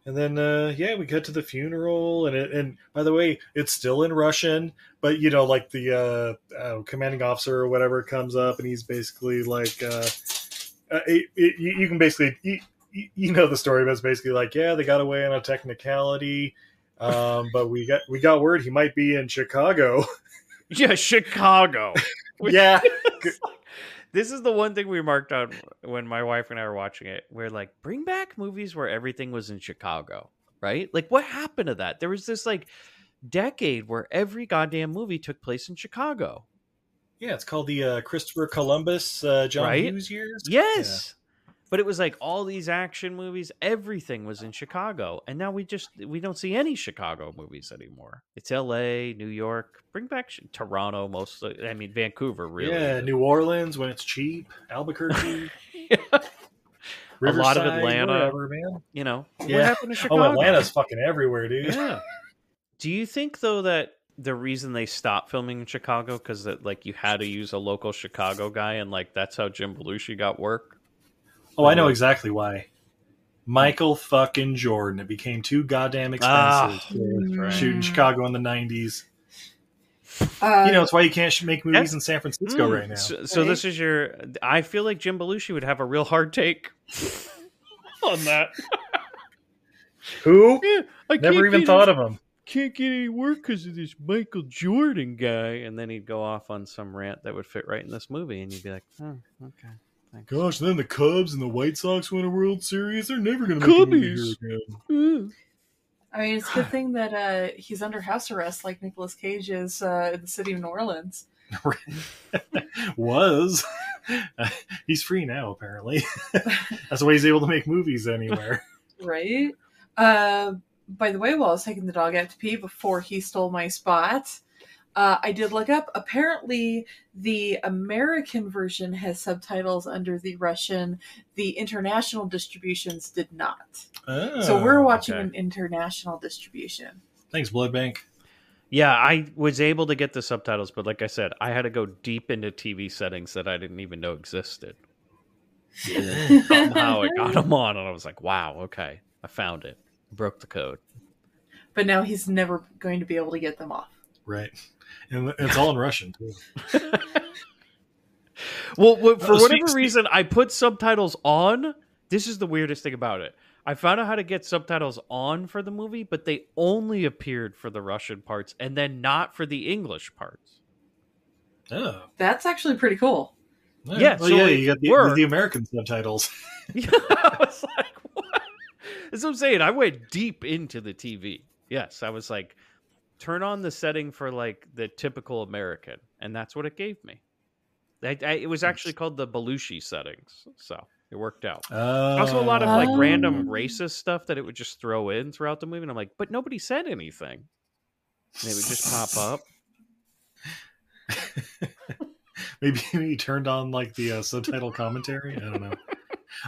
D: And then uh yeah, we cut to the funeral and it, and by the way, it's still in Russian, but you know like the uh, uh commanding officer or whatever comes up and he's basically like uh uh, it, it, you, you can basically you, you- you know the story, but it's basically like, yeah, they got away on a technicality, um, but we got we got word he might be in Chicago.
G: Yeah, Chicago.
D: yeah,
G: This is the one thing we marked on when my wife and I were watching it. We're like, bring back movies where everything was in Chicago, right? Like, what happened to that? There was this like decade where every goddamn movie took place in Chicago,
D: yeah, it's called the uh, Christopher Columbus uh, John
G: right?
D: Hughes years.
G: Yes. But it was like all these action movies, everything was in Chicago. And now we just we don't see any Chicago movies anymore. It's LA, New York, bring back Chi- Toronto mostly. I mean Vancouver really.
D: Yeah, New Orleans when it's cheap, Albuquerque,
G: a lot of
D: Riverside,
G: Atlanta,
D: whatever, man.
G: You know,
D: Yeah.
G: what happened to Chicago?
D: Oh, Atlanta's fucking everywhere, dude.
G: Yeah. Do you think though that the reason they stopped filming in Chicago because that like you had to use a local Chicago guy and like that's how Jim Belushi got work?
D: Oh, I know exactly why. Michael fucking Jordan. It became too goddamn expensive
G: Ah,
D: to
G: that's right.
D: shoot in Chicago in the '90s. you
G: Uh,
D: know, it's why you can't sh- make movies in San Francisco
G: Mm,
D: right now.
G: So, so this is your. I feel like Jim Belushi would have a real hard take on that.
D: who
G: Yeah, I can't
D: never even
G: get
D: thought
G: any-
D: of him.
G: Can't get any work because of this Michael Jordan guy, and then he'd go off on some rant that would fit right in this movie, and you'd be like, "Hmm, okay.
D: Gosh, then the Cubs and the White Sox win a World Series. They're never going to
G: make a movie here Cubbies.
D: again.
M: I mean, it's a good thing that uh, he's under house arrest, like Nicolas Cage is uh, in the city of New Orleans.
D: Was he's free now? Apparently, that's why he's able to make movies anywhere.
M: Right? Uh, by the way, while I was taking the dog out to pee before he stole my spot, uh, I did look up. Apparently, the American version has subtitles under the Russian, the international distributions did not.
D: Oh,
M: so we're watching an international distribution.
D: Thanks, Blood Bank.
G: Yeah, I was able to get the subtitles, but like I said, I had to go deep into TV settings that I didn't even know existed. And then somehow I got them on, and I was like, "Wow, okay, I found it, broke the code."
M: But now he's never going to be able to get them off.
D: Right, and it's all in Russian too.
G: Well, wh- for
D: Oh, speak-
G: whatever
D: speak-
G: reason, I put subtitles on. This is the weirdest thing about it. I found out how to get subtitles on for the movie, but they only appeared for the Russian parts and then not for the English parts.
D: Oh.
M: That's actually pretty cool.
G: Yeah,
D: Well,
G: so
D: yeah,
G: it
D: you got the,
G: worked.
D: the American subtitles.
G: That's what I'm saying. I went deep into the TV. Yes, I was like, turn on the setting for like the typical American, and that's what it gave me. I, I, it was actually called the Belushi settings, so it worked out. also, a lot of like random
D: Oh.
G: racist stuff that it would just throw in throughout the movie, and I'm like, but nobody said anything. And it would just pop up.
D: Maybe he turned on like the uh, subtitle commentary. I don't know.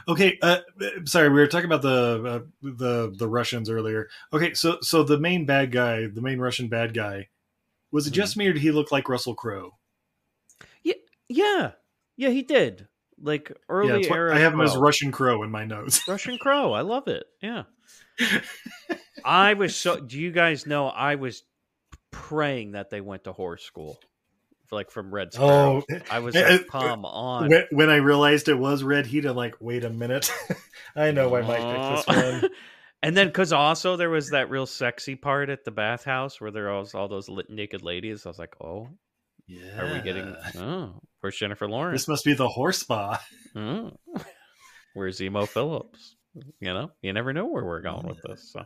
D: Okay, uh, sorry, we were talking about the uh, the the Russians earlier. Okay, so so the main bad guy, the main Russian bad guy, was
G: Mm-hmm.
D: it just me or did he look like Russell Crowe?
G: Yeah, yeah, he did. Like early
D: Yeah, it's what-
G: era.
D: I have him as
G: Crow.
D: Russian Crow in my notes.
G: Russian Crow. I love it. Yeah. I was so. Do you guys know? I was praying that they went to horse school, like from Red Sparrow. I was
D: eh, eh,
G: like, come on.
D: When, when I realized it was Red Heat, I'm like, wait a minute. I know I might pick this one.
G: and then, because also there was that real sexy part at the bathhouse where there was all those lit- naked ladies. I was like, oh, yeah. Are we getting? Oh, where's Jennifer Lawrence?
D: This must be the horse spa.
G: Mm. Where's Emo Phillips? You know, you never know where we're
D: Oh,
G: going with this. So.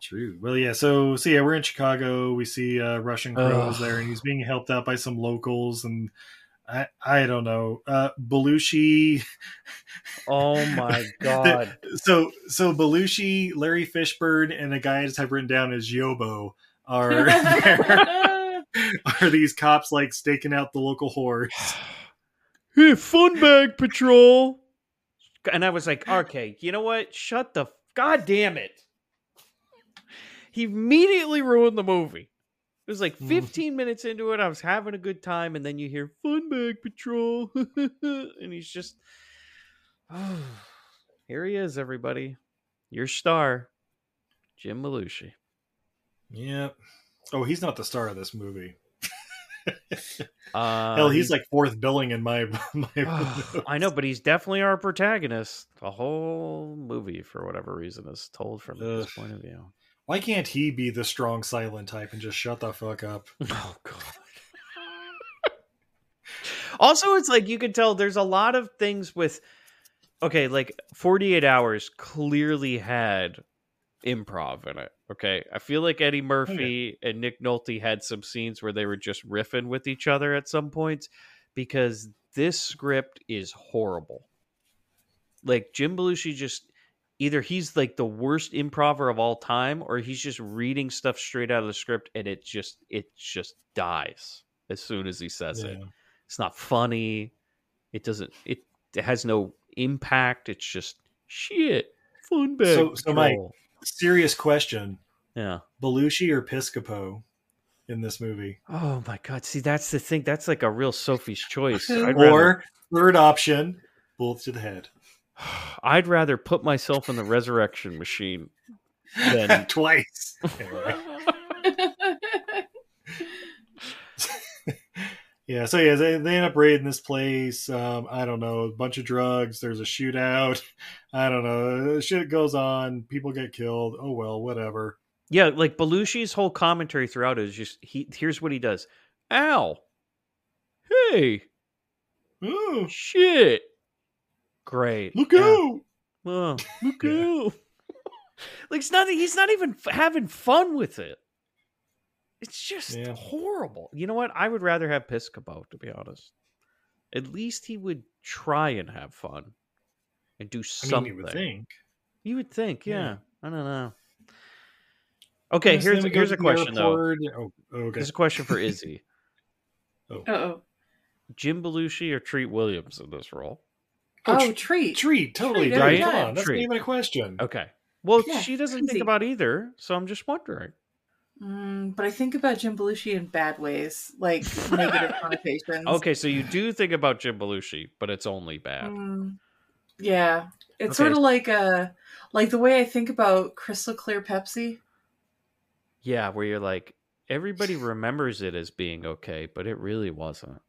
D: True. Well, yeah. So, so yeah, we're in Chicago. We see uh, Russian crows
G: Ugh.
D: there, and he's being helped out by some locals, and I, I don't know. Uh, Belushi.
G: Oh my God.
D: so, so Belushi, Larry Fishburne, and the guy I just have written down as Yobo are there. are these cops like staking out the local horse?
G: Hey, fun bag patrol. And I was like, okay, you know what? Shut the f- god damn it. He immediately ruined the movie. It was like 15 minutes into it. I was having a good time, and then you hear fun bag patrol. and he's just here he is, everybody. Your star, Jim Belushi.
D: Yep. Oh, he's not the star of this movie.
G: Uh,
D: Hell, he's
G: he-
D: like fourth billing in my my.
G: I know, but he's definitely our protagonist. The whole movie, for whatever reason, is told from his point of view.
D: Why can't he be the strong silent type and just shut the fuck up?
G: Oh god. Also, it's like you could tell there's a lot of things with okay, like 48 hours clearly had improv in it. Okay. I feel like Eddie Murphy and Nick Nolte had some scenes where they were just riffing with each other at some points because this script is horrible. Like Jim Belushi just either he's like the worst improver of all time or he's just reading stuff straight out of the script and it just it just dies as soon as he says it.
D: Yeah.
G: It's not funny. It doesn't it, it has no impact. It's just shit. Fun bag.
D: So, so my
G: patrol.
D: serious question:
G: Yeah.
D: Belushi or Piscopo in this movie,
G: Oh my god. See, that's the thing. That's like a real Sophie's choice. I'd rather,
D: or third option, both to the head
G: I'd rather put myself in the resurrection machine than
D: twice? Anyway. yeah. So yeah, they, they end up raiding this place. Um, I don't know, a bunch of drugs. There's a shootout. I don't know. Shit goes on. People get killed. Oh well, whatever.
G: Yeah, like Belushi's whole commentary throughout is just he here's what he does. Ow. Hey. Shit. Great.
D: Look
G: out. Oh, look out. like it's not he's not even f- having fun with it. It's just
D: Yeah.
G: horrible. You know what? I would rather have Piscopo, to be honest. At least he would try and have fun and do
D: I mean,
G: something.
D: you would think.
G: You would think, yeah.
D: Yeah.
G: I don't know. Okay,
D: Yes,
G: here's
D: then we go
G: here's
D: to
G: a
D: the
G: question though.
D: airport. Oh, okay.
G: Here's a question for Izzy.
B: Oh,
G: Jim Belushi or Treat Williams in this role?
B: oh, treat,
D: treat, totally,
B: treat,
G: Right?
B: every
G: Come
B: time.
G: on,
D: That's
G: Treat.
D: not even a question.
G: Okay. Well,
B: Yeah,
G: she doesn't think
B: easy.
G: about either, so I'm just wondering.
B: Mm, but I think about Jim Belushi in bad ways, like negative connotations.
G: Okay, so you do think about Jim Belushi, but it's only bad.
B: Mm, yeah, it's
G: Okay.
B: sort of like uh like the way I think about crystal clear Pepsi.
G: Yeah, where you're like everybody remembers it as being okay, but it really wasn't.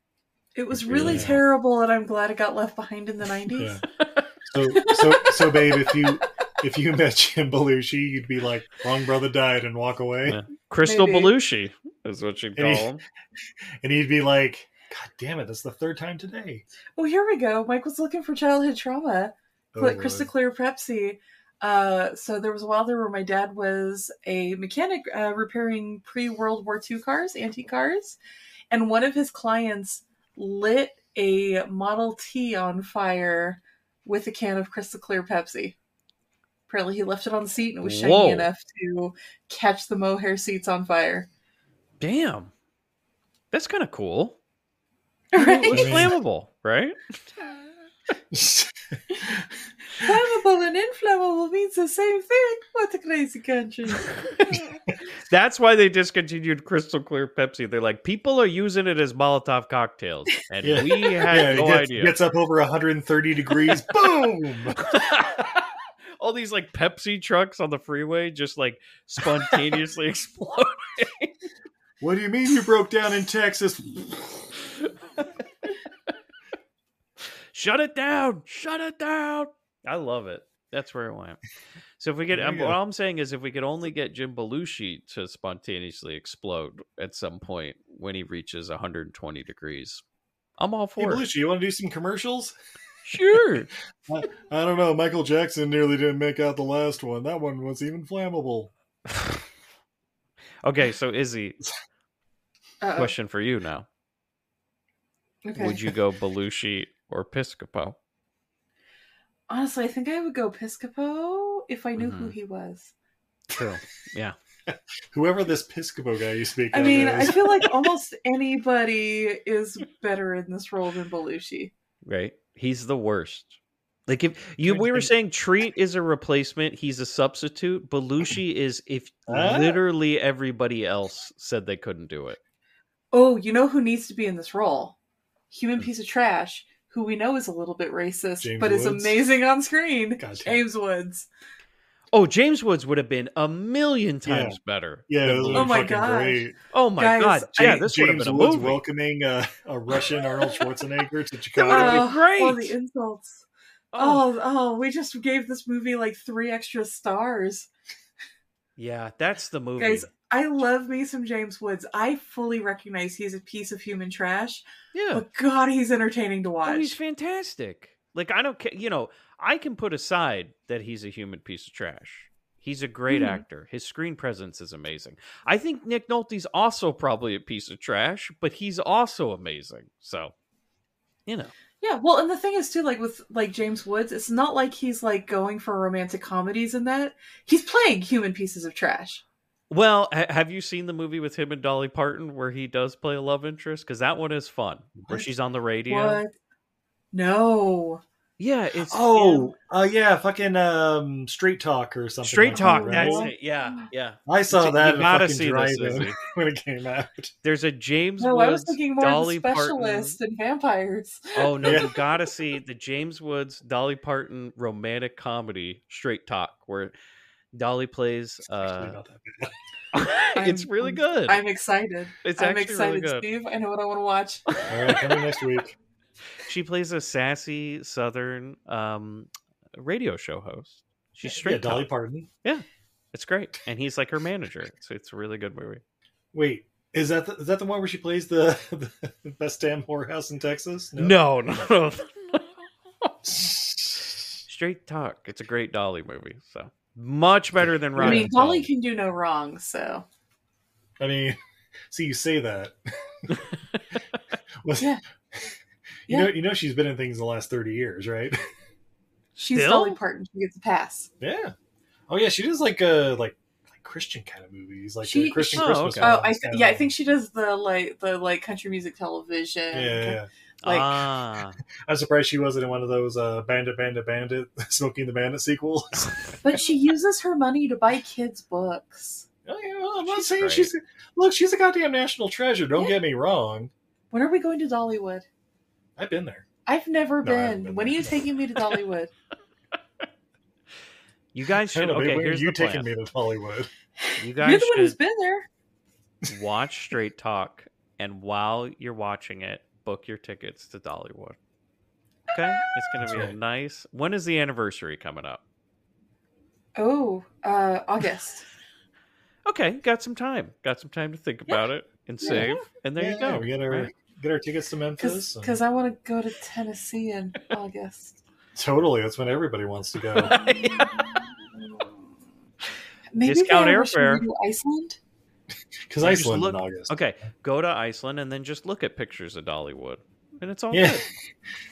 B: It was
G: It's
B: really
G: really-
B: terrible, and I'm glad it got left behind in the '90s.
D: So, so, so, babe, if you if you met Jim Belushi, you'd be like, "Wrong brother died," and walk away.
G: Yeah. Crystal
D: Maybe.
G: Belushi is what you'd call
D: And he-
G: him.
D: And he'd be like, "God damn it, that's the third time today."
B: Oh, here we go. Mike was looking for childhood trauma. Put
D: Oh,
B: crystal clear Pepsi. Uh, so there was a while there where my dad was a mechanic uh, repairing pre World War II cars, antique cars, and one of his clients lit a Model T on fire with a can of crystal clear Pepsi. Apparently, he left it on the seat and it was shiny
G: Whoa.
B: enough to catch the mohair seats on fire.
G: Damn. That's kind of cool.
B: Right?
G: It was flammable, right?
B: Flammable and inflammable means the same thing. What a crazy country.
G: That's why they discontinued crystal clear Pepsi. They're like, people are using it as Molotov cocktails, and
D: Yeah.
G: we had
D: Yeah, it
G: no
D: gets,
G: idea.
D: Gets up over 130 degrees. boom.
G: All these like Pepsi trucks on the freeway just like spontaneously exploding.
D: What do you mean you broke down in Texas?
G: Shut it down! Shut it down! I love it. That's where it went. So if we could,
D: There
G: um,
D: you
G: what
D: go.
G: I'm saying is, if we could only get Jim Belushi to spontaneously explode at some point when he reaches 120 degrees, I'm all
D: Hey,
G: for it.
D: Belushi, you want to do some commercials?
G: Sure.
D: I, I don't know. Michael Jackson nearly didn't make out the last one. That one was even flammable.
G: Okay, so Izzy,
B: Uh-oh.
G: question for you now:
B: Uh, Okay.
G: Would you go Belushi or Piscopo?
B: Honestly, I think I would go Piscopo if I knew
G: Mm-hmm.
B: who he was.
G: True. Yeah.
D: Whoever this Piscopo guy you speak
B: I
D: of
B: mean, I
D: is.
B: feel like almost anybody is better in this role than Belushi.
G: Right? He's the worst. Like if you we were saying treat is a replacement, he's a substitute. Belushi is if
B: Ah.
G: literally everybody else said they couldn't do it.
B: Oh, you know who needs to be in this role? Human piece of trash, who we know is a little bit racist,
G: James
B: but is
G: Woods?
B: amazing on screen. James Woods.
G: Oh, James Woods would have been a million times better.
D: Yeah,
G: than
D: it was
G: Belushi.
B: Oh my gosh.
G: Oh my
B: Guys,
G: god.
B: I-
G: Yeah, this would have
D: James
G: been a
D: Woods
G: movie.
D: welcoming uh, a Russian Arnold Schwarzenegger to Chicago.
B: Oh, All the insults. Oh. oh, we just gave this movie like three extra stars.
G: Yeah, that's the movie.
B: Guys, I love me some James Woods. I fully recognize he's a piece of human trash.
G: Yeah.
B: But God, he's entertaining to watch.
G: Oh, he's fantastic. Like I don't care, you know, I can put aside that he's a human piece of trash. He's a great
D: Mm-hmm.
N: Mhm.
G: actor. His screen presence is amazing. I think Nick Nolte's also probably a piece of trash, but he's also amazing. So, you know,
B: Yeah, well, and the thing is too, like with like James Woods, it's not like he's like going for romantic comedies and that. He's playing human pieces of trash.
G: well, ha- have you seen the movie with him and Dolly Parton where he does play a love interest? Because that one is fun, where she's on the radio.
B: What? No.
G: Yeah, it's
D: oh, uh, yeah, fucking um, straight talk or something.
G: Straight
D: like
G: talk.
D: that,
G: That's
D: right?
G: it. Yeah, yeah.
D: I saw
G: You
D: that. in a
G: gotta
D: fucking
G: see this,
D: drive-in
G: Izzy.
D: when it came out.
G: There's a James
B: No,
G: Woods,
B: I was thinking more of
G: Dolly
B: the
G: Parton
B: specialist and vampires.
G: Oh no, you gotta see the James Woods Dolly Parton romantic comedy Straight Talk, where Dolly plays. uh, it's really good.
B: I'm excited.
G: It's
B: I'm
G: actually really
B: excited,
G: good.
B: Steve. I know what I want to watch.
D: All right, coming next week.
G: she plays a sassy Southern um, radio show host. She's straight.
D: yeah, Dolly
G: talk.
D: Parton.
G: Yeah, it's great, and he's like her manager. It's it's a really good movie.
D: Wait, is that the, is that the one where she plays the, the best damn whorehouse in Texas?
G: No, no, no. Straight Talk. It's a great Dolly movie. So much better than
B: I
G: Ryan.
B: mean, Dolly can do no wrong, so
D: I mean, see, you say that. Was-
B: Yeah.
D: You
B: Yeah.
D: know, you know, she's been in things the last thirty years, right?
B: she's
D: Still?
B: Dolly Parton. She gets a pass.
D: Yeah. Oh yeah, she does like uh like like Christian kind of movies, like uh, Christian
B: oh,
D: Christmas.
B: okay. Oh, I
D: movies
B: th-
D: kinda.
B: yeah, I think she does the like the like country music television.
D: Yeah, yeah, yeah.
B: Like
G: Ah,
D: I'm surprised she wasn't in one of those uh, Bandit, Bandit, Bandit, Smoking the Bandit sequels.
B: but she uses her money to buy kids books.
D: Oh, yeah, well, I'm not saying she's look, she's a goddamn national treasure. Don't get me wrong.
B: When are we going to Dollywood?
D: I've been there.
B: I've never
D: No, I haven't
B: been.
D: been
B: When are you taking me to Dollywood?
G: You guys
D: I
G: should.
D: don't know, babe,
G: Okay,
D: when are
G: here's
D: you
G: the plan.
D: taking me to Hollywood?
G: You
B: You're the
G: guys
B: one who's been there.
G: should watch Straight Talk, and while you're watching it, book your tickets to Dollywood. Okay, it's gonna
B: That's
G: be a
B: right.
G: nice. When is the anniversary coming up?
B: Oh, uh, August.
G: Okay, got some time. Got some time to think about it and
B: Yeah.
G: save. And there you
D: Yeah,
G: go.
D: We get our
G: right?
D: get our tickets to Memphis. and-
B: Because I want to go to Tennessee in August.
D: Totally, that's when everybody wants to go.
B: Maybe
G: Discount
B: they are wishing
G: airfare.
B: me to Iceland.
D: Because
G: You just
D: Iceland in
G: look-
D: August.
G: Okay, go to Iceland and then just look at pictures of Dollywood, and it's all
D: Yeah.
G: good.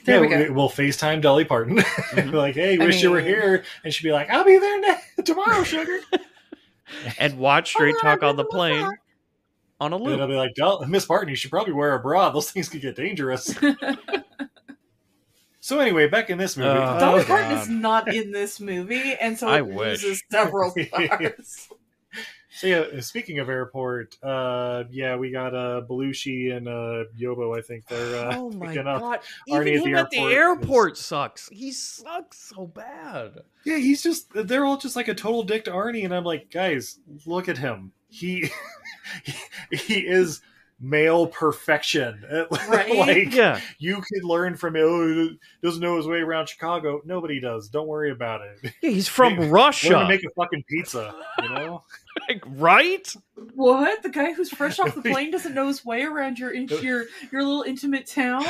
B: There we
D: yeah,
B: go.
D: will FaceTime Dolly Parton.
G: Mm-hmm.
D: like, hey,
B: I
D: wish you were
B: mean-
D: here. And she'd be like, I'll be there ne- tomorrow, sugar.
G: And watch
B: Oh
G: Straight Talk on the plane on a
D: And I'll
G: loop.
D: be like, "Dol- Miss Parton, you should probably wear a bra. Those things could get dangerous. so, anyway, back in this movie.
G: Oh,
B: Dolly
D: God.
B: Parton is not in this movie, and so
D: I
B: it
D: wish.
B: loses several stars.
D: So yeah, uh, speaking of airport, uh, yeah, we got uh, Belushi and uh, Yobo. I think they're uh,
G: oh my
D: picking up
G: god!
D: Arnie
G: Even
D: at the
G: him
D: airport.
G: at the airport sucks. He sucks so bad.
D: Yeah, he's just they're all just like a total dick to Arnie, and I'm like, guys, look at him. He he is male perfection.
M: Right?
D: like
G: Yeah.
D: you could learn from oh he doesn't know his way around Chicago. Nobody does. Don't worry about it.
G: Yeah, he's from
D: Learn to
G: Russia,
D: make a fucking pizza, you know?
G: Like, right?
M: What? The guy who's fresh off the plane doesn't know his way around your your your little intimate town?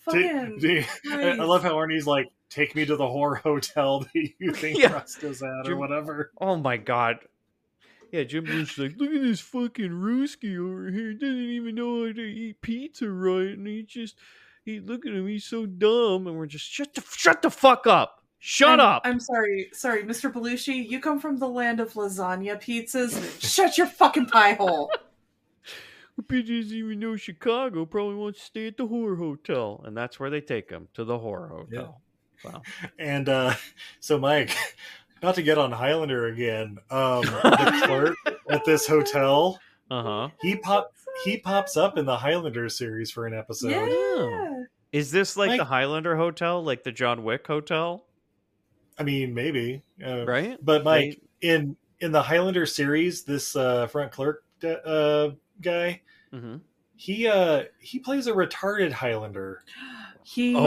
M: Fucking
D: Ta- ta- I- I
M: Christ.
D: love how Arnie's like, take me to the whore hotel that you think
G: Yeah.
D: Roscoe's at or
G: Jim-
D: whatever.
G: Oh my god. Yeah, Jim Belushi's like, look at this fucking Ruski over here. Doesn't even know how to eat pizza right, and he just, he look at him. He's so dumb, and we're just shut the shut the fuck up. Shut
M: I'm-
G: up.
M: I'm sorry, sorry, Mr. Belushi. You come from the land of lasagna pizzas. Shut your fucking pie hole.
G: Bitch doesn't even know Chicago. Probably wants to stay at the whore hotel, and that's where they take him to the whore hotel. Wow.
D: And uh, so, Mike, not to get on Highlander again, um, the clerk at this hotel,
G: uh huh.
D: he pop he pops up in the Highlander series for an episode.
G: Yeah. Oh. Is this like, the Highlander Hotel, like the John Wick Hotel?
D: I mean, maybe uh,
G: Right?
D: But Mike, in in the Highlander series, this uh, front clerk uh, guy,
G: Mhm.
D: he uh, he plays a retarded Highlander.
M: He
D: Oh,
M: has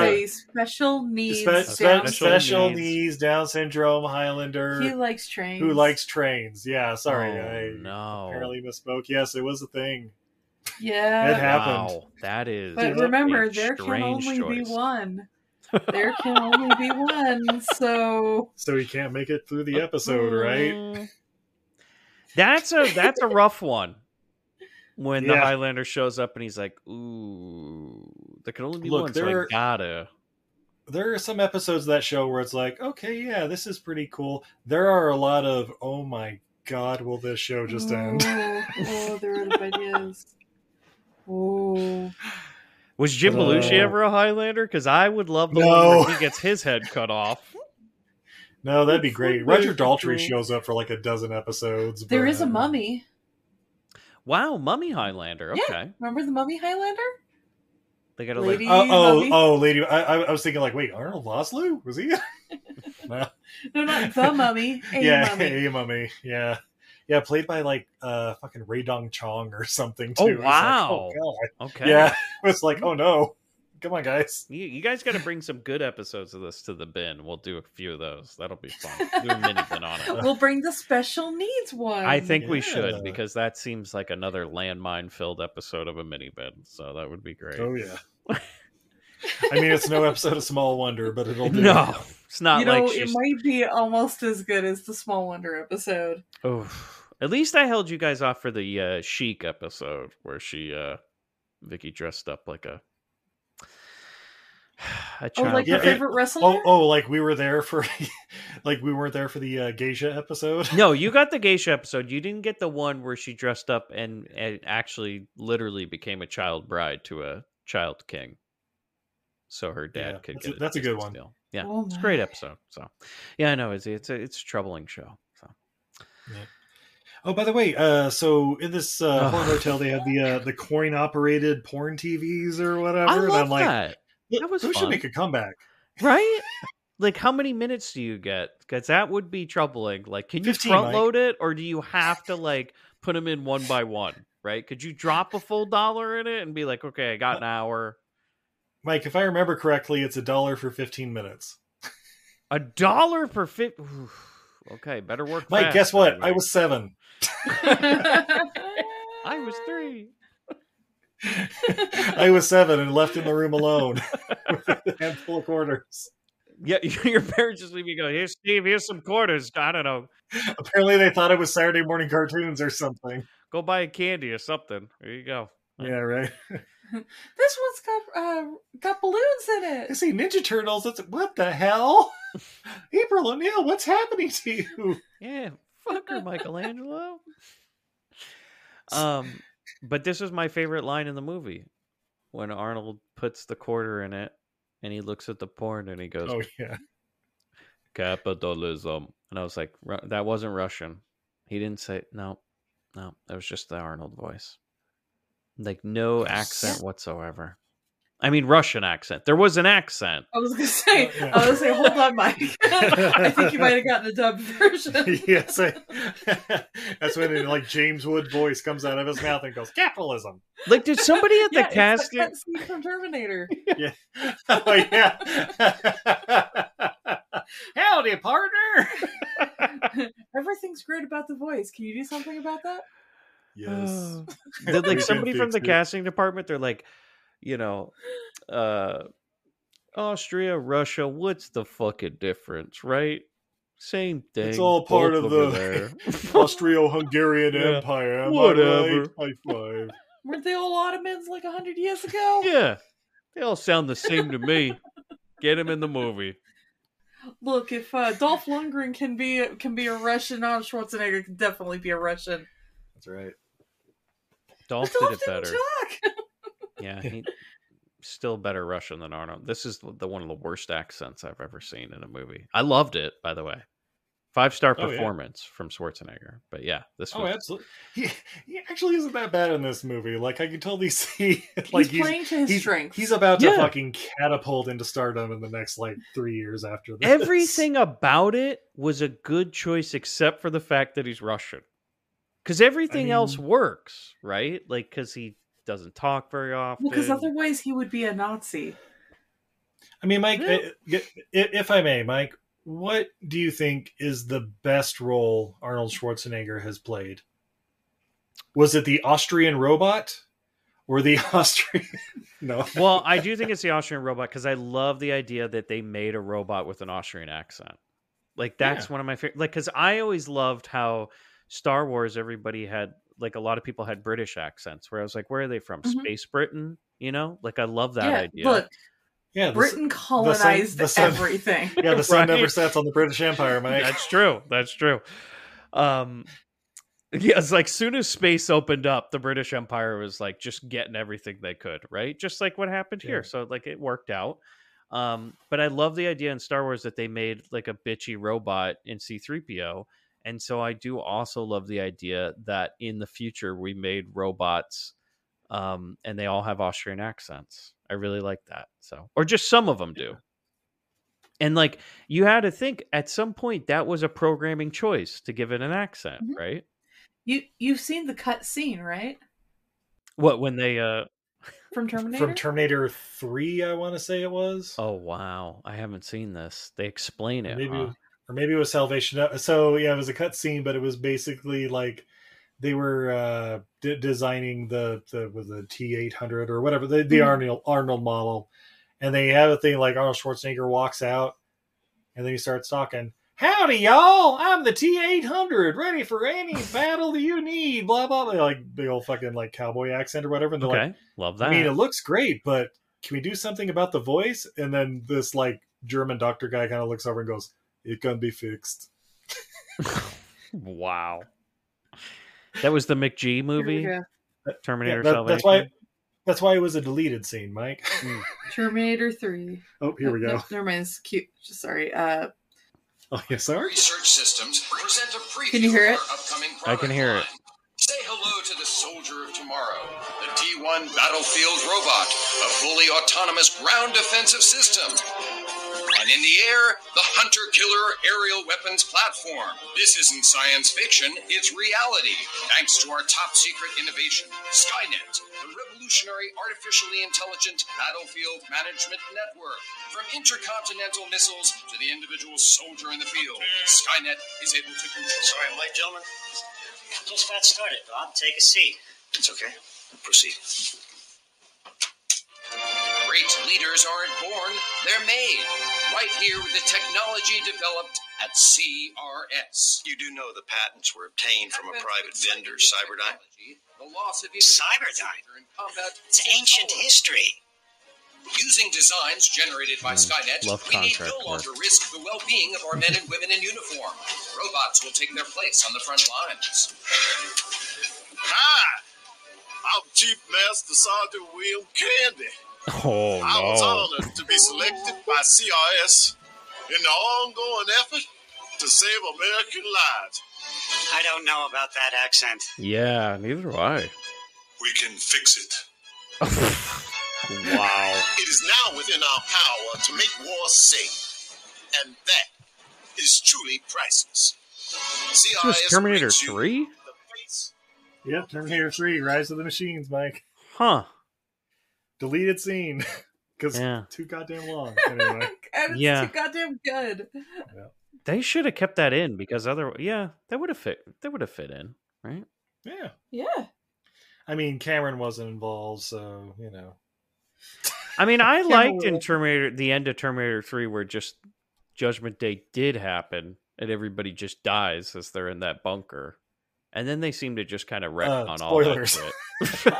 D: yeah.
M: a special needs.
D: Spe- spe-
M: Down
D: special
M: syndrome.
D: needs, Down syndrome Highlander.
M: He likes trains.
D: Who likes trains? Yeah, sorry,
G: Oh,
D: I
G: no.
D: apparently misspoke. Yes, it was a thing.
M: Yeah.
D: It happened.
G: Wow, that is.
M: But
G: a
M: remember, there can
G: strange
M: only be
G: choice.
M: one. There can only be one. So
D: So he can't make it through the
M: Oh.
D: episode, right?
M: Mm.
G: That's a that's a rough one. When the
D: Yeah.
G: Highlander shows up and he's like, "Ooh, there can only be
D: Look,
G: one." So I
D: there are-
G: gotta.
D: There are some episodes of that show where it's like, okay, yeah, this is pretty cool. There are a lot of, oh my god, will this show just end?
M: Oh, oh, they're out of ideas. Oh.
G: Was Jim
D: Uh,
G: Belushi ever a Highlander? Because I would love the one
D: No.
G: where he gets his head cut off.
D: No, that'd be
G: Very
D: great. Roger Daltrey
G: cool.
D: shows up for like a dozen episodes.
M: There
D: but-
M: is a mummy.
G: Wow, Mummy Highlander. Okay,
M: Yeah. Remember the mummy Highlander?
G: they got to
M: Lady-
G: like.
D: Oh, oh,
M: mummy.
D: oh, lady! I, I- I was thinking like, wait, Arnold Laszlo was he? no.
M: No, not the mummy. A
D: yeah,
M: mummy.
D: a mummy. Yeah, yeah, played by like uh fucking Ray Dong Chong or something. Too.
G: Oh
D: It was like,
G: wow.
D: oh, God.
G: Okay.
D: Yeah, it was like, oh no, come on, guys.
G: You, you guys got to bring some good episodes of this to the bin. We'll do a few of those. That'll be fun. Do a mini bin on it.
M: We'll bring the special needs one.
G: I think we
D: Oh, Yeah.
G: should because that seems like another landmine filled episode of a mini bed. So that would be great.
D: Oh yeah. I mean, it's no episode of Small Wonder, but it'll do.
G: No, it's not
M: you know,
G: like
M: it
G: she's.
M: might be almost as good as the Small Wonder episode.
G: Oh, at least I held you guys off for the uh, chic episode where she, uh, Vicky, dressed up like a a
M: Oh,
G: child.
M: like
D: Yeah,
M: the
D: it-
M: favorite wrestler?
D: Oh, oh, like we were there for, like we weren't there for the uh, geisha episode.
G: no, you got the geisha episode. You didn't get the one where she dressed up and, and actually literally became a child bride to a child king. So her dad
D: Yeah,
G: could
D: that's
G: get
D: a- that's a good
G: business
D: one.
G: deal. Yeah,
M: Oh
G: it's a
M: my.
G: great episode. So, yeah, I know it's it's a, it's a troubling show. So
D: Oh, by the way, uh, so in this uh,
G: Ugh.
D: porn hotel, they have the uh, the coin operated porn TVs or whatever,
G: I
D: and
G: love
D: I'm like,
G: that, That was
D: those
G: fun.
D: should make a comeback.
G: right? like, how many minutes do you get? Because that would be troubling. Like, can you
D: 15,
G: front
D: Mike.
G: load it, or do you have to like put them in one by one? Right? Could you drop a full dollar in it and be like, okay, I got an hour.
D: Mike, if I remember correctly, it's a dollar for 15 minutes.
G: A dollar per fit. Okay, better work.
D: Mike,
G: fast,
D: guess what?
G: everybody.
D: I was seven.
G: I was three.
D: I was seven and left in the room alone with a handful of quarters.
G: Yeah, your parents just leave you go. Here, Steve. Here's some quarters. I don't know.
D: Apparently, they thought it was Saturday morning cartoons or something.
G: Go buy a candy or something. There you go.
D: Yeah, right.
M: This one's got uh, got balloons in
D: I
M: it.
D: see Ninja Turtles. It's what the hell? April O'Neil, what's happening to you?
G: Yeah, fucker, Michelangelo. Um, but this is my favorite line in the movie when Arnold puts the quarter in it and he looks at the porn and he goes,
D: Oh yeah,
G: "Capitalism," and I was like, "Ru- "That wasn't Russian." He didn't say no, no. That was just the Arnold voice, like no accent whatsoever. I mean, Russian accent. There was an accent.
M: I was gonna
G: Oh,
M: say, I was gonna say, hold on, Mike. I think you might have gotten a dub version.
D: yes, I- that's when it, like James Wood voice comes out of his mouth and goes capitalism.
G: Like, did somebody at the
M: Yeah, it's
G: cast?
M: like that scene from Terminator.
D: Yeah. Oh yeah. Howdy, partner.
M: Everything's great about the voice. Can you do something about that?
G: Oh,
D: Yes.
G: Did
D: We
G: like
D: can
G: somebody from
D: fix
G: the
D: it.
G: casting department? They're like, you know, uh Austria, Russia. What's the fucking difference, right? Same thing.
D: It's all part
G: both
D: of
G: over
D: the
G: there.
D: Austro-Hungarian
G: Yeah.
D: Empire. Am
G: Whatever.
D: I right? High five.
M: Weren't they all Ottomans like hundred years ago?
G: Yeah, they all sound the same to me. Get him in the movie.
M: Look, if uh, Dolph Lundgren can be can be a Russian, Arnold Schwarzenegger can definitely be a Russian.
D: That's right.
G: Dolph
M: Dolph
G: did it
M: didn't
G: better. Yeah, he still better Russian than Arnold. This is the one of the worst accents I've ever seen in a movie. I loved it, by the way. Five star
D: Oh, yeah.
G: performance from Schwarzenegger. But yeah, this
D: Oh,
G: was
D: absolutely. He, he actually isn't that bad in this movie. Like I can totally see, like
M: He's playing to his
D: he's,
M: strengths.
D: He's about to
G: Yeah.
D: fucking catapult into stardom in the next like three years after this.
G: everything about it was a good choice except for the fact that he's Russian. Because everything else
D: mean-
G: works, right? Like because he doesn't talk very often.
M: Well, because otherwise he would be a Nazi.
D: I mean, Mike,
M: Yeah.
D: i- i- if I may, Mike, what do you think is the best role Arnold Schwarzenegger has played? Was it the Austrian robot or the Austrian? no.
G: well, I do think it's the Austrian robot because I love the idea that they made a robot with an Austrian accent. Like that's
D: Yeah.
G: one of my favorite. Like because I always loved how Star Wars everybody had like a lot of people had British accents. Where I was like, where are they from?
M: Mhm.
G: Space Britain? You know, like I love that
M: yeah,
G: idea.
M: look,
D: Yeah, the s-
M: Britain
D: the sun-
M: colonized
D: the sun-
M: everything.
D: Yeah, the sun never
G: Right.
D: sets on the British Empire, Mike.
G: That's true. That's true. Um, yeah, it's like soon as space opened up, the British Empire was like just getting everything they could, right? Just like what happened
D: Yeah.
G: here. So like it worked out. Um, but I love the idea in Star Wars that they made like a bitchy robot in C3PO. And so I do also love the idea that in the future we made robots um and they all have Austrian accents. I really like that. So or just some of them do. And like you had to think at some point that was a programming choice to give it an accent,
M: Mhm.
G: right?
M: You you've seen the cut scene, right?
G: What when they uh
M: From Terminator?
D: From Terminator Three, I want to say it was.
G: oh wow, I haven't seen this. They explain it.
D: maybe,
G: huh?
D: or maybe it was Salvation. Uh, So yeah, it was a cutscene, but it was basically like they were uh, de- designing the the was the T eight hundred or whatever the, the
M: Mhm.
D: Arnold Arnold model, and they have a thing like Arnold Schwarzenegger walks out, and then he starts talking. Howdy, y'all! I'm the T eight hundred, ready for any battle you need. Blah blah blah, like the old fucking like cowboy accent or whatever. And they're
G: Okay.
D: like,
G: Love that.
D: I mean, it looks great, but can we do something about the voice? And then this like German doctor guy kind of looks over and goes, "It can be fixed."
G: wow. That was the McGee movie,
M: Here
G: Terminator
D: Yeah, that-
G: Salvation. Hmm.
D: that's why. That's why it was a deleted scene, Mike.
M: we go. Terminator Three.
D: oh, here we
M: No,
D: go.
M: no, never mind. It's cute. Just sorry. Uh,
D: Oh, yeah, sorry.
K: Search systems present a preview
M: Can you hear
K: of
M: it?
K: our upcoming
G: I
K: product
G: can hear
K: line.
G: it.
K: Say hello to the soldier of tomorrow, the T1 Battlefield Robot, a fully autonomous ground defensive system. And in the air, the hunter killer aerial weapons platform. This isn't science fiction, it's reality, thanks to our top secret innovation, Skynet, the revolutionary artificially intelligent battlefield management network. From intercontinental missiles to the individual soldier in the field, Skynet is able to control.
C: Sorry, I'm late, gentlemen. Just got started, Bob. Take a seat.
K: It's okay. Proceed. Great leaders aren't born, they're made. Right here with the technology developed at CRS. You do know the patents were obtained from a private vendor, Cyberdyne? The loss of
C: Cyberdyne?
K: in combat
C: It's ancient history.
K: Using designs generated by Skynet,
G: mm, love
K: we need
G: contract
K: no
G: work.
K: longer risk the well being of our men and women in uniform. Robots will take their place on the front lines.
C: Hi, I'm Chief Master Sergeant William Candy.
G: Oh
C: I was
G: no!
C: honored to be selected by CRS in the ongoing effort to save American lives.
O: I don't know about that accent.
G: Yeah, neither do I.
C: We can fix it.
G: Wow.
K: It is now within our power to make war safe, and that is truly priceless.
G: This was
K: CRS
G: Terminator
K: brings you
G: 3?
D: Yep, Terminator 3, Rise of the Machines, Mike.
G: Huh.
D: Deleted scene. Because
G: Yeah.
D: too goddamn long. Anyway.
M: And it's
G: Yeah.
M: too goddamn good.
G: They should have kept that in because other yeah, that would have fit that would have fit in, right?
D: yeah.
M: Yeah.
D: I mean, Cameron wasn't involved, so, you know.
G: I mean, I
D: Cameron
G: liked in
D: Wolf.
G: Terminator the end of Terminator 3 where just Judgment Day did happen and everybody just dies as they're in that bunker. And then they seem to just kind of wreck
D: Uh,
G: on all that
D: spoilers.
G: shit.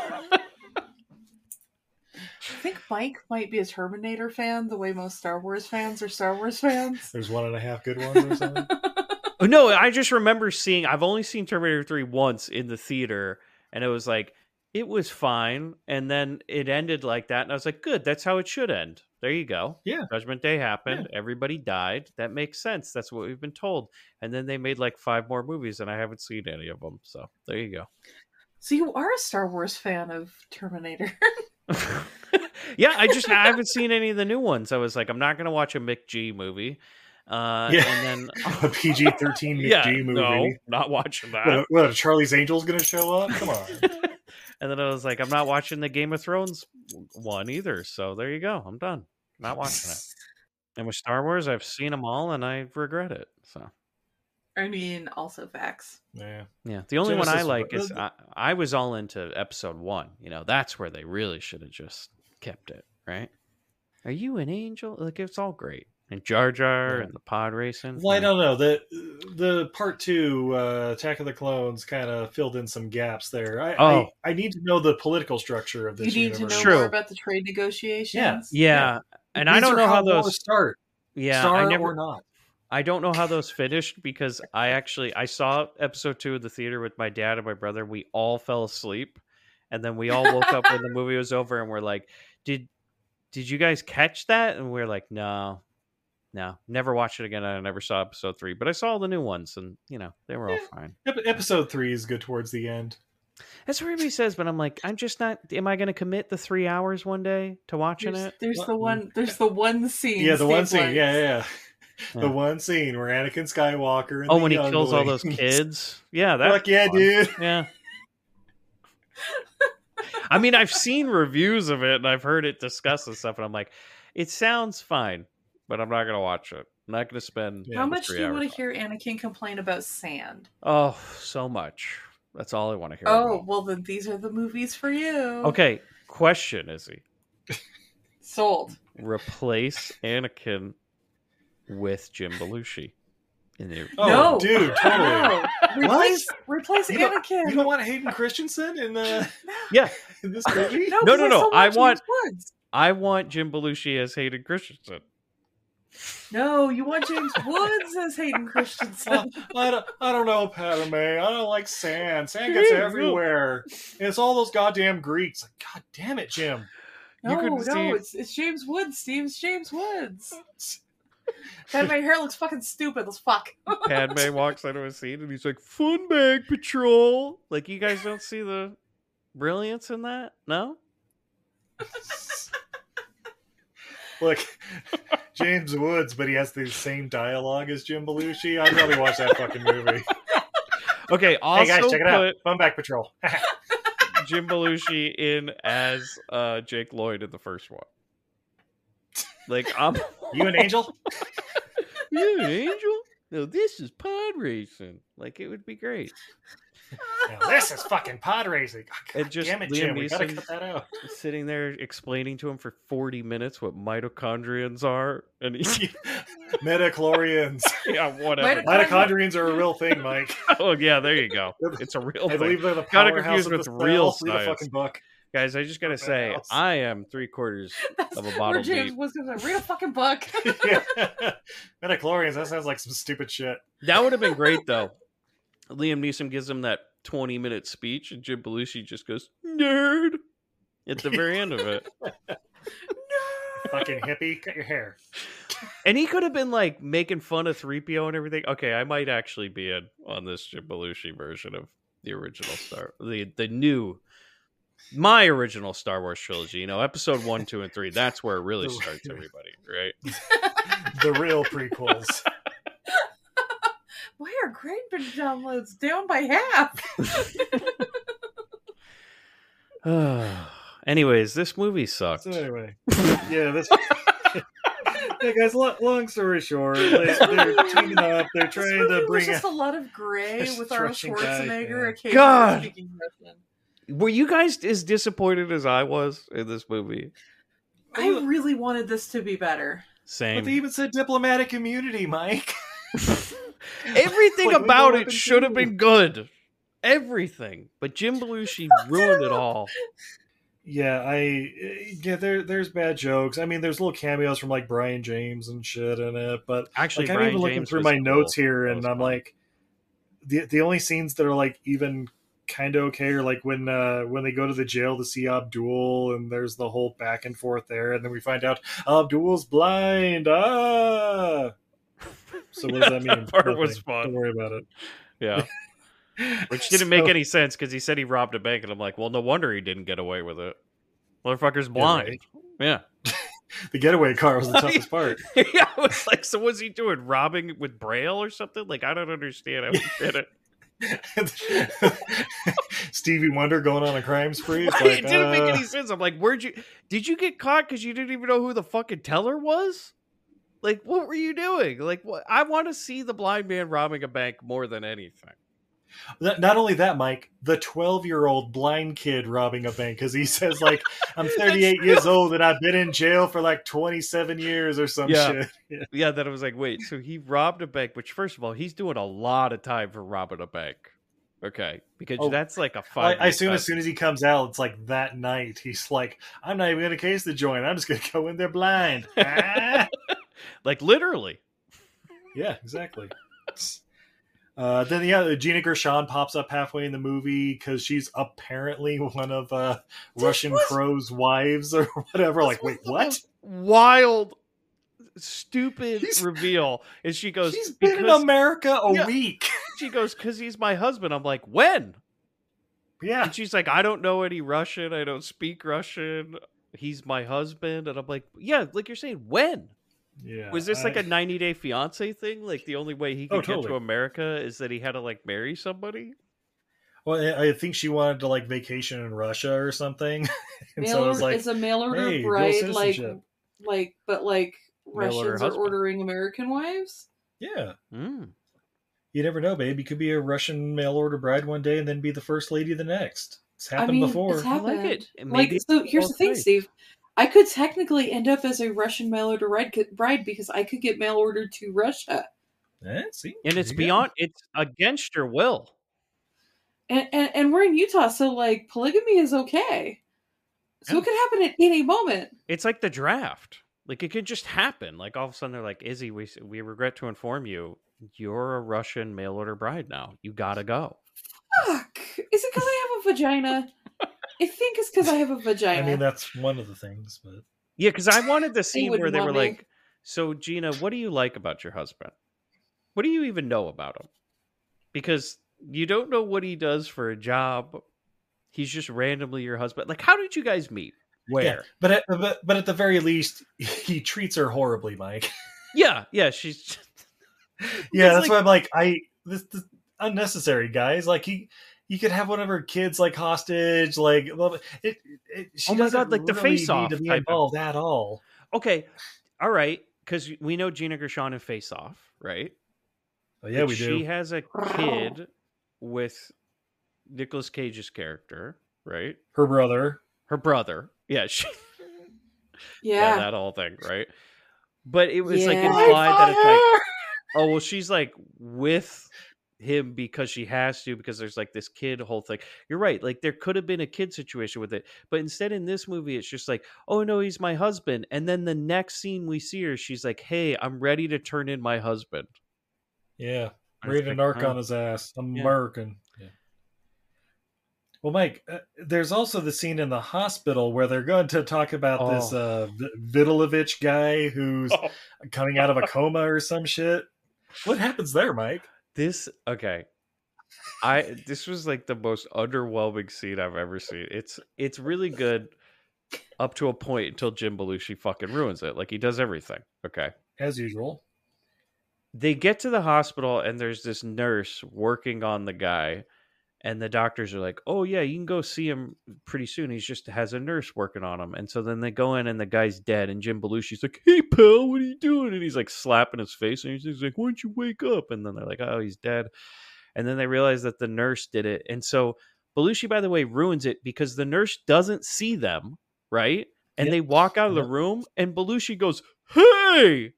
M: I think Mike might be a Terminator fan, the way most Star Wars fans are Star Wars fans.
D: There's one and a half good ones or something.
G: Oh, No, I just remember seeing. I've only seen Terminator Three once in the theater, and it was like it was fine, and then it ended like that, and I was like, "Good, that's how it should end." There you go.
D: Yeah.
G: Judgment Day happened. Everybody died. That makes sense. That's what we've been told. And then they made like five more movies, and I haven't seen any of them. So there you go.
M: So you are a Star Wars fan of Terminator.
G: Yeah, I just I haven't seen any of the new ones. I was like, I'm not gonna watch a Mick G movie. Uh,
D: Yeah.
G: and then
D: a PG 13
G: yeah,
D: G movie.
G: no, not watching that.
D: What, what, Charlie's Angels going to show up? Come on.
G: And then I was like, I'm not watching the Game of Thrones one either. So there you go. I'm done. Not watching it. And with Star Wars, I've seen them all and I regret it. So
M: I mean, also facts.
D: Yeah.
G: yeah, the only one I
D: Genesis-
G: like is I, I was all into episode one. You know, that's where they really should have just kept it, right? Are you an angel? Like it's all great. And Jar Jar and the pod racing.
D: Well, I don't know. The the part two uh, Attack of the Clones kind of filled in some gaps there. I,
G: Oh.
D: I I need to know the political structure of
M: You
D: this.
M: need to know
D: universe.
M: more about the trade negotiations.
D: Yeah.
G: Yeah. And I
D: These
G: don't
D: are
G: know how,
D: wars
G: those
D: start.
G: Yeah,
D: Star
G: I
D: or
G: never
D: not.
G: I don't know how those finished because I actually I saw episode 2 of the theater with my dad and my brother. We all fell asleep and then we all woke up when the movie was over and we're like, "Did did you guys catch that?" And we're like, "No. No. Never watched it again. I never saw episode 3, but I saw all the new ones and, you know, they were all fine."
D: Ep- episode three is good towards the end.
G: That's what everybody says, but I'm like, I'm just not am I going to commit the 3 hours one day to watching
M: There's,
G: it?
M: there's the one. There's the one scene.
D: yeah, the one
M: Steve
D: scene. Yeah, yeah, yeah.
G: Yeah.
D: The one scene where Anakin Skywalker. And
G: Oh,
D: the
G: when he
D: young
G: kills all
D: boys-
G: those kids. Yeah, that
D: Fuck yeah,
G: fun.
D: dude.
G: Yeah. I mean, I've seen reviews of it and I've heard it discussed and stuff, and I'm like, it sounds fine, but I'm not gonna watch it. I'm not gonna spend
M: How much do
G: three
M: you
G: hours.
M: want to hear Anakin complain about sand?
G: Oh, so much. That's all I want to hear.
M: Oh,
G: about.
M: well, then these are the movies for you.
G: Okay. Question, Izzy.
M: Sold.
G: Replace Anakin with Jim Belushi. In the
D: Oh,
M: no.
D: dude, totally.
M: No. Replace, replace
D: You don't,
M: Anakin.
D: you don't want Hayden Christensen in the
G: Yeah.
D: in this movie?
G: No, no,
M: because
G: no,
M: so
G: I
M: much
G: want-
M: James Woods.
G: I want Jim Belushi as Hayden Christensen.
M: No, you want James Woods as Hayden Christensen.
D: I don't, I don't know, Padme. I don't like sand. Sand gets everywhere. And it's all those goddamn Greeks. Like, God damn it, Jim.
M: No, no,
D: Steve.
M: it's, it's James Woods, Steve. It's James Woods. That my hair looks fucking stupid. Let's fuck.
G: Padme walks into a scene and he's like, "Fun bag patrol." Like you guys don't see the brilliance in that, no?
D: Look, James Woods, but he has the same dialogue as Jim Belushi. I'd rather watch that fucking movie.
G: Okay, also
D: hey guys, check it
G: put
D: out. Fun Back Patrol.
G: Jim Belushi in as uh, Jake Lloyd in the first one. Like I'm
D: you an angel?
G: you an angel? No, this is pod racing. Like it would be great.
D: Now, this is fucking pod racing. God
G: And just
D: damn it,
G: Liam
D: Jim. We gotta
G: Neeson-
D: cut that out.
G: Sitting there explaining to him for 40 minutes what mitochondrions are, and he,
D: Metachlorians.
G: yeah, whatever.
D: Mitochondrians are a real thing, Mike.
G: Oh yeah, there you go. It's a real
D: I
G: thing.
D: believe they're the
G: Got it
D: powerhouse
G: Oh, confused
D: of
G: with
D: the
G: real
D: cell. Read a
G: science.
D: fucking book.
G: Guys, I just gotta say,
D: else.
G: I am three quarters of a
M: Where
G: bottle
M: James
G: deep.
M: Woods goes, like, read a fucking book.
D: yeah. Metachlorians, that sounds like some stupid shit.
G: That would have been great though. Liam Neeson gives him that twenty minute speech, and Jim Belushi just goes nerd at the very end of it.
D: Fucking hippie, cut your hair.
G: And he could have been like making fun of 3PO and everything. Okay, I might actually be in on this Jim Belushi version of the original Star the the new my original Star Wars trilogy, you know, episode one, two, and three. That's where it really starts everybody, right?
D: the real prequels.
M: Why are Grindbin downloads down by half?
G: Anyways, this movie sucked.
D: So anyway, yeah, this. yeah, guys. lo- Long story short, they, they're teaming up. They're
M: This
D: trying
M: movie
D: to
M: was
D: bring.
M: just a
D: A,
M: lot of gray
D: Just
M: with Arnold
D: stretching guy,
M: Schwarzenegger
D: yeah.
M: occasionally
G: God!
M: speaking Russian.
G: Were you guys as disappointed as I was in this movie?
M: I really wanted this to be better.
D: but
G: Same.
D: they even said diplomatic immunity, Mike.
G: Everything
D: Like, we go
G: about
D: up
G: it
D: and
G: should have
D: do.
G: been good. Everything. But Jim Belushi ruined it all.
D: Yeah, I yeah. There, there's bad jokes. I mean, there's little cameos from like Brian James and shit in it. But
G: Actually,
D: like, I'm
G: Brian
D: even looking
G: James
D: through
G: was
D: my
G: cool.
D: notes here,
G: That
D: and
G: was
D: I'm
G: fun.
D: like, the the only scenes that are like even kind of okay are like when uh when they go to the jail to see Abdul, and there's the whole back and forth there, and then we find out Abdul's blind. Ah. So what does that
G: That
D: mean?
G: part was
D: Nothing.
G: fun.
D: Don't worry about it.
G: Yeah. Which didn't make
D: So-
G: any sense because he said he robbed a bank, and I'm like, well, no wonder he didn't get away with it. Motherfucker's blind. Yeah.
D: The getaway car was the toughest part.
G: Yeah. I was like, so was he doing? Robbing with Braille or something? Like, I don't understand how he did it.
D: Stevie Wonder going on a crime spree. It's
G: Right,
D: like,
G: it didn't make
D: uh,
G: any sense. I'm like, where'd you did you get caught because you didn't even know who the fucking teller was? Like, what were you doing? Like, what? I want to see the blind man robbing a bank more than anything.
D: Th- Not only that, Mike, the 12 year old blind kid robbing a bank because he says, like, I'm 38 years old and I've been in jail for like 27 years or some
G: Yeah.
D: shit. Yeah.
G: Yeah, then I was like, wait, so he robbed a bank, which first of all, he's doing a lot of time for robbing a bank. Okay, because
D: Oh,
G: that's like a
D: I,
G: five.
D: I assume as soon as he comes out, it's like that night, he's like, I'm not even going to case the joint. I'm just going to go in there blind. Ah.
G: like literally,
D: yeah, exactly. Uh, then yeah, Gina Gershon pops up halfway in the movie because she's apparently one of uh, Russian Crow's wives or whatever. Like, wait, what?
G: wild, stupid reveal, and she goes,
D: She's been in America a
G: Yeah.
D: week.
G: She goes, because he's my husband. I'm like, when?
D: Yeah.
G: And she's like, I don't know any Russian. I don't speak Russian. He's my husband. And I'm like, yeah, like you're saying, when?
D: Yeah.
G: Was this like
D: I-
G: a 90 day fiance thing? Like the only way he could
D: Oh,
G: get
D: totally.
G: to America is that he had to like marry somebody?
D: Well, I- I think she wanted to like vacation in Russia or something, and
M: Mail
D: so I was
M: order-
D: like,
M: it's a mail order
D: hey, dual
M: bride, like,
D: citizenship.
M: like, but like
D: Mail order
M: Russians are
D: husband.
M: ordering American wives.
D: yeah,
G: Mm.
D: you never know, babe. You could be a Russian mail order bride one day, and then be the first lady the next. It's happened
M: I mean,
D: before.
M: It's happened.
G: it. And
M: Like,
G: maybe
M: so
G: it's
M: here's the
G: both
M: thing,
G: ways.
M: Steve. I could technically end up as a Russian mail order bride bride because I could get mail ordered to Russia.
D: Eh, see,
G: And
D: there
G: it's
D: you go.
G: beyond, it's against your will.
M: and, and and we're in Utah, so like polygamy is okay. So it could happen at any moment.
G: It's like the draft. Like it could just happen. Like all of a sudden they're like, Izzy, we, we regret to inform you, you're a Russian mail order bride now. You gotta go.
M: Fuck. Is it because I have a vagina? I think it's because I have a vagina.
D: I mean, that's one of the things, but
G: Yeah, because I wanted the scene where
M: wouldn't
G: they were
M: want me.
G: like, "So Gina, what do you like about your husband? What do you even know about him? Because you don't know what he does for a job. He's just randomly your husband. Like, how did you guys meet?
D: Yeah,
G: Where?
D: but, at, but but at the very least, he treats her horribly, Mike.
G: Yeah, yeah. she's
D: yeah,
G: It's
D: that's
G: like-
D: why I'm like, I this, this unnecessary guys. Like he, you could have one of her kids like hostage. Like blah, blah. it, it, she
G: Oh my
D: doesn't
G: God, like the
D: really need
G: face-off
D: to be
G: type of-
D: involved at all.
G: okay. All right, because we know Gina Gershon in Face Off, right?
D: Oh, yeah,
G: But
D: we do.
G: She has a kid with Nicolas Cage's character, right?
D: her brother.
G: Her brother. Yeah, she yeah.
M: yeah.
G: that whole thing, right? But it was like
M: Yeah. My
G: implied that it's like, oh well, she's like with him because she has to because there's like this kid whole thing. You're right. Like there could have been a kid situation with it, but instead in this movie it's just like, oh no, he's my husband. And then the next scene we see her, she's like, hey, I'm ready to turn in my husband.
D: Yeah,
G: I was
D: reading an
G: like,
D: arc
G: huh?
D: on his ass. I'm
G: Yeah.
D: American. Well, Well, Mike, uh, there's also the scene in the hospital where they're going to talk about
G: Oh.
D: this uh, V- Vitalovich guy who's coming out of a coma or some shit. What happens there, Mike?
G: This okay. I this was like the most underwhelming scene I've ever seen. It's it's really good up to a point until Jim Belushi fucking ruins it. Like he does everything. Okay.
D: As usual.
G: They get to the hospital and there's this nurse working on the guy and the doctors are like, "Oh yeah, you can go see him pretty soon. He's just has a nurse working on him." And so then they go in and the guy's dead and Jim Belushi's like, "Hey pal, what are you doing?" And he's like slapping his face and he's just like, "Why don't you wake up?" And then they're like, "Oh, he's dead." And then they realize that the nurse did it. And so Belushi by the way ruins it because the nurse doesn't see them, right? And they walk out of the room and Belushi goes, "Hey!"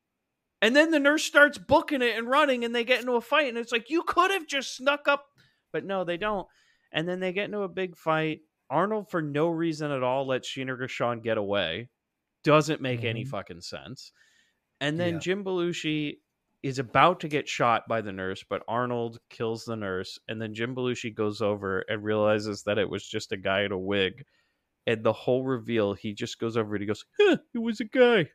G: And then the nurse starts booking it and running and they get into a fight and it's like, "You could have just snuck up but no, they don't. And then they get into a big fight. Arnold, for no reason at all, lets Sheena Gershon get away. Doesn't make any
D: Mm-hmm.
G: fucking sense. And then Jim Belushi is about to get shot by the nurse, but Arnold kills the nurse. And then Jim Belushi goes over and realizes that it was just a guy in a wig. And the whole reveal, he just goes over and he goes, huh, it was a guy.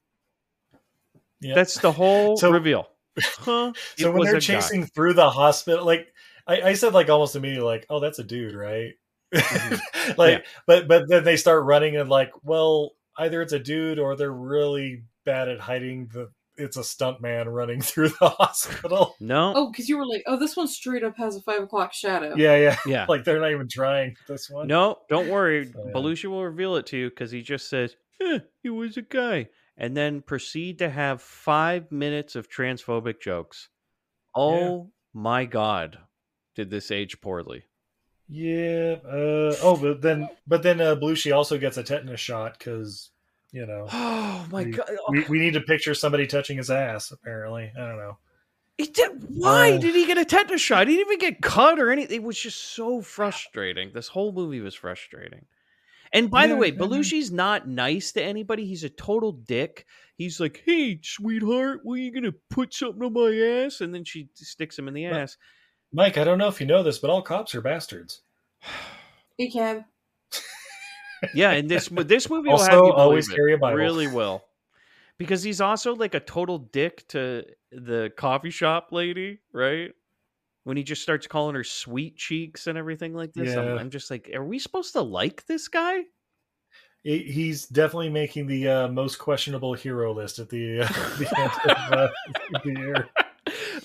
G: That's the whole
D: So-
G: reveal. Huh?
D: So
G: it
D: when
G: was
D: they're
G: a guy.
D: chasing through the hospital, like I, I said, like almost immediately, like, "Oh, that's a dude, right?"
G: Mm-hmm.
D: like, but but then they start running and like, well, either it's a dude or they're really bad at hiding the. It's a stunt man running through the hospital.
G: No.
M: Oh, because you were like, oh, this one straight up has a five o'clock shadow.
D: Yeah, yeah,
G: Yeah.
D: Like they're not even trying this one.
G: No, don't worry. Belushi will reveal it to you because he just says, eh, he was a guy. And then proceed to have five minutes of transphobic jokes. Oh my God. Did this age poorly?
D: Yeah. Uh, oh, but then but then uh, Belushi also gets a tetanus shot because you know.
G: Oh my
D: we-
G: God.
D: We, we need to picture somebody touching his ass. Apparently, I don't know.
G: It did, why
D: Oh.
G: did he get a tetanus shot? He didn't even get cut or anything. It was just so frustrating. This whole movie was frustrating. And by the
D: Yeah,
G: way,
D: I know.
G: Belushi's not nice to anybody. He's a total dick. He's like, "Hey, sweetheart, well, you gonna put something on my ass?" And then she sticks him in the ass.
D: Mike, I don't know if you know this, but all cops are bastards.
M: Hey, Cab.
G: Yeah, and this mo- this movie will have
D: Also,
G: you believe
D: always
G: it.
D: carry a Bible.
G: Really will, because he's also like a total dick to the coffee shop lady, right? When he just starts calling her sweet cheeks and everything like this, I'm,
D: Yeah.
G: I'm just like, are we supposed to like this guy?
D: He- He's definitely making the uh, most questionable hero list at the, uh, the end of uh, the year.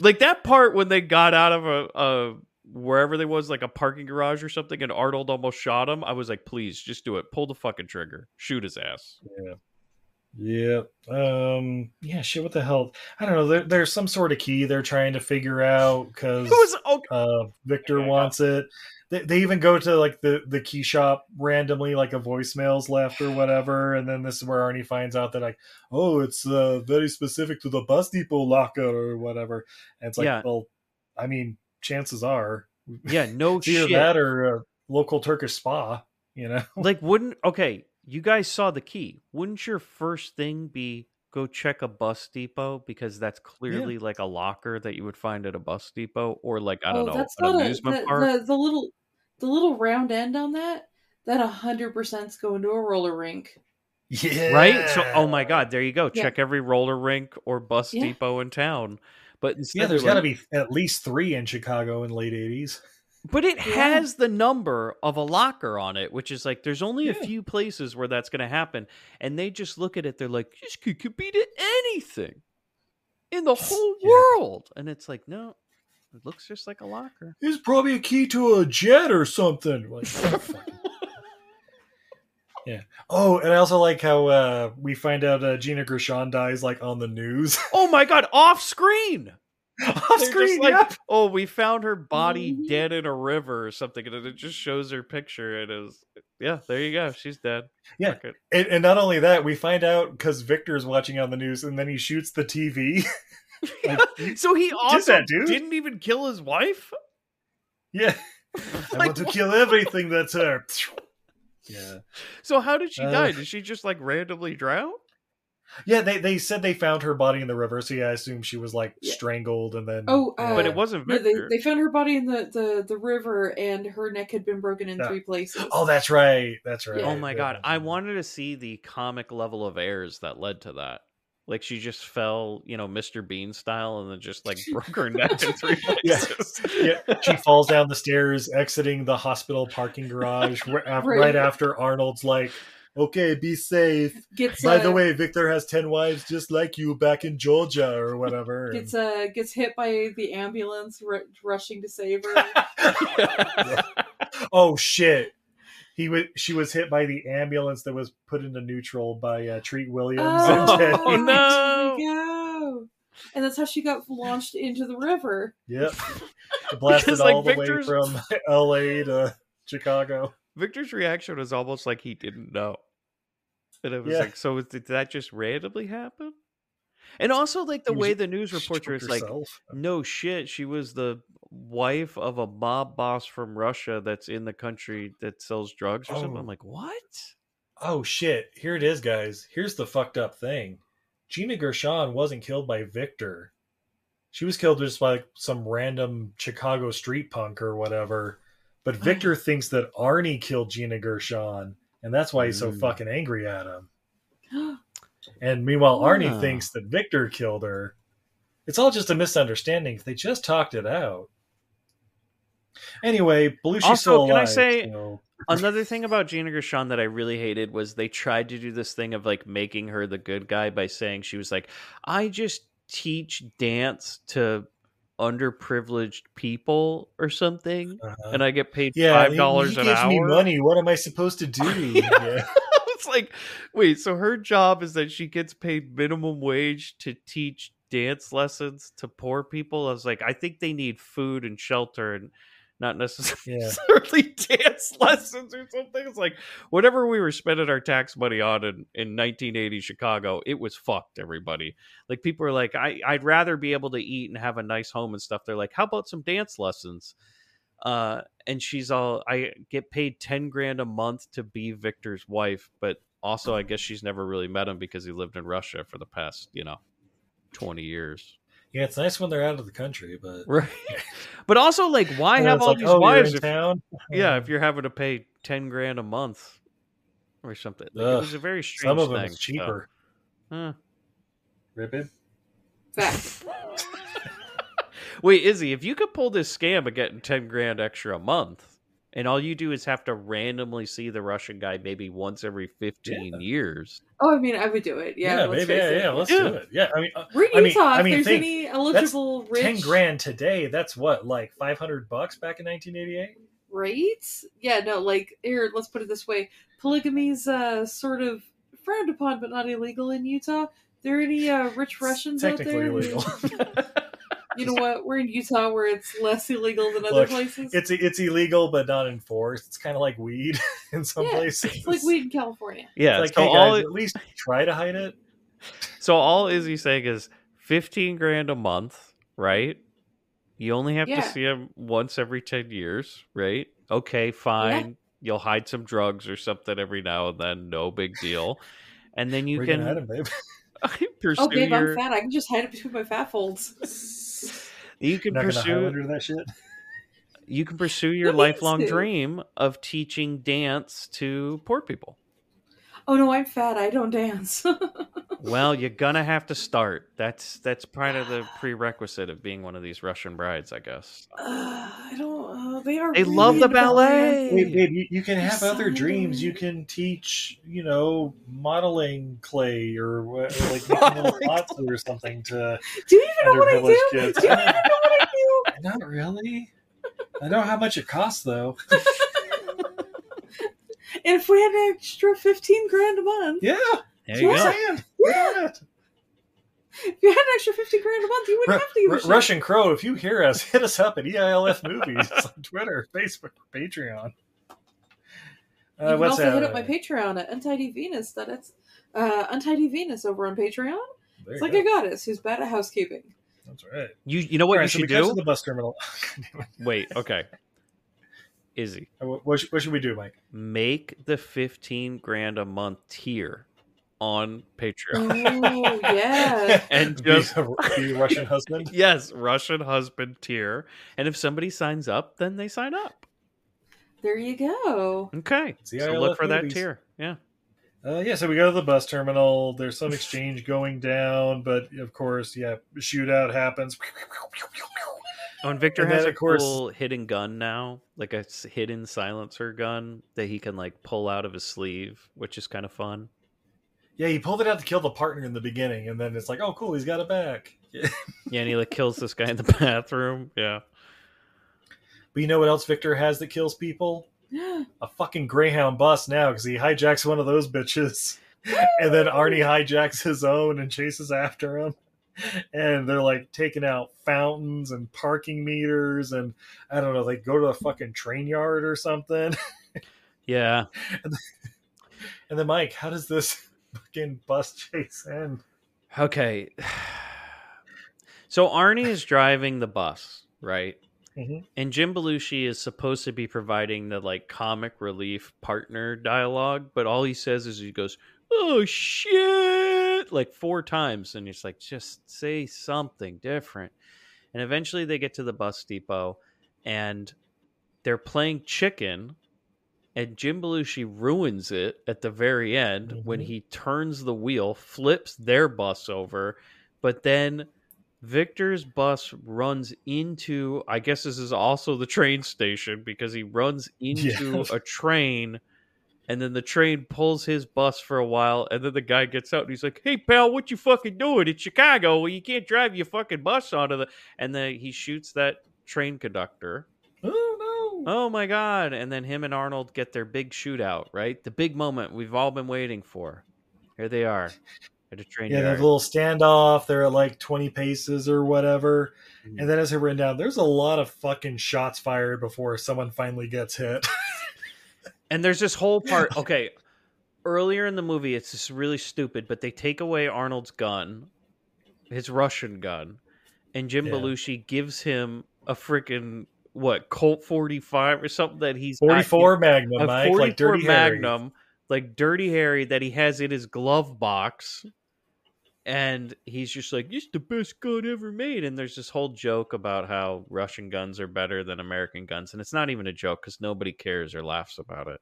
G: Like that part when they got out of a, a wherever they was, like a parking garage or something, and Arnold almost shot him. I was like, please, just do it. Pull the fucking trigger. Shoot his ass.
D: Yeah. Yeah. Um, yeah. Shit. What the hell? I don't know. There, there's some sort of key they're trying to figure out because uh, Victor wants it. They, they even go to like the, the key shop randomly, like a voicemail's left or whatever. And then this is where Arnie finds out that like, oh, it's uh, very specific to the bus depot locker or whatever. And it's like,
G: Yeah.
D: well, I mean, chances are,
G: Yeah, no
D: either
G: shit.
D: that or a local Turkish spa. You know.
G: like wouldn't okay you guys saw the key wouldn't your first thing be go check a bus depot because that's clearly like a locker that you would find at a bus depot or like i don't know
M: Oh, that's
G: an
M: not a,
G: amusement
M: the,
G: park
M: the, the little the little round end on that. That hundred percent's going to a roller rink.
D: Yeah.
G: right so oh my god there you go
M: Yeah.
G: check every roller rink or bus
M: Yeah.
G: depot in town but instead
D: Yeah, there's
G: like-
D: got to be at least three in Chicago in late '80s.
G: But it has the number of a locker on it, which is like there's only a few places where that's going to happen, and they just look at it. They're like, this could, could be to anything in the whole world, and it's like, no, it looks just like a locker.
D: It's probably a key to a jet or something. Like, yeah. Oh, and I also like how uh, we find out uh, Gina Gershon dies like on the news.
G: Oh my god, off screen.
D: Off screen,
G: like,
D: yep. Mm-hmm.
G: oh, we found her body dead in a river or something, and then it just shows her picture, and it was, yeah, there you go, she's dead.
D: Yeah.
G: Fuck it.
D: and, and not only that, we find out because Victor's watching on the news, and then he shoots the TV.
G: So he also
D: that, dude.
G: didn't even kill his wife.
D: yeah, I want to kill everything that's her. yeah.
G: So how did she
D: Uh,
G: die? Did she just like randomly drown?
D: Yeah, they, they said they found her body in the river, so yeah, I assume she was like strangled and then.
B: Oh, uh,
G: But it wasn't
B: no, they,
G: Victor.
B: they found her body in the, the, the river, and her neck had been broken in
D: Yeah.
B: three places.
D: Oh, that's right. That's right.
G: Oh my god, I wanted to see the comic level of errors that led to that. Like she just fell, you know, Mr. Bean style, and then just like broke her neck in three
D: Yeah.
G: places.
D: yeah, she falls down the stairs, exiting the hospital parking garage where, af-
B: Right.
D: right. after Arnold's like, "Okay, be safe."
B: Gets,
D: By
B: uh,
D: the way, Victor has ten wives just like you back in Georgia or whatever.
B: Gets uh gets hit by the ambulance r- rushing to save her.
D: Oh. And- oh shit! He was she was hit by the ambulance that was put into neutral by uh, Treat Williams.
B: Oh,
D: and Jenny.
B: no! go. And that's how she got launched into the river.
D: Yep, blasted
G: Because, like,
D: all
G: Victor's-
D: the way from L.A. to Chicago.
G: Victor's reaction was almost like he didn't know. And it was
D: Yeah.
G: like, so was- did that just randomly happen? And also, like the
D: She was-
G: way the news reporter
D: took
G: is like,
D: herself.
G: no shit, she was the wife of a mob boss from Russia that's in the country that sells drugs or something.
D: Oh.
G: I'm like, what?
D: Oh shit! Here it is, guys. Here's the fucked up thing: Gina Gershon wasn't killed by Victor. She was killed just by like, some random Chicago street punk or whatever. But
G: Hmm.
D: Victor thinks that Arnie killed Gina Gershon, and that's why he's so
G: Mm.
D: fucking angry at him. And meanwhile, Arnie
G: Ah.
D: thinks that Victor killed her. It's all just a misunderstanding. If they just talked it out. Anyway, Belushi's still
G: also,
D: alive.
G: can I say
D: so-
G: another thing about Gina Gershon that I really hated was they tried to do this thing of like making her the good guy by saying she was like, I just teach dance to underprivileged people or something,
D: uh-huh.
G: and I get paid
D: Uh, yeah,
G: five
D: he-
G: dollars
D: he
G: an
D: gives
G: hour.
D: me money. What am I supposed to do? Yeah.
G: it's like, wait, so her job is that she gets paid minimum wage to teach dance lessons to poor people. I was like, I think they need food and shelter and not necessarily dance lessons or something. It's like whatever we were spending our tax money on in, in 1980 Chicago, it was fucked, everybody. Like people are like, I, I'd rather be able to eat and have a nice home and stuff. They're like, how about some dance lessons? Uh, and she's all, I get paid 10 grand a month to be Victor's wife, but also I guess she's never really met him because he lived in Russia for the past, you know, 20 years.
D: Yeah, it's nice when they're out of the country, but
G: Right. But also, like, why
D: Yeah,
G: have
D: it's
G: all
D: like,
G: these
D: oh, you're
G: wives?
D: in
G: if-
D: town?
G: Yeah, if you're having to pay ten grand a month or something, Like, it
D: Ugh,
G: was a very strange.
D: some of them
G: thing,
D: is
G: so-
D: cheaper.
G: Huh.
D: Ribbon.
B: Facts.
G: Wait, Izzy, if you could pull this scam of getting ten grand extra a month, and all you do is have to randomly see the Russian guy maybe once every fifteen years,
B: Oh, I mean, I would do it. Yeah,
D: Yeah, maybe.
B: let's face
D: Yeah,
B: it.
D: yeah. Let's do it. Yeah, I mean, uh,
B: We're in
D: I mean,
B: Utah.
D: I
B: If
D: mean,
B: there's
D: think,
B: any
D: that's
B: eligible rich,
D: ten grand today. That's what, like five hundred bucks back in nineteen eighty eight.
B: right? Yeah, no. Like here, let's put it this way: polygamy's uh, sort of frowned upon, but not illegal in Utah. There any uh, rich Russians out
D: Technically
B: there? who-
D: illegal.
B: You know what? We're in Utah, where it's less illegal than other
D: Look,
B: places.
D: it's it's illegal but not enforced. It's kind of like weed in some
B: Yeah,
D: places.
B: It's like weed in California.
G: Yeah,
D: It's like,
G: so
D: hey, guys,
G: all-
D: at least try to hide it.
G: so all Izzy's saying is fifteen grand a month, right? You only have
B: Yeah.
G: to see him once every ten years, right? Okay, fine. You'll hide some drugs or something every now and then, no big deal. And then you
D: We're
G: can
D: gonna hide 'em, babe.
G: pursue
B: Oh, babe,
G: your
B: I'm fat. I can just hide it between my fat folds.
G: you can
D: Not gonna
G: pursue
D: Highlander that shit.
G: you can pursue your
B: Nobody needs
G: lifelong
B: to.
G: dream of teaching dance to poor people.
B: oh no, I'm fat. I don't dance.
G: Well, you're gonna have to start. That's that's part of the prerequisite of being one of these Russian brides, I guess.
B: I don't. Uh, they are.
G: They love
B: really
G: the
B: into ballet.
G: ballet.
D: Wait, babe, you, you can have
B: There's
D: other
B: so
D: dreams. You can teach, you know, modeling clay or wha- like making little pots or something to
B: Do you even know what I
D: underprivileged
B: do?
D: kids.
B: Do you even know what I do?
D: Not really. I know how much it costs though.
B: And if we had an extra fifteen grand a month,
D: Yeah,
G: There
D: that's what
G: you
D: I'm
G: go.
D: saying.
B: yeah. If you had an extra fifty grand a month, you
D: Ru-
B: wouldn't have to give a
D: Ru- uh,
B: shit.
D: Russian Crow, if you hear us, hit us up at E EILF Movies on Twitter, Facebook, Patreon.
B: You
D: Uh,
B: can
D: what's
B: also
D: that?
B: hit up my Patreon at Untidy Venus. That it's uh, Untidy Venus over on Patreon.
D: There you
B: it's like
D: go.
B: a goddess who's bad at housekeeping.
D: That's right.
G: You you know what
D: All
G: you
D: right, so
G: should
D: we got
G: do?
D: to the bus terminal.
G: Wait, okay. Izzy,
D: what, what should, what should we do, Mike?
G: make the fifteen grand a month tier on Patreon.
B: Ooh, Oh, yeah.
G: and
D: Be
G: just
D: a- be a Russian husband?
G: yes, Russian husband tier. And if somebody signs up, then they sign up.
B: There you go.
G: Okay. So
D: ILF
G: look for
D: movies.
G: that tier. Yeah.
D: Uh, yeah, so we go to the bus terminal. There's some exchange going down, but of course, yeah, shootout happens.
G: Oh, and Victor
D: And
G: has
D: then,
G: a
D: of course-
G: cool hidden gun now, like a s- hidden silencer gun that he can like pull out of his sleeve, which is kind of fun.
D: Yeah, he pulled it out to kill the partner in the beginning, and then it's like, oh, cool, he's got it back.
G: Yeah, and he like kills this guy in the bathroom. Yeah.
D: But you know what else Victor has that kills people? A fucking Greyhound bus now because he hijacks one of those bitches. and then Arnie hijacks his own and chases after him. And they're like taking out fountains and parking meters. And I don't know, they go to the fucking train yard or something.
G: Yeah.
D: And then, Mike, how does this fucking bus chase end?
G: Okay. So Arnie is driving the bus, right?
D: Mhm.
G: And Jim Belushi is supposed to be providing the like comic relief partner dialogue, but all he says is he goes, "Oh shit!" like four times, and he's like, "Just say something different." And eventually, they get to the bus depot, and they're playing chicken, and Jim Belushi ruins it at the very end when he turns the wheel, flips their bus over, but then Victor's bus runs into I guess this is also the train station because he runs into
D: Yes.
G: a train and then the train pulls his bus for a while and then the guy gets out and he's like, "Hey pal, what you fucking doing? It's Chicago. You can't drive your fucking bus onto the." And then he shoots that train conductor.
D: Oh
G: no. Oh my god. And then him and Arnold get their big shootout, right? The big moment we've all been waiting for. Here they are. At a train
D: Yeah,
G: yard.
D: there's a little standoff. They're at like 20 paces or whatever.
G: Hmm.
D: And then as I written down, there's a lot of fucking shots fired before someone finally gets hit.
G: And there's this whole part. Okay, earlier in the movie, it's just really stupid, but they take away Arnold's gun, his Russian gun, and Jim
D: Yeah.
G: Belushi gives him a freaking what Colt 45 or something that he's not-
D: 44 Magnum, Mike, like Dirty Harry.
G: Magnum, like Dirty Harry that he has in his glove box. And he's just like, it's the best gun ever made. And there's this whole joke about how Russian guns are better than American guns. And it's not even a joke because nobody cares or laughs about it.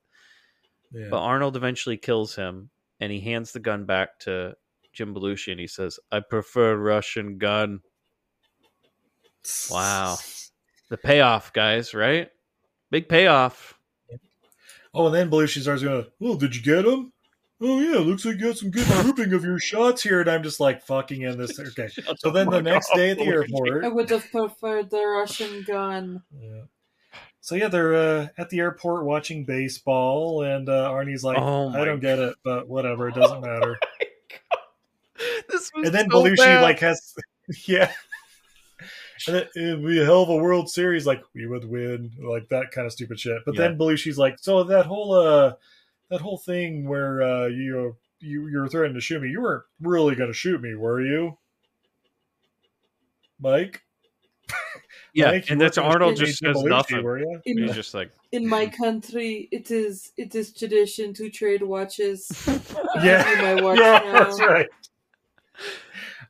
D: Yeah.
G: But Arnold eventually kills him and he hands the gun back to Jim Belushi and he says, I prefer Russian gun. Wow. The payoff, guys, right? Big payoff.
D: Oh, and then Belushi starts going, Oh, did you get him? Oh, yeah, looks like you got some good grouping of your shots here. And I'm just like, fucking in this. Okay. So then the next day at the airport.
G: Oh.
B: I would have preferred Uh, the Russian gun.
D: So yeah, they're uh, at the airport watching baseball, and uh, Arnie's like,
G: Oh my
D: "I don't get it, but whatever, it doesn't matter."
G: This was
D: and then
G: so
D: Belushi
G: bad.
D: like has, yeah, and then it'd be a hell of a World Series, like we would win, like that kind of stupid shit. But
G: Yeah.
D: then Belushi's like, "So that whole uh, that whole thing where uh, you you you were threatening to shoot me, you weren't really going to shoot me, were you, Mike?"
G: Yeah,
D: Mike, you
G: and that's
D: weren't gonna
G: Arnold
D: shoot me,
G: just
D: Jim
G: says
D: Belushi,
G: nothing.
D: were you?
G: He's just like,
B: In my country, it is it is tradition to trade watches. I
D: Yeah,
B: give you my watch
D: yeah,
B: now.
D: that's right.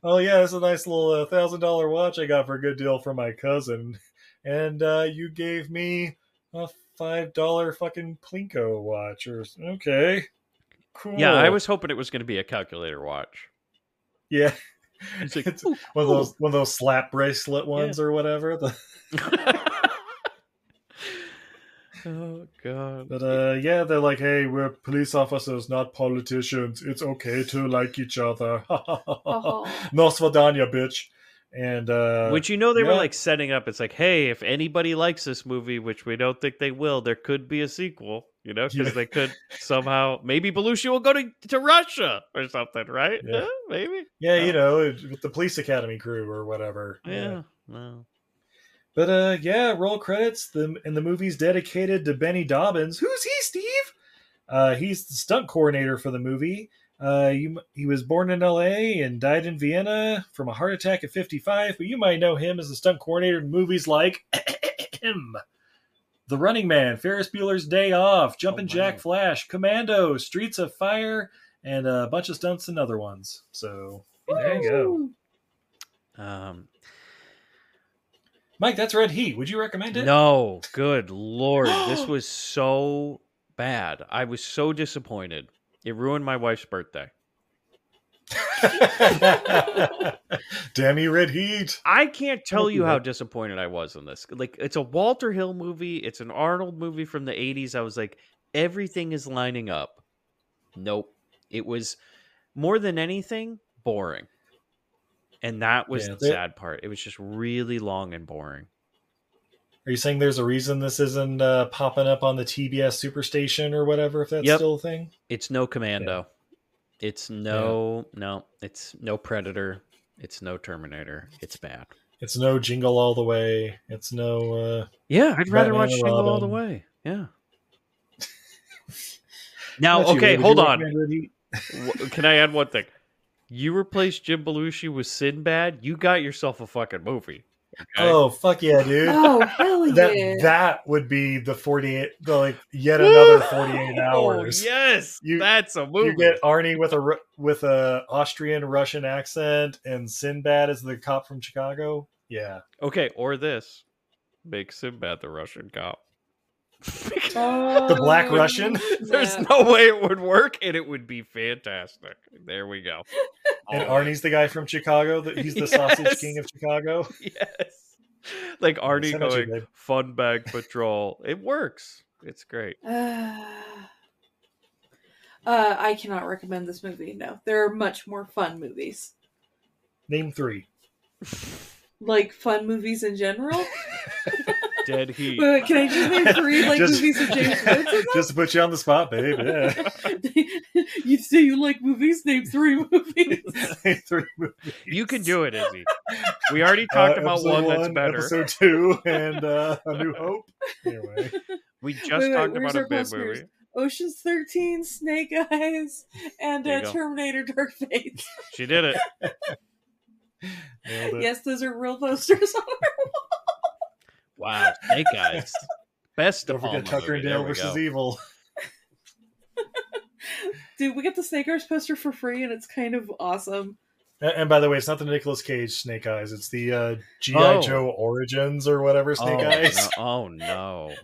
D: Oh yeah, that's a nice little uh, thousand dollar watch I got for a good deal from my cousin, and uh, you gave me a five dollar fucking plinko watch. Or okay, cool.
G: yeah, I was hoping it was going to be a calculator watch.
D: yeah.
G: It's,
D: one of those one of those slap bracelet ones or whatever. The-
G: Oh god.
D: But uh, yeah, they're like, hey, we're police officers, not politicians. It's okay to like each other.
B: Oh.
D: no svadanya, bitch. And uh,
G: which you know they were
D: yeah.
G: like setting up. It's like, hey, if anybody likes this movie, which we don't think they will, there could be a sequel. You know, because
D: Yeah.
G: they could somehow maybe Belushi will go to, to Russia or something, right?
D: Yeah.
G: maybe.
D: Yeah, you know, it- with the police academy crew or whatever.
G: Yeah. Wow.
D: But uh yeah, roll credits. The and the movie's dedicated to Benny Dobbins. Who's he, Steve? Uh he's the stunt coordinator for the movie. Uh you m- he was born in LA and died in Vienna from a heart attack at 55, but you might know him as the stunt coordinator in movies like The Oh, Running Man, Ferris Bueller's Day Off, Jumpin' Jack Flash, Commando, Streets of Fire, and a bunch of stunts and other ones. So there you
P: Woo! go. Um,
D: Mike, that's Red Heat. Would you recommend it?
G: No, good lord, this was so bad. I was so disappointed. It ruined my wife's birthday.
D: Damn you, Red Heat!
G: I can't tell you how disappointed I was in this. Like, it's a Walter Hill movie. It's an Arnold movie from the '80s. I was like, everything is lining up. Nope. It was more than anything boring, and that was
D: Yeah,
G: the
D: they-
G: sad part. It was just really long and boring.
D: Are you saying there's a reason this isn't uh, popping up on the TBS Superstation or whatever? If that's
G: Yep.
D: still a thing.
G: It's no Commando. It's no no. It's no Predator. It's no Terminator. It's bad.
D: It's no jingle all the way. It's no. Uh,
G: Yeah, I'd rather
D: Batman
G: watch
D: and
G: Jingle All the
D: Robin.
G: Way. Yeah. Now,
D: Not you.
G: okay,
D: Would you
G: hold on.
D: recommend Red Heat?
G: Wh- Can I add one thing? You replaced Jim Belushi with Sinbad. You got yourself a fucking movie. okay?
D: Oh fuck yeah, dude!
G: Oh, hell
D: that,
G: yeah.
D: That would be the forty-eight, the, like yet another forty-eight hours.
G: Oh, yes, that's a movie.
D: You get Arnie with a Ru- with a Austrian Russian accent, and Sinbad is the cop from Chicago. Yeah.
G: Okay, or this make Sinbad the Russian cop.
D: The
B: Oh,
D: Black Russian?
G: There's no way it would work, and it would be fantastic. There we go.
D: And
B: Oh.
G: All right.
D: Arnie's the guy from Chicago. That he's the
G: Yes.
D: sausage king of Chicago.
G: Yes. Like Arnie
D: Send it to you,
G: going
D: babe.
G: fun bag patrol. It works. It's great.
B: Uh, uh, I cannot recommend this movie. No, there are much more fun movies,
D: Name three.
B: like fun movies in general.
G: Dead Heat.
B: Wait, wait, can I just name three like
D: Just-
B: movies of James Woods? in
D: Just to put you on the spot, babe. Yeah.
B: that? You say you like movies? Name three movies.
D: three movies.
G: You can do it, Izzy. We already talked
D: Uh,
G: about
D: episode
G: one that's better.
D: Episode two and uh, A New Hope. Anyway.
G: We just
B: Wait, wait,
G: talked
B: where's
G: about
B: our
G: a bad
B: close
G: movie.
B: mirrors? Ocean's Thirteen, Snake Eyes, and
G: There
B: uh,
G: you go.
B: Terminator: Dark Fate.
G: She did it.
B: yes, those are real posters on our
G: Wow. Snake Eyes. Best
D: Don't
G: of all
D: forget Tucker
G: movie.
D: and
G: Oh, There
D: Dale
G: we
D: versus
G: go.
D: Evil.
B: Dude, we got the Snake Eyes poster for free, and it's kind of awesome.
D: And, and by the way, it's not the Nicolas Cage Snake Eyes. It's the uh, G.I.
G: Oh.
D: Joe Origins or whatever Snake
G: oh,
D: Eyes.
G: No. Oh, no.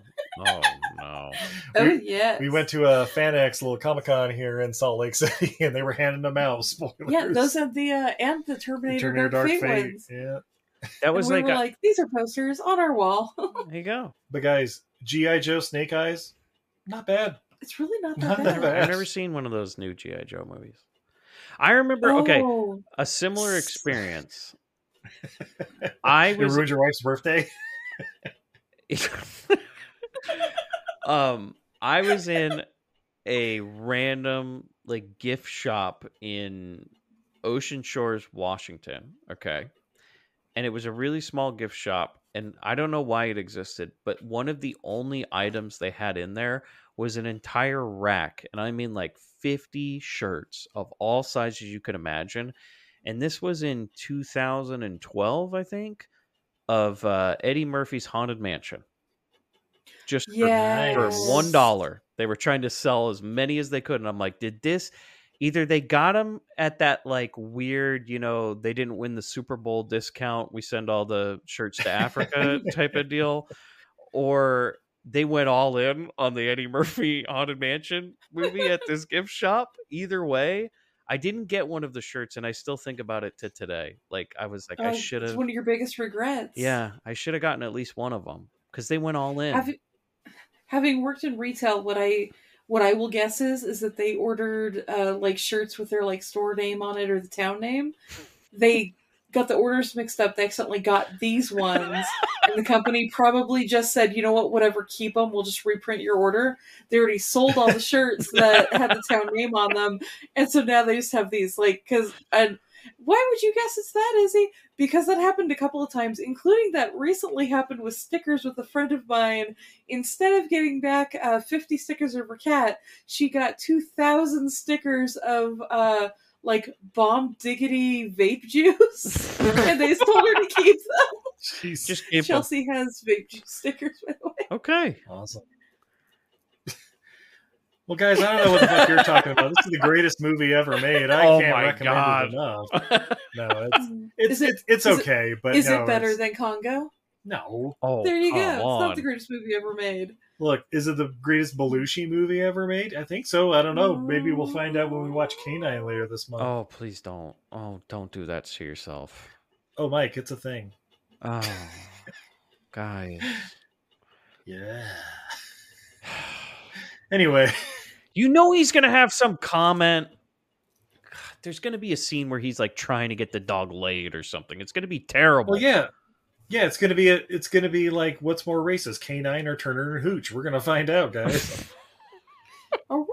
G: Oh, no.
B: Oh, yes.
D: We went to a FanX little Comic Con here in Salt Lake City and they were handing them out. Spoilers.
B: Yeah, those are the uh, and the Terminator,
D: Terminator
B: Dark,
D: Dark
B: Fate,
D: Fate.
B: ones.
D: Yeah.
G: That
B: And
G: was
B: we
G: like,
B: were
G: a-
B: like, these are posters on our wall.
G: there you go.
D: But guys, G.I. Joe Snake Eyes, not bad.
B: it's really not that
D: Not
B: bad.
D: that bad.
G: I've never seen one of those new G.I. Joe movies. I remember,
B: Oh.
G: okay, a similar experience. I
D: It
G: was
D: ruined your wife's birthday.
G: um i was in a random like gift shop in ocean shores washington okay and it was a really small gift shop and i don't know why it existed but one of the only items they had in there was an entire rack and i mean like 50 shirts of all sizes you could imagine and this was in 2012 i think of uh, eddie murphy's haunted mansion just for- for,
B: Yes.
G: one dollar they were trying to sell as many as they could and i'm like did this either they got them at that like weird you know they didn't win the super bowl discount we send all the shirts to africa type of deal or they went all in on the Eddie Murphy Haunted Mansion movie at this gift shop. Either way, I didn't get one of the shirts, and I still think about it to today. Like I was like,
B: Oh,
G: I should
B: It's
G: have.
B: one of your biggest regrets.
G: Yeah, I should have gotten at least one of them because they went all in.
B: Having, having worked in retail, what I what I will guess is is that they ordered uh, like shirts with their like store name on it or the town name. They got the orders mixed up. They accidentally got these ones, and the company probably just said, "You know what? Whatever, keep them. We'll just reprint your order." They already sold all the shirts that had the town name on them, and so now they just have these like because and. Why would you guess it's that, Izzy? Because that happened a couple of times, including that recently happened with stickers with a friend of mine. Instead of getting back uh, 50 stickers of her cat, she got 2,000 stickers of, uh, like, bomb diggity vape juice. and they just told her to keep them.
G: Just gave 'em.
B: Chelsea has vape juice stickers, by the way.
G: Okay.
D: Awesome. Well, guys, I don't know what the fuck you're talking about. This is the greatest movie ever made. I
G: Oh
D: can't
G: my
D: recommend
G: God.
D: it enough. No, it's it's
B: Is it-
D: it's, it's
B: is it-
D: okay, but
B: is
D: no,
B: it better
D: it's-
B: than Congo?
D: No. Oh,
B: there you go. It's not the greatest movie ever made.
D: Look, is it the greatest Belushi movie ever made? I think so. I don't know. Maybe we'll find out when we watch Canine later this month.
G: Oh, please don't. Oh, don't do that to yourself.
D: Oh, Mike, it's a thing.
G: Oh, guys.
D: Yeah. Anyway,
G: you know he's gonna have some comment. God, There's gonna be a scene where he's like trying to get the dog laid or something. It's gonna be terrible.
D: Well, yeah, yeah. It's gonna be a, It's gonna be like what's more racist, Canine or Turner and Hooch? We're gonna find out, guys. uh,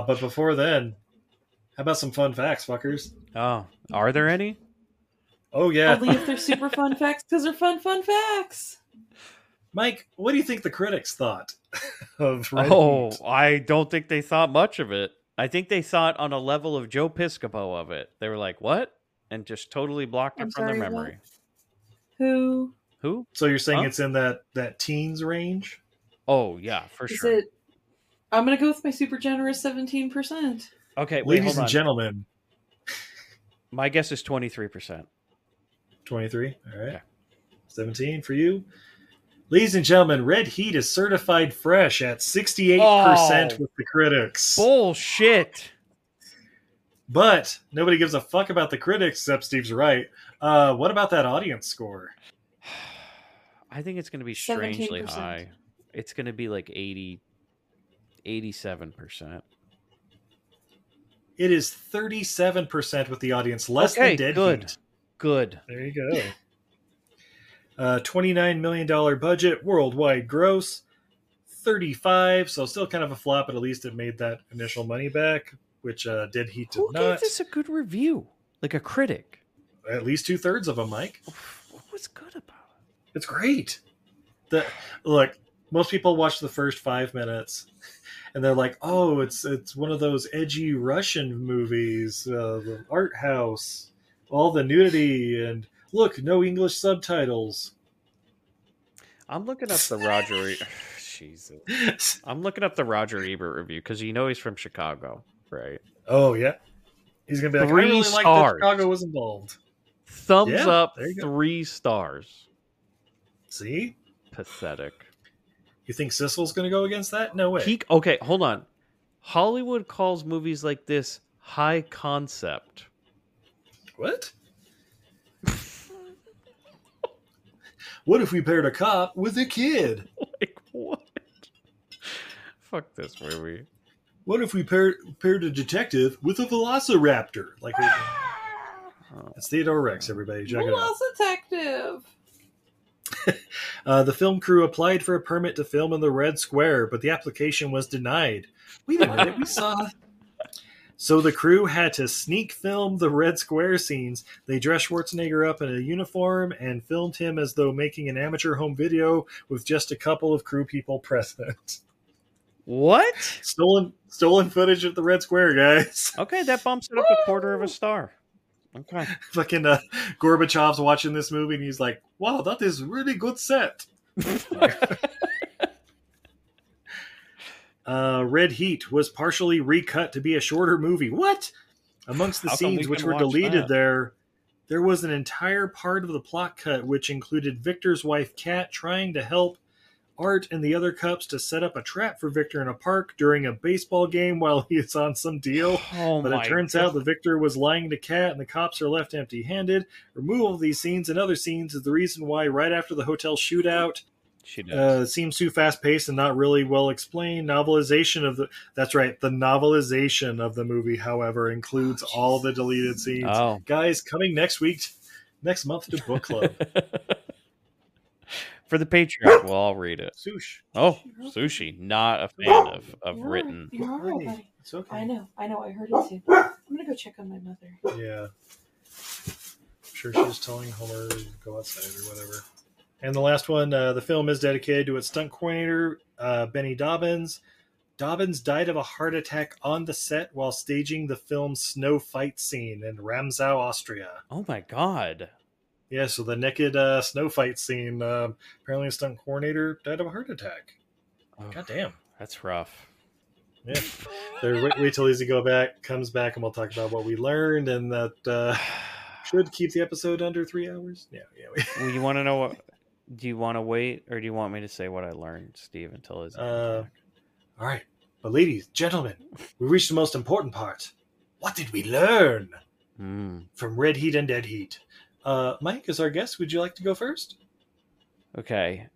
D: but before then, how about some fun facts, fuckers?
G: Oh, are there any?
D: Oh yeah.
B: Only if they're super fun facts, because they're fun fun facts.
D: Mike, what do you think the critics thought of Red
G: oh,
D: Heat?
G: I don't think they thought much of it. I think they thought on a level of Joe Piscopo of it. They were like, "What?" and just totally blocked
B: I'm
G: it from
B: sorry,
G: their memory.
B: Who
G: Who?
D: So you're saying
G: Huh?
D: it's in that that teens range?
G: Oh yeah, for
B: is
G: sure.
B: it? I'm gonna go with my super generous seventeen percent.
G: Okay, wait,
D: Ladies
G: hold
D: and
G: on.
D: gentlemen,
G: My guess is twenty three percent.
D: 23. All right. 17 for you. Ladies and gentlemen, Red Heat is certified fresh at 68%
G: Oh.
D: with the critics.
G: Bullshit.
D: But nobody gives a fuck about the critics except Steve's right. Uh, what about that audience score?
G: I think it's going to be strangely
B: 17%.
G: high. It's going to be like 80 87%.
D: It is 37% with the audience, less
G: Okay,
D: than Dead
G: good.
D: Heat.
G: Good.
D: There you go. Uh, $29 million budget, worldwide gross, 35 so still kind of a flop, but at least it made that initial money back, which uh, Dead Heat did
G: Who
D: not.
G: gave this a good review? Like a critic.
D: at least two thirds of them, Mike.
G: What was good about
D: It's great. The look, most people watch the first five minutes, and they're like, "Oh, it's it's one of those edgy Russian movies, uh, the art house, all the nudity, and look, no English subtitles."
G: it? I'm looking up the Roger E- Jesus. I'm looking up the Roger Ebert review cuz you know he's from Chicago, right?
D: Oh yeah, he's gonna be like,
G: Three
D: "I really like that
G: stars.
D: Chicago was involved."
G: Thumbs
D: Yeah,
G: up,
D: there you go.
G: 3 stars.
D: See,
G: Pathetic.
D: you think Sissel's gonna go against that? No way.
G: Peak Okay, hold on. Hollywood calls movies like this high concept.
D: What? what if we paired a cop with a kid?
G: Like what? Fuck this movie.
D: What if we paired, paired a detective with a velociraptor? Like we, it's Theodore Rex, everybody. Check it out.
B: Well, detective.
D: Uh, the film crew applied for a permit to film in the Red Square, but the application was denied. Wait a minute, we saw. So the crew had to sneak film the Red Square scenes. They dressed Schwarzenegger up in a uniform and filmed him as though making an amateur home video with just a couple of crew people present.
G: What?
D: Stolen stolen footage at the Red Square, guys.
G: Okay, that bumps it up a quarter of a star. Okay.
D: Fucking uh, Gorbachev's watching this movie and he's like, "Wow, that is really good set." uh, Red Heat was partially recut to be a shorter movie. What? Amongst the
G: How come we
D: scenes which
G: can
D: were
G: watch
D: deleted
G: that?
D: there, there was an entire part of the plot cut which included Victor's wife Kat trying to help Art and the other cups to set up a trap for Victor in a park during a baseball game while he is on some deal.
G: Oh
D: but
G: my
D: it turns out the victor was lying to Kat and the cops are left empty handed. Removal of these scenes and other scenes is the reason why, right after the hotel shootout,
G: She
D: uh, seems too fast paced and not really well explained. Novelization of the that's right, the novelization of the movie, however, includes all the deleted scenes.
G: Oh.
D: Guys, coming next week, next month to book club.
G: For the Patreon, we'll all read it.
D: Sush.
G: Oh, sushi. Not a fan of, of written.
B: You're all right. buddy.
D: It's okay.
B: I know. I know. I heard it too. I'm gonna go check on my mother.
D: Yeah. I'm sure she was telling Homer to go outside or whatever. And the last one, uh, the film is dedicated to its stunt coordinator, uh, Benny Dobbins. Dobbins died of a heart attack on the set while staging the film's snow fight scene in Ramsau, Austria.
G: Oh my god.
D: Yeah, so the naked uh, snow fight scene, um apparently a stunt coordinator died of a heart attack.
G: Oh,
D: God damn.
G: That's rough.
D: Yeah. There, wait, wait till Izzy go back comes back, and we'll talk about what we learned and that uh, should keep the episode under three hours. Yeah, yeah.
G: Well, you want to know what? Do you want to wait, or do you want me to say what I learned, Steve, until Izzy? comes
D: Uh,
G: back?
D: all right, but ladies, gentlemen, we reached the most important part. What did we learn
G: Hmm.
D: from Red Heat and Dead Heat? Uh, Mike is our guest. Would you like to go first?
G: Okay.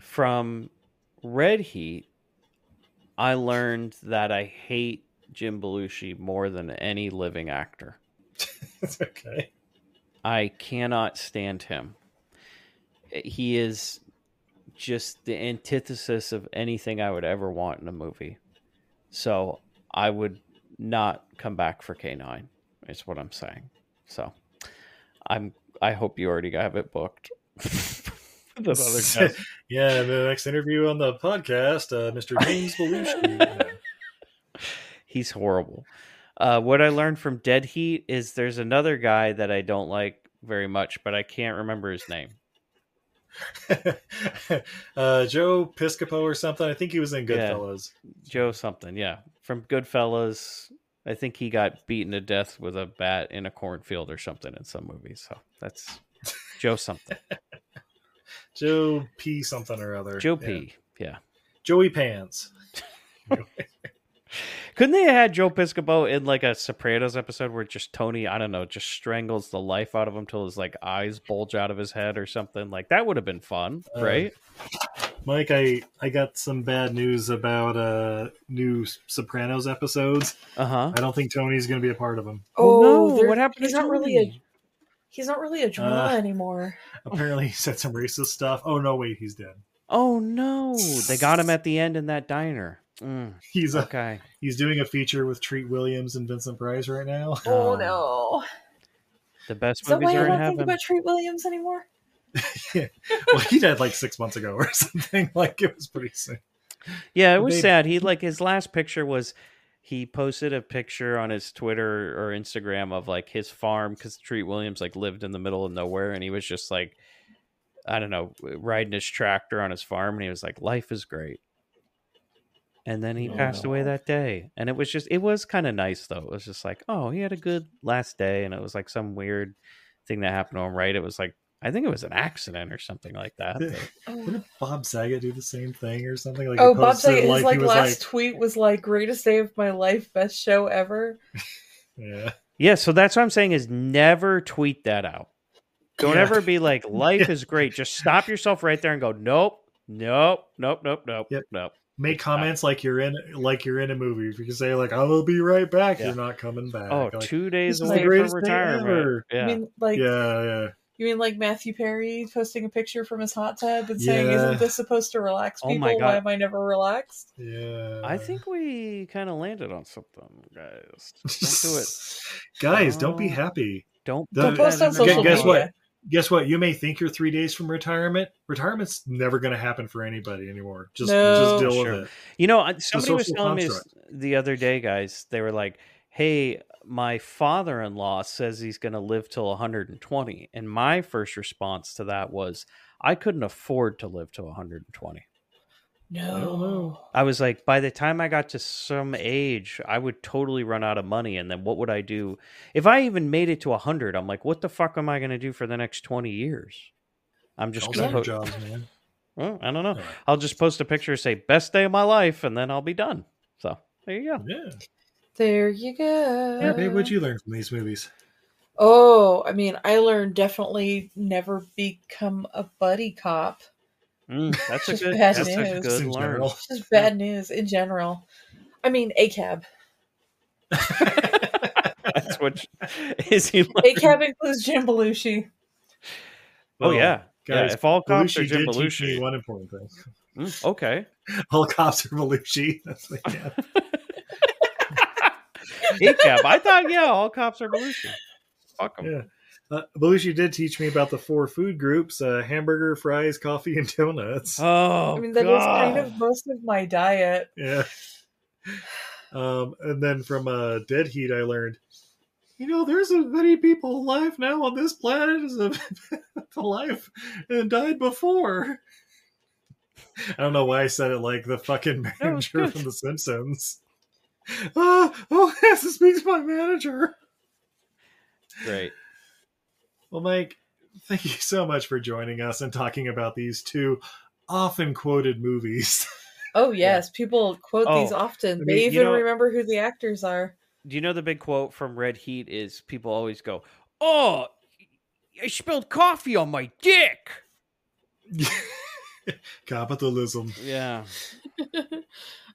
G: From Red Heat, I learned that I hate Jim Belushi more than any living actor.
D: That's okay.
G: I cannot stand him. He is just the antithesis of anything I would ever want in a movie. So I would not come back for K9, is what I'm saying. So I'm I hope you already have it booked. The other guys.
D: yeah, the next interview on the podcast, uh, Mr. James Belushi.
G: He's horrible. Uh, what I learned from Dead Heat is there's another guy that I don't like very much, but I can't remember his name.
D: uh, Joe Piscopo or something. I think he was in
G: Yeah.
D: Goodfellas.
G: Joe something, yeah. From Goodfellas. I think he got beaten to death with a bat in a cornfield or something in some movie. So that's Joe something.
D: Joe P something or other.
G: Joe
D: Yeah.
G: P. Yeah.
D: Joey Pants.
G: Couldn't they have had Joe Piscopo in like a Sopranos episode where just Tony, I don't know, just strangles the life out of him till his like eyes bulge out of his head or something? Like that would have been fun,
D: Uh,
G: right?
D: Mike, I I got some bad news about uh new Sopranos episodes.
G: Uh huh.
D: I don't think Tony's going to be a part of them.
G: Oh, no,
B: there-
G: what happened to
B: He's not really a. He's not really a drama
D: Uh,
B: anymore.
D: Apparently, he said some racist stuff. Oh no, wait, he's dead.
G: Oh no, they got him at the end in that diner. Mm,
D: He's a,
G: okay.
D: He's doing a feature with Treat Williams and Vincent Price right now.
B: Oh, no!
G: The best
B: Is that
G: movies
B: why I
G: are in
B: don't think
G: heaven.
B: about Treat Williams anymore?
D: well, he died like six months ago or something. Like it was pretty soon.
G: Yeah, it was
D: Maybe.
G: sad. He like his last picture was he posted a picture on his Twitter or Instagram of like his farm because Treat Williams like lived in the middle of nowhere and he was just like I don't know riding his tractor on his farm and he was like life is great. And then he passed away that day, and it was just it was kind of nice though. It was just like oh he had a good last day, and it was like some weird thing that happened to him. Right? It was like I think it was an accident or something like that. but-
D: Didn't Bob Saget do the same thing or something? Like he
B: oh, Bob
D: posted,
B: Saget. His
D: he
B: like
D: was
B: last tweet was like, "Greatest day of my life, best show ever."
D: yeah.
G: Yeah, so that's what I'm saying is never tweet that out. Don't
D: Yeah.
G: ever be like life is great. Just stop yourself right there and go nope, nope, nope, nope, nope, nope.
D: Make comments like you're in like you're in a movie. If you can say like I'll be right back, you're not coming back.
G: Oh,
D: Like,
G: two days
D: "This is the
G: away from
D: greatest thing
G: retirement.
D: ever."
G: Yeah.
B: I mean, like,
D: yeah, yeah.
B: you mean like Matthew Perry posting a picture from his hot tub and saying,
G: Yeah.
B: "Isn't this supposed to relax
G: Oh
B: people?
G: my God.
B: Why am I never relaxed?"
D: Yeah.
G: I think we kind of landed on something, guys. Don't do it. Um,
D: Guys, don't be happy.
G: Don't
B: Don't post on social
D: guess what?
B: media.
D: Guess what? You may think you're three days from retirement. Retirement's never going to happen for anybody anymore. Just,
G: No.
D: just deal
G: Sure.
D: with it.
G: You know, I-
D: It's a
G: somebody was
D: social
G: telling
D: construct.
G: me this the other day, guys. They were like, "Hey, my father-in-law says he's going to live till 120," and my first response to that was, "I couldn't afford to live till 120."
D: I don't know.
G: I was like, by the time I got to some age, I would totally run out of money. And then what would I do? If I even made it to 100, I'm like, what the fuck am I going to do for the next 20 years? I'm just
D: All
G: going to
D: different jobs, man.
G: Well, I don't know. I'll just post a picture, say, best day of my life, and then I'll be done. So there you go.
D: Yeah.
B: There you go.
D: Yeah, babe, what'd you learn from these movies?
B: Oh, I mean, I learned definitely never become a buddy cop.
G: Mm, that's a
B: Just
G: good,
B: bad
G: that's a
B: news.
G: good
B: In
G: learn.
D: general.
B: Just bad news in general. I mean, ACAB.
G: That's what is he oh, learning?
B: ACAB includes Jim Belushi.
G: Oh, yeah.
D: guys,
G: yeah. If all cops
D: Belushi
G: are Jim
D: did teach me
G: Belushi.
D: one important thing.
G: Mm, okay.
D: All cops are Belushi. That's like, yeah.
G: ACAB. I thought, yeah, all cops are Belushi. Fuck 'em.
D: yeah. Uh, Belushi did teach me about the four food groups: uh, hamburger, fries, coffee, and donuts.
G: Oh,
B: I mean, that is kind of most of my diet.
D: yeah. Um, and then from uh, Dead Heat, I learned, you know, there's as many people alive now on this planet as have been alive and died before. I don't know why I said it like the fucking manager from The Simpsons. Oh, oh yes, it speaks my manager.
Q: Great.
D: Well, Mike, thank you so much for joining us and talking about these two often quoted movies.
B: Oh yes, people quote
G: Oh,
B: these often.
G: I
B: they
G: mean, you
B: even
G: know-
B: remember who the actors are.
G: Do you know the big quote from Red Heat is people always go, "Oh, I spilled coffee on my dick."
D: Capitalism.
G: Yeah,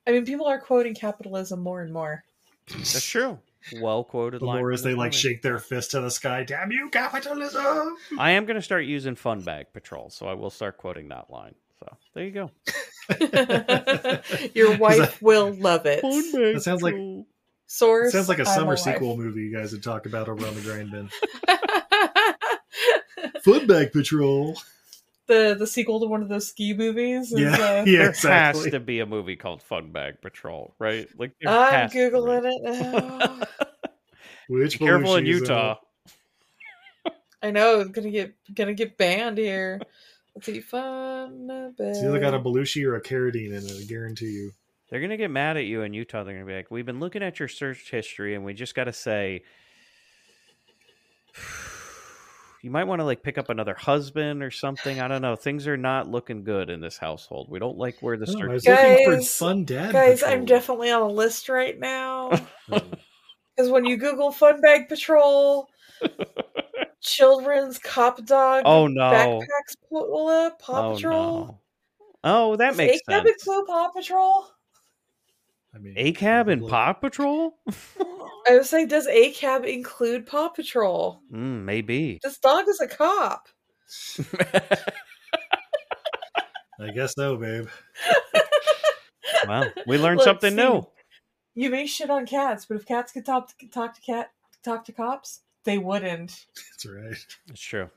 B: I mean, people are quoting capitalism more and more.
G: that's true. Well quoted
D: The
G: line.
D: more
G: from
D: as they
G: this
D: like
G: movie.
D: shake their fist to the sky, damn you, capitalism!
G: I am going to start using Fun Bag Patrol, so I will start quoting that line. So there you go.
B: Your wife
D: that-
B: will love it.
D: That sounds like
B: Source.
D: it sounds like a
B: I'm
D: summer
B: wife.
D: sequel movie you guys would talk about over on the grind bin. Footbag Patrol.
B: The the sequel to one of those ski movies. Is,
D: Yeah,
B: uh,
D: yeah,
G: there
D: exactly.
G: has to be a movie called Fun Bag Patrol, right? Like there
B: I'm
G: has to be.
B: googling it now.
D: Which
G: Be careful in
D: Belushi's
G: Utah.
B: I know it's gonna get gonna get banned here. Let's see, fun.
D: It's either got a Belushi or a Carradine in it. I guarantee you.
G: They're gonna get mad at you in Utah. They're gonna be like, "We've been looking at your search history, and we just gotta say, you might want to like pick up another husband or something. I don't know. Things are not looking good in this household. We don't like where the
D: Oh, I
G: search."
D: was
G: is."
D: looking for
B: Guys,
D: Fun Dad.
B: Guys,
D: Patrol.
B: I'm
D: Oh,
B: definitely on a list right now. Because when you Google Fun Bag Patrol, children's cop dog,
G: Oh, no.
B: backpacks pull up, Paw
G: oh
B: Patrol,
G: no! Oh, that
B: Is
G: makes
B: Ape Cabin
G: sense.
B: Clue Paw Patrol.
G: A cab and Paw Patrol?
B: I was like, does A Cab include Paw Patrol?
G: Mm, maybe.
B: This dog is a cop.
D: I guess no, babe.
G: Wow, we learned
B: Look,
G: something
B: Steve,
G: new.
B: You may shit on cats, but if cats could talk to, talk to cat talk to cops, they wouldn't.
D: That's right.
G: It's true.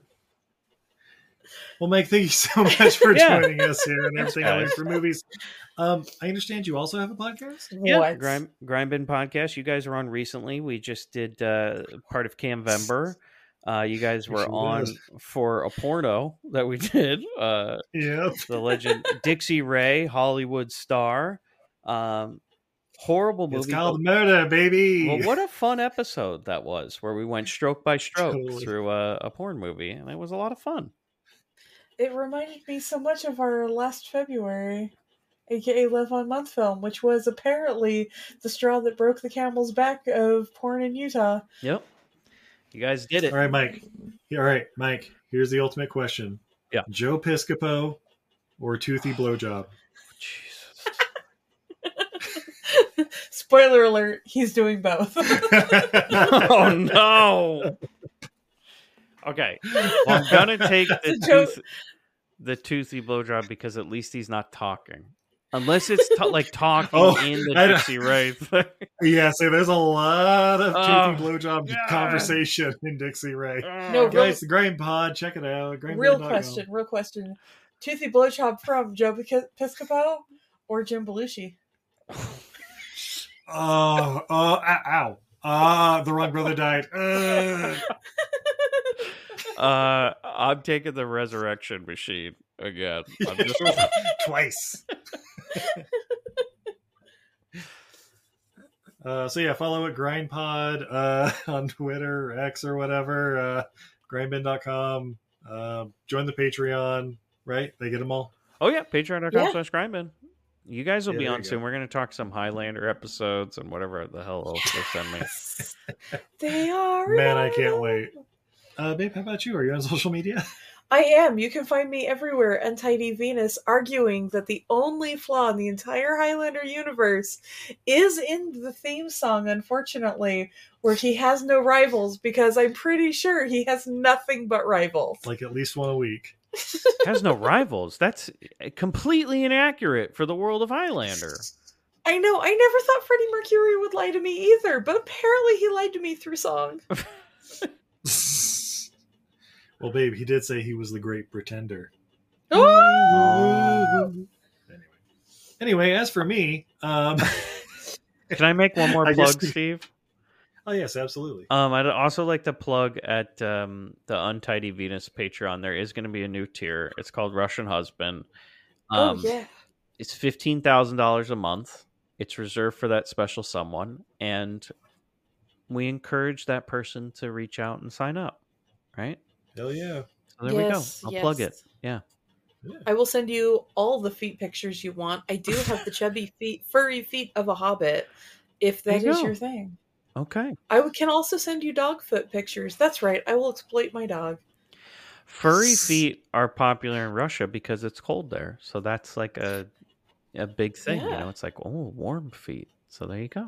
D: Well, Mike, thank you so much for
G: Yeah.
D: joining us here and everything I
G: guys.
D: learned for movies. Um, I understand you also have a podcast.
G: Yeah,
B: What?
G: Grime, Grime Bin podcast. You guys were on recently. We just did uh, part of Camvember. Uh, you guys were
D: sure
G: on
D: did.
G: for a porno that we did. Uh,
D: Yeah.
G: the legend Dixie Ray, Hollywood star. Um, horrible
D: It's
G: movie.
D: called
G: but-
D: Murder, baby.
G: well, what a fun episode that was, where we went stroke by stroke
D: Totally.
G: through a, a porn movie, and it was a lot of fun.
B: It reminded me so much of our last February, aka Live on Month film, which was apparently the straw that broke the camel's back of porn in Utah.
G: Yep, you guys did it.
D: All right, Mike. All right, Mike. Here's the ultimate question.
G: Yeah.
D: Joe Piscopo or Toothy Blowjob?
B: Spoiler alert, he's doing both.
G: oh no. Okay, well, I'm gonna take the
B: a joke.
G: tooth, the toothy blowjob because at least he's not talking. Unless it's ta- like talking
D: Oh,
G: in the
D: I don't-
G: Dixie Ray. thing.
D: yeah, see, there's a lot of
G: Oh,
D: Toothy Blowjob
G: God.
D: conversation in Dixie Ray.
B: No, real,
D: Guys, the Graham Pod, check it out. Graham
B: real question, real question. Toothy blowjob from Joe Pic- Piscopo or Jim Belushi?
D: Oh, oh, ow. ow. Ah, the wrong brother died. Ugh.
G: Uh, I'm taking the resurrection machine again. I'm just,
D: twice. uh, so yeah, follow at GrindPod uh, on Twitter, X, or whatever. Uh, grindbin.com. Uh, join the Patreon. Right? They get them all.
G: oh yeah, patreon.com
B: Yeah.
G: slash grindman. You guys will
D: Yeah,
G: be
D: there
G: on
D: you go.
G: soon. We're gonna talk some Highlander episodes and whatever the hell else they send me.
B: They are.
D: Man, I can't wait. Uh, babe, how about you? Are you on social media?
B: I am. You can find me everywhere, Untidy Venus, arguing that the only flaw in the entire Highlander universe is in the theme song, unfortunately, where he has no rivals because I'm pretty sure he has nothing but rivals.
D: like at least one a week.
G: has no rivals. That's eh, completely inaccurate for the world of Highlander.
B: I know, I never thought Freddie Mercury would lie to me either, but apparently he lied to me through song.
D: well, babe, he did say he was the great pretender.
B: Oh!
D: Anyway, as for me, um,
G: Can I make one more
D: I
G: plug,
D: just-
G: Steve?
D: oh yes, absolutely.
G: Um, I'd also like to plug at um, the Untidy Venus Patreon. There is going to be a new tier. It's called Russian Husband.
B: Um, oh yeah.
G: It's fifteen thousand dollars a month. It's reserved for that special someone, and we encourage that person to reach out and sign up. Right?
D: Hell yeah!
G: So there yes, we go. I'll yes. plug it. Yeah.
B: I will send you all the feet pictures you want. I do have the chubby feet, furry feet of a hobbit, if that is your thing.
G: Okay.
B: I can also send you dog foot pictures. That's right. I will exploit my dog.
G: Furry feet are popular in Russia because it's cold there. So that's like a a big thing. Yeah. You know, it's like, oh, warm feet. So there you go.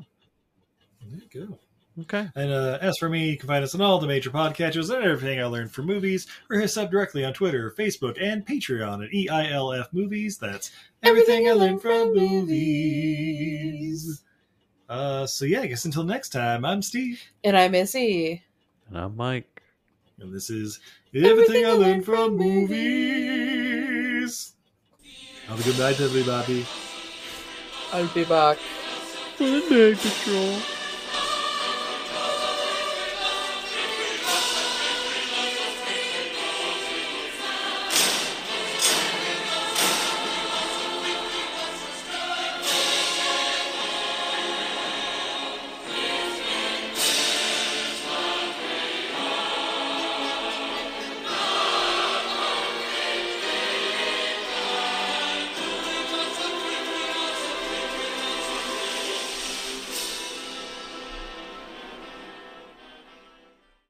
D: There you go.
G: Okay.
D: And uh, as for me, you can find us on all the major podcatchers and everything I learned from movies, or hit us up directly on Twitter, Facebook, and Patreon at E EILF Movies. That's everything, everything I learned from movies. movies. Uh, so, yeah, I guess until next time, I'm Steve.
B: And I'm Izzy.
G: And I'm Mike.
D: And this is Everything, everything I, learned I Learned from Movies. Have a good night, everybody.
B: I'll be back.
G: Good night, Patrol.